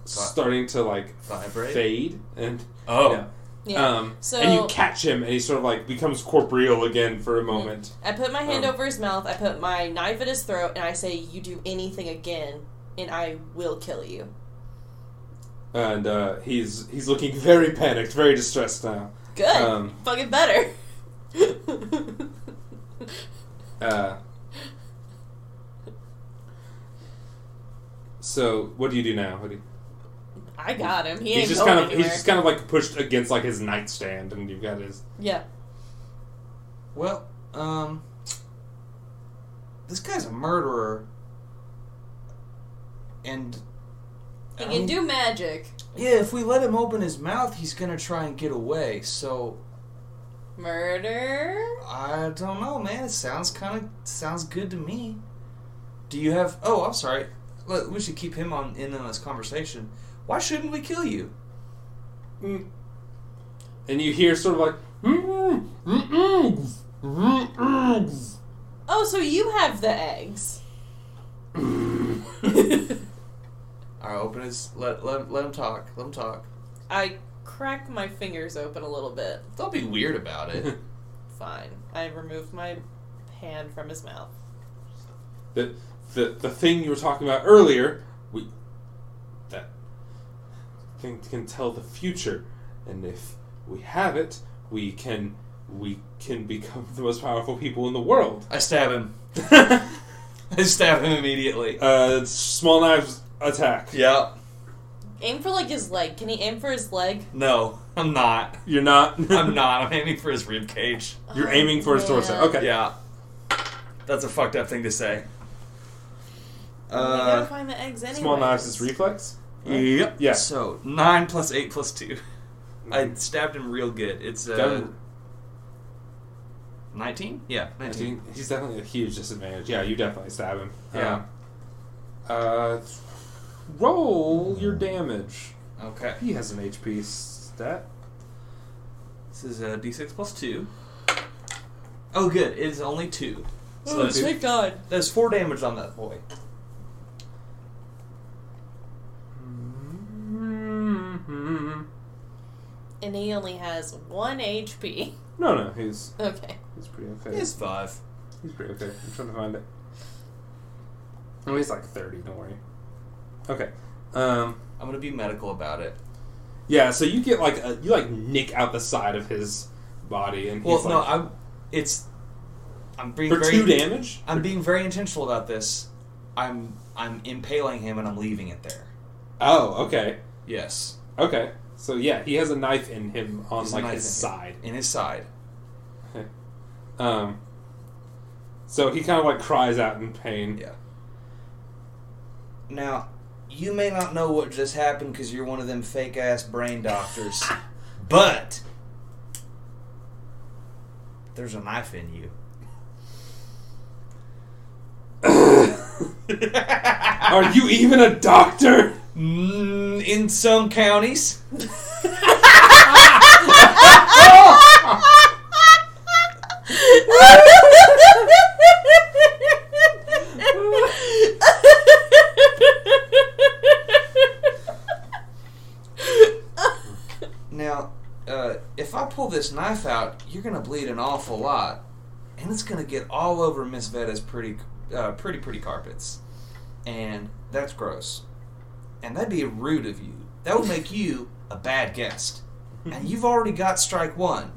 starting to like
Vibrate?
fade and
Oh.
yeah.
Yeah.
Um,
So-
and you catch him, and he sort of like becomes corporeal again for a moment.
I put my hand
Um.
over his mouth. I put my knife at his throat, and I say, "You do anything again, and I will kill you."
And uh, he's he's looking very panicked, very distressed now.
Good.
Um.
Fucking better. <laughs>
Uh, so what do you do now? What do you,
I got him. He ain't
he's just
going
kind of he's
anywhere.
just kind of like pushed against like his nightstand, and you've got his
yeah.
Well, um, this guy's a murderer, and
He
um,
can do magic.
Yeah, if we let him open his mouth, he's gonna try and get away. So
Murder.
I don't know, man. It sounds kind of sounds good to me. Do you have? Oh, I'm sorry. Look, we should keep him on in on this conversation. Why shouldn't we kill you?
mm. and you hear sort of like mm, "Mm-mm, mm-mm, mm-mm."
Oh, so you have the eggs.
All right, open his. Let let let him talk. Let him talk.
<laughs> I crack my fingers open a little bit.
Don't be weird about
mm.
it.
Fine. I remove my hand from his mouth.
<laughs> the the the thing you were talking about earlier. We that thing can tell the future, and if we have it, we can we can become <laughs> the most powerful people in the world.
<laughs> I stab him. <laughs> I stab him immediately.
Uh, small knives attack.
<laughs> Yeah.
Aim for like his leg. Can he aim for his leg?
No, I'm not.
You're not.
I'm <laughs> not. I'm aiming for his rib <laughs> cage.
You're
Oh,
aiming for his torso.
man.
Okay.
Yeah. That's a fucked up thing to say.
we gotta
Uh,
find the eggs anyway.
Small knives is reflex.
yep.
Yeah.
So, 9 plus 8 plus 2.
Mm-hmm.
I stabbed him real good. It's uh,
Devin-
19? Yeah, 19.
He- He's definitely at a huge disadvantage. Yeah, you definitely stab him.
Yeah.
Um, uh, roll your damage.
Okay.
He has an HP stat.
This is a d6 plus 2. Oh, good. It is only 2. So
Oh,
that's,
thank God.
that's 4 damage on that boy.
Mm-hmm.
And he only has one HP.
No, no, he's
<laughs> Okay.
he's pretty okay.
It's 5.
He's pretty okay. I'm trying to find it. Oh, he's like 30, don't worry. Okay. Um,
I'm going to be medical about it.
yeah, so you get like, a, you like nick out the side of his body, and he's
Well,
like,
no, I'm. It's. I'm being
for
very.
two damage?
I'm being very intentional about this. I'm I'm impaling him and I'm leaving it there.
Oh, okay.
Yes,
Okay. So yeah, he has a knife in him on
He's a
like
knife
his
in him.
side.
in his side.
<laughs> Um, so he kind of like cries out in pain.
Yeah. Now, you may not know what just happened because you're one of them fake ass brain <laughs> doctors, but there's a knife in <laughs> you.
<laughs> Are you even a doctor?
<laughs> Mm, in some counties. Now, uh, if I pull this knife out, you're gonna bleed an awful lot, and it's gonna get all over Miss Veda's pretty, uh, pretty, pretty carpets, and that's gross. And that'd be rude of you. That would make you a bad guest, and you've already got strike one.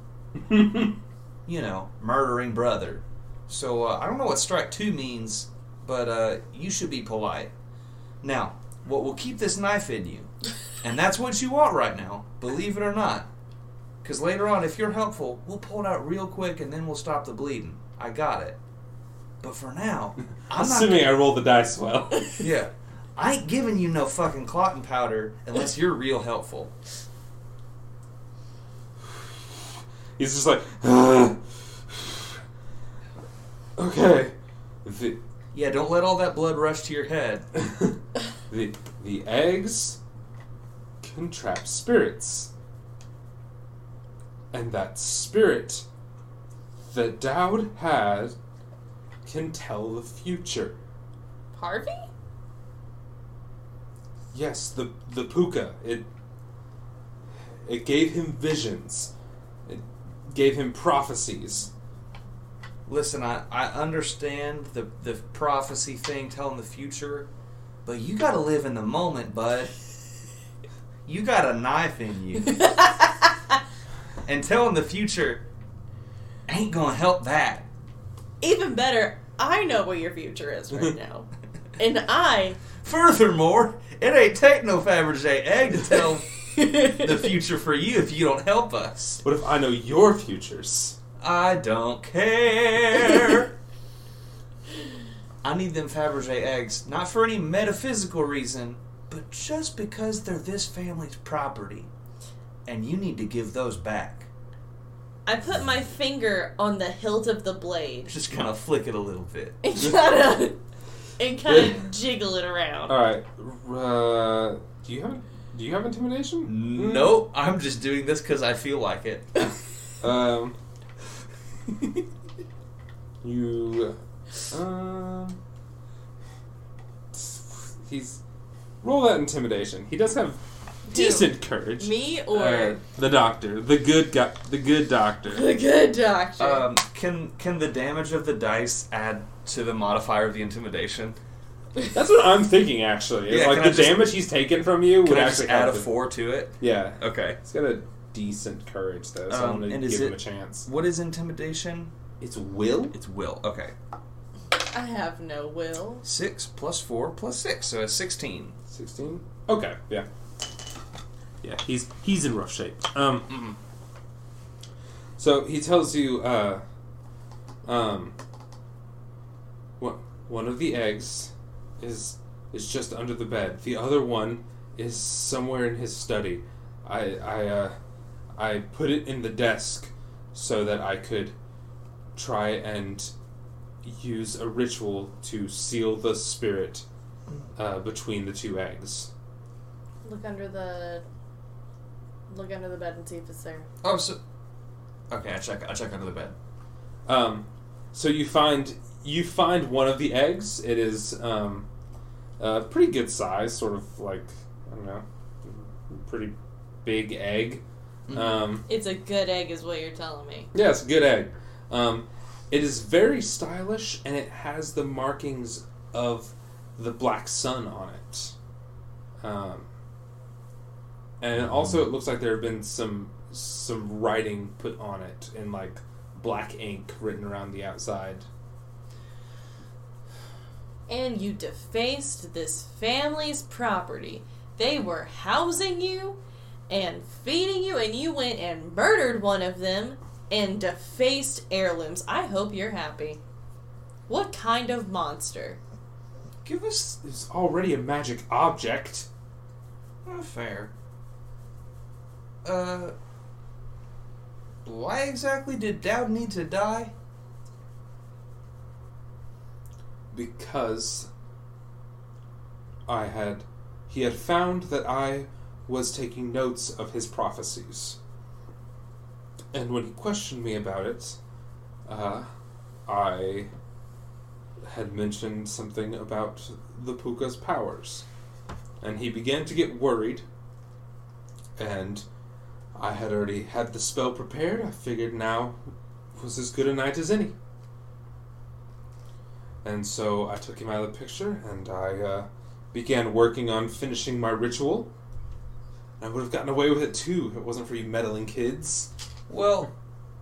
you know, murdering brother. So uh, I don't know what strike two means, but uh, you should be polite. Now, what will keep this knife in you, and that's what you want right now, believe it or not, because later on, if you're helpful, we'll pull it out real quick and then we'll stop the bleeding. I got it. But for now, I'm not.
Assuming I rolled the dice well. <laughs>
Yeah. I ain't giving you no fucking clotting powder unless you're real helpful.
He's just like, "Ugh." okay. The, <laughs>
Yeah, don't let all that blood rush to your head.
the the eggs can trap spirits, and that spirit that Dowd had can tell the future.
Harvey?
Yes, the the puka. It it gave him visions. It gave him prophecies.
Listen, I, I understand the, the prophecy thing telling the future, but you gotta live in the moment, bud. You got a knife
<laughs>
in you. and telling the future ain't gonna help that.
Even better, I know what your future is
<laughs>
right now. and I.
Furthermore, it ain't take no Faberge egg to tell
<laughs>
the future for you if you don't help us.
What if I know your futures?
I don't care. I need them Fabergé eggs, not for any metaphysical reason, but just because they're this family's property. And you need to give those back.
I put my finger on the hilt of the blade
Just kind of flick it a little bit.
and kind of <laughs> and kind of jiggle it around.
All right. Uh, do you have do you have intimidation?
Nope, I'm just doing this because I feel like it.
Um. <laughs> you. Um. He's roll that intimidation. He does have decent courage.
Me
Uh,
or
the doctor, the good guy, the good doctor.
the good doctor?
Um, can can the damage of the dice add to the modifier of the intimidation?
That's what I'm thinking. Actually, it's
Yeah,
like
can
the
I just-
damage he's taken from you
Can
would
I just
actually
add a
help him.
four to it?
Yeah,
Okay.
he's got a decent courage though, so
Um,
I'm gonna
and
give
is
him
it-
a chance.
What is intimidation?
It's will.
It's will. Okay.
I have no will.
Six plus four plus six, so it's sixteen.
Sixteen. Okay. Yeah. yeah, he's he's in rough shape. Um, so he tells you, uh, um, one one of the eggs is is just under the bed. The other one is somewhere in his study. I I uh, I put it in the desk so that I could try and use a ritual to seal the spirit uh, between the two eggs.
Look under the. Look under the bed and see if it's there.
Oh, so okay. I check. I check under the bed.
Um, so you find you find one of the eggs. It is um, a pretty good size, sort of like I don't know, pretty big egg. Um,
It's a good egg, is what you're telling me.
yeah, it's a good egg. Um, it is very stylish, and it has the markings of the black sun on it. Um, and also, it looks like there have been some some writing put on it in like black ink written around the outside.
And you defaced this family's property. They were housing you and feeding you, and you went and murdered one of them and defaced heirlooms. I hope you're happy. What kind of monster?
Give us
It's already a magic object.
not Oh, fair. Uh, why exactly did Dowd need to die?
because I had he had found that I was taking notes of his prophecies. And when he questioned me about it, uh, I had mentioned something about the Puka's powers. And he began to get worried. And I had already had the spell prepared. I figured now was as good a night as any. And so I took him out of the picture and I uh, began working on finishing my ritual. And I would have gotten away with it too if it wasn't for you meddling kids.
Well,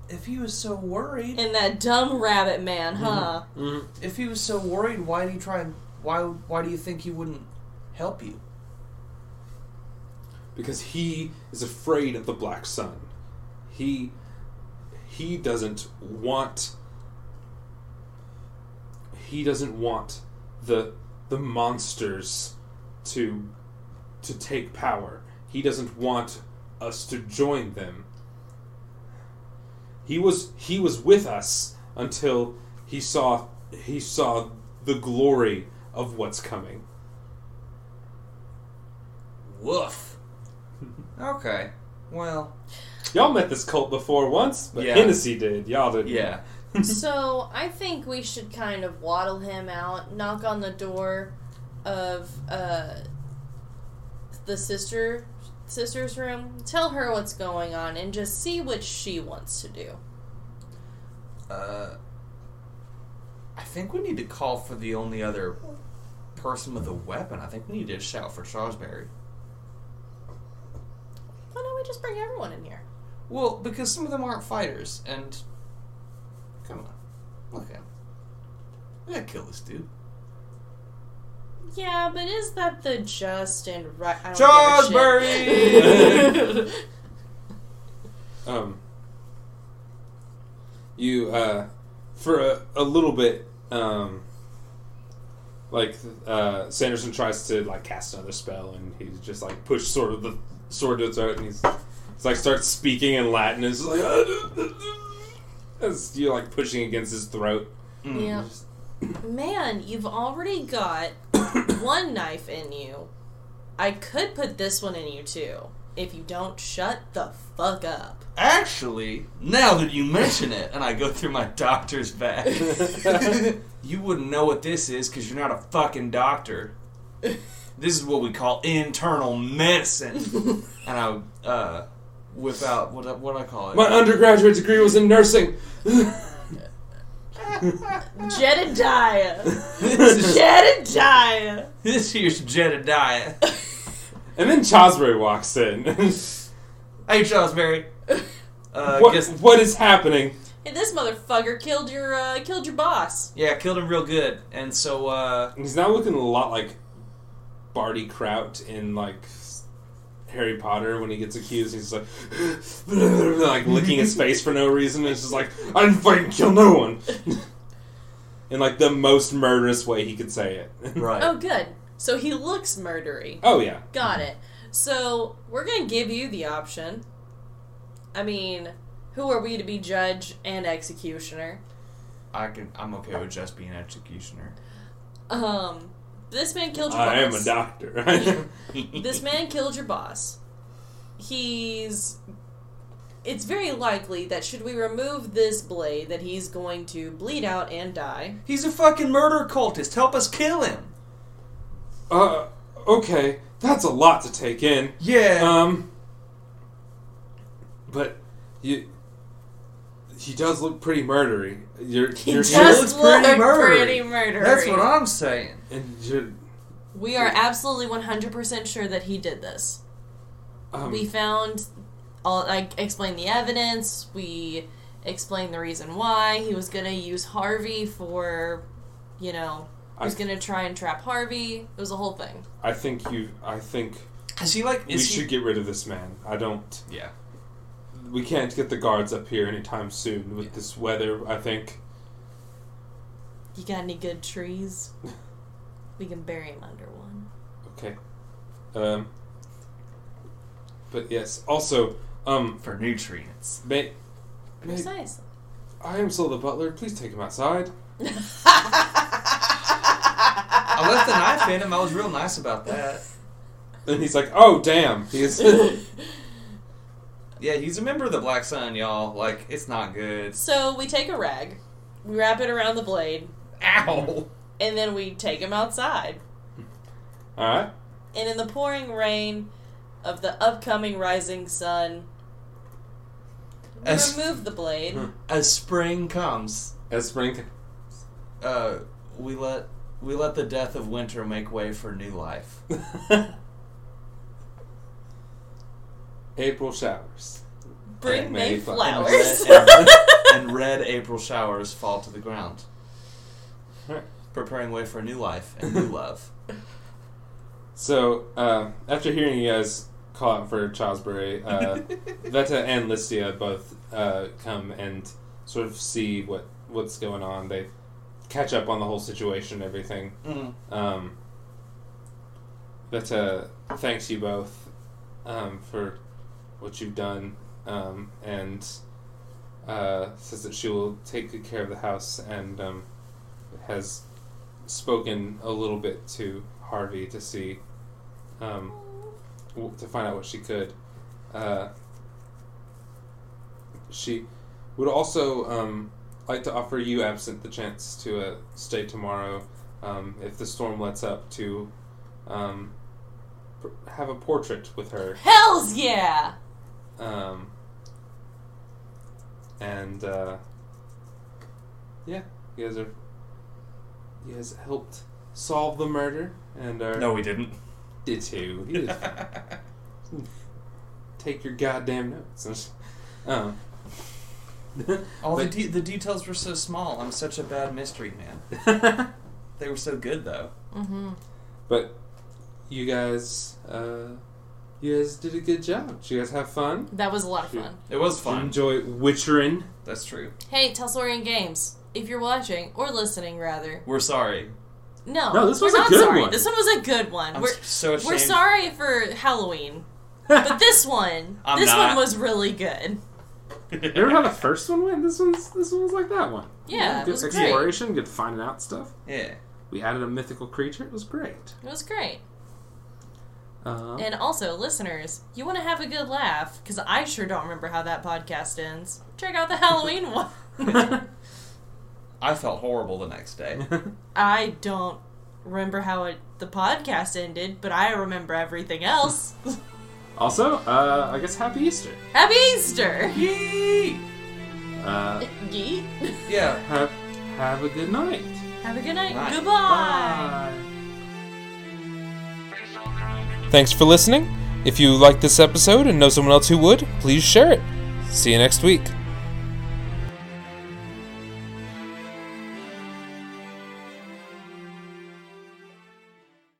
if he was so worried,
And that dumb rabbit man, huh?
Mm.
if he was so worried, why did he try and why? Why do you think he wouldn't help you?
Because he is afraid of the black sun. He he doesn't want he doesn't want the the monsters to to take power. He doesn't want us to join them. He was he was with us until he saw he saw the glory of what's coming.
Woof. okay. Well,
Y'all met this cult before once, but
Yeah.
Hennessy did. Y'all didn't.
yeah.
so I think we should kind of waddle him out, knock on the door of uh, the sister sister's room, tell her what's going on, and just see what she wants to do.
Uh, I think we need to call for the only other person with a weapon. I think we need to shout for Charlesberry.
Why don't we just bring everyone in here?
Well, because some of them aren't fighters, and come on, look at him. We gotta kill this dude.
Yeah, but is that the just and right? I don't
Charlesberry.
give a shit. <laughs>
um, you uh, for a, a little bit um, like uh, Sanderson tries to like cast another spell and he's just like pushed sort of the sword to its out and he's, he's like starts speaking in Latin and it's like <laughs> as you're like pushing against his throat
Mm.
yeah.
Man, you've already got one knife in you. I could put this one in you too, if you don't shut the fuck up.
Actually, now that you mention it, and I go through my doctor's bag,
<laughs>
you wouldn't know what this is because you're not a fucking doctor. This is what we call internal medicine. and I uh, whip out what I- what I call it.
my undergraduate degree was in nursing <laughs>
Jedediah!
this, is,
Jedediah!
this here's Jedediah.
and then Chosbury walks in <laughs>
Hey, Charlesberry. Uh,
what,
guess,
what is happening
Hey, this motherfucker killed your uh, killed your boss.
yeah, killed him real good. And so, uh,
He's now looking a lot like Barty Kraut in like Harry Potter when he gets accused. He's like, <laughs> like licking his face for no reason. It's just like I didn't fucking kill no one. <laughs> In like the most murderous way he could say it. <laughs>
Right.
Oh, good. So he looks murdery.
oh yeah.
Got it. So we're gonna give you the option. I mean, who are we to be judge and executioner?
I can. I'm okay with just being executioner.
Um, this man killed your
I am a
boss.
doctor. <laughs>
this man killed your boss. He's. It's very likely that should we remove this blade, that he's going to bleed out and die.
He's a fucking murder cultist. Help us kill him.
uh, okay, that's a lot to take in.
Yeah.
Um, but you, he does look pretty murdery. You're,
He
you're
does
looks
look
pretty murdery.
pretty murdery.
That's what I'm saying.
and you're,
We are absolutely 100% sure that he did this.
um,
We found all I explained the evidence, we explained the reason why he was going to use Harvey for, you know, he was
I-
going to try and trap Harvey. It was a whole thing.
I think you. I think
Is he like?
we
Is he?
should get rid of this man. I don't.
yeah.
We can't get the guards up here anytime soon with this weather. I think.
You got any good trees? we can bury him under one.
Okay. Um. But yes. Also, um.
For nutrients.
May, may,
Precisely.
I am still the butler. Please take him outside.
I left the knife in him. I was real nice about that.
And he's like, "Oh damn!"
<laughs>
He's
Yeah, he's a member of the Black Sun, y'all. Like, it's not
<laughs>
good.
so we take a rag, we wrap it around the blade,
Ow.
and then we take him outside.
all right.
and in the pouring rain of the upcoming rising sun, we
As-
remove the blade.
As spring comes,
As spring.
uh, we let we let the death of winter make way for new life.
<laughs> April showers.
Bring
May
May
fucking
flowers.
and red April showers fall to the ground, preparing way for new life and new love.
So, uh, after hearing you guys call out for Child'sbury, uh, Veta and Listia both uh, come and sort of see what what's going on. They catch up on the whole situation, and everything.
Mm.
Um, Veta thanks you both um, for what you've done um, and uh, says that she will take good care of the house and um, has spoken a little bit to Harvey to see um, w- to find out what she could. Uh, she would also um, like to offer you absent the chance to uh, stay tomorrow um, if the storm lets up to um, pr- have a portrait with her
Hells yeah!
um, and uh, yeah you guys are you guys helped solve the murder and are
we didn't.
<laughs> did too you just <laughs> take your goddamn notes <laughs> and, um,
All the
But-
de- the details were so small. I'm such a bad mystery man. They were so good though.
Mm-hmm.
<laughs> But you guys, uh, you guys did a good job. Did you guys have fun?
That was a lot of fun.
It was fun.
Enjoy
<laughs>
witchering.
That's true.
Hey, Telsorian Games, if you're watching or listening, rather,
We're sorry.
no,
No, this was
we're
a
not
good
sorry.
one.
This one was a good one.
I'm
we're
so ashamed.
we're sorry for Halloween, but this one,
I'm
this
not.
one was really good.
Remember how the first one went? This one's this one's like that one.
Yeah, it
good
was great.
exploration, good finding out stuff.
yeah.
We added a mythical creature. It was great.
It was great.
Uh,
And also, listeners, you want to have a good laugh, because I sure don't remember how that podcast ends. Check out
<laughs>
the Halloween one. <laughs>
I felt horrible the next <laughs> day.
I don't remember how it, the podcast ended, but I remember everything else. <laughs>
also, uh, I guess Happy Easter.
Happy Easter!
Yee!
Uh,
Yeet.
Yeah.
have have a good night.
Have a good night.
Bye.
Goodbye.
Thanks for listening. If you liked this episode and know someone else who would, please share it. See you next week.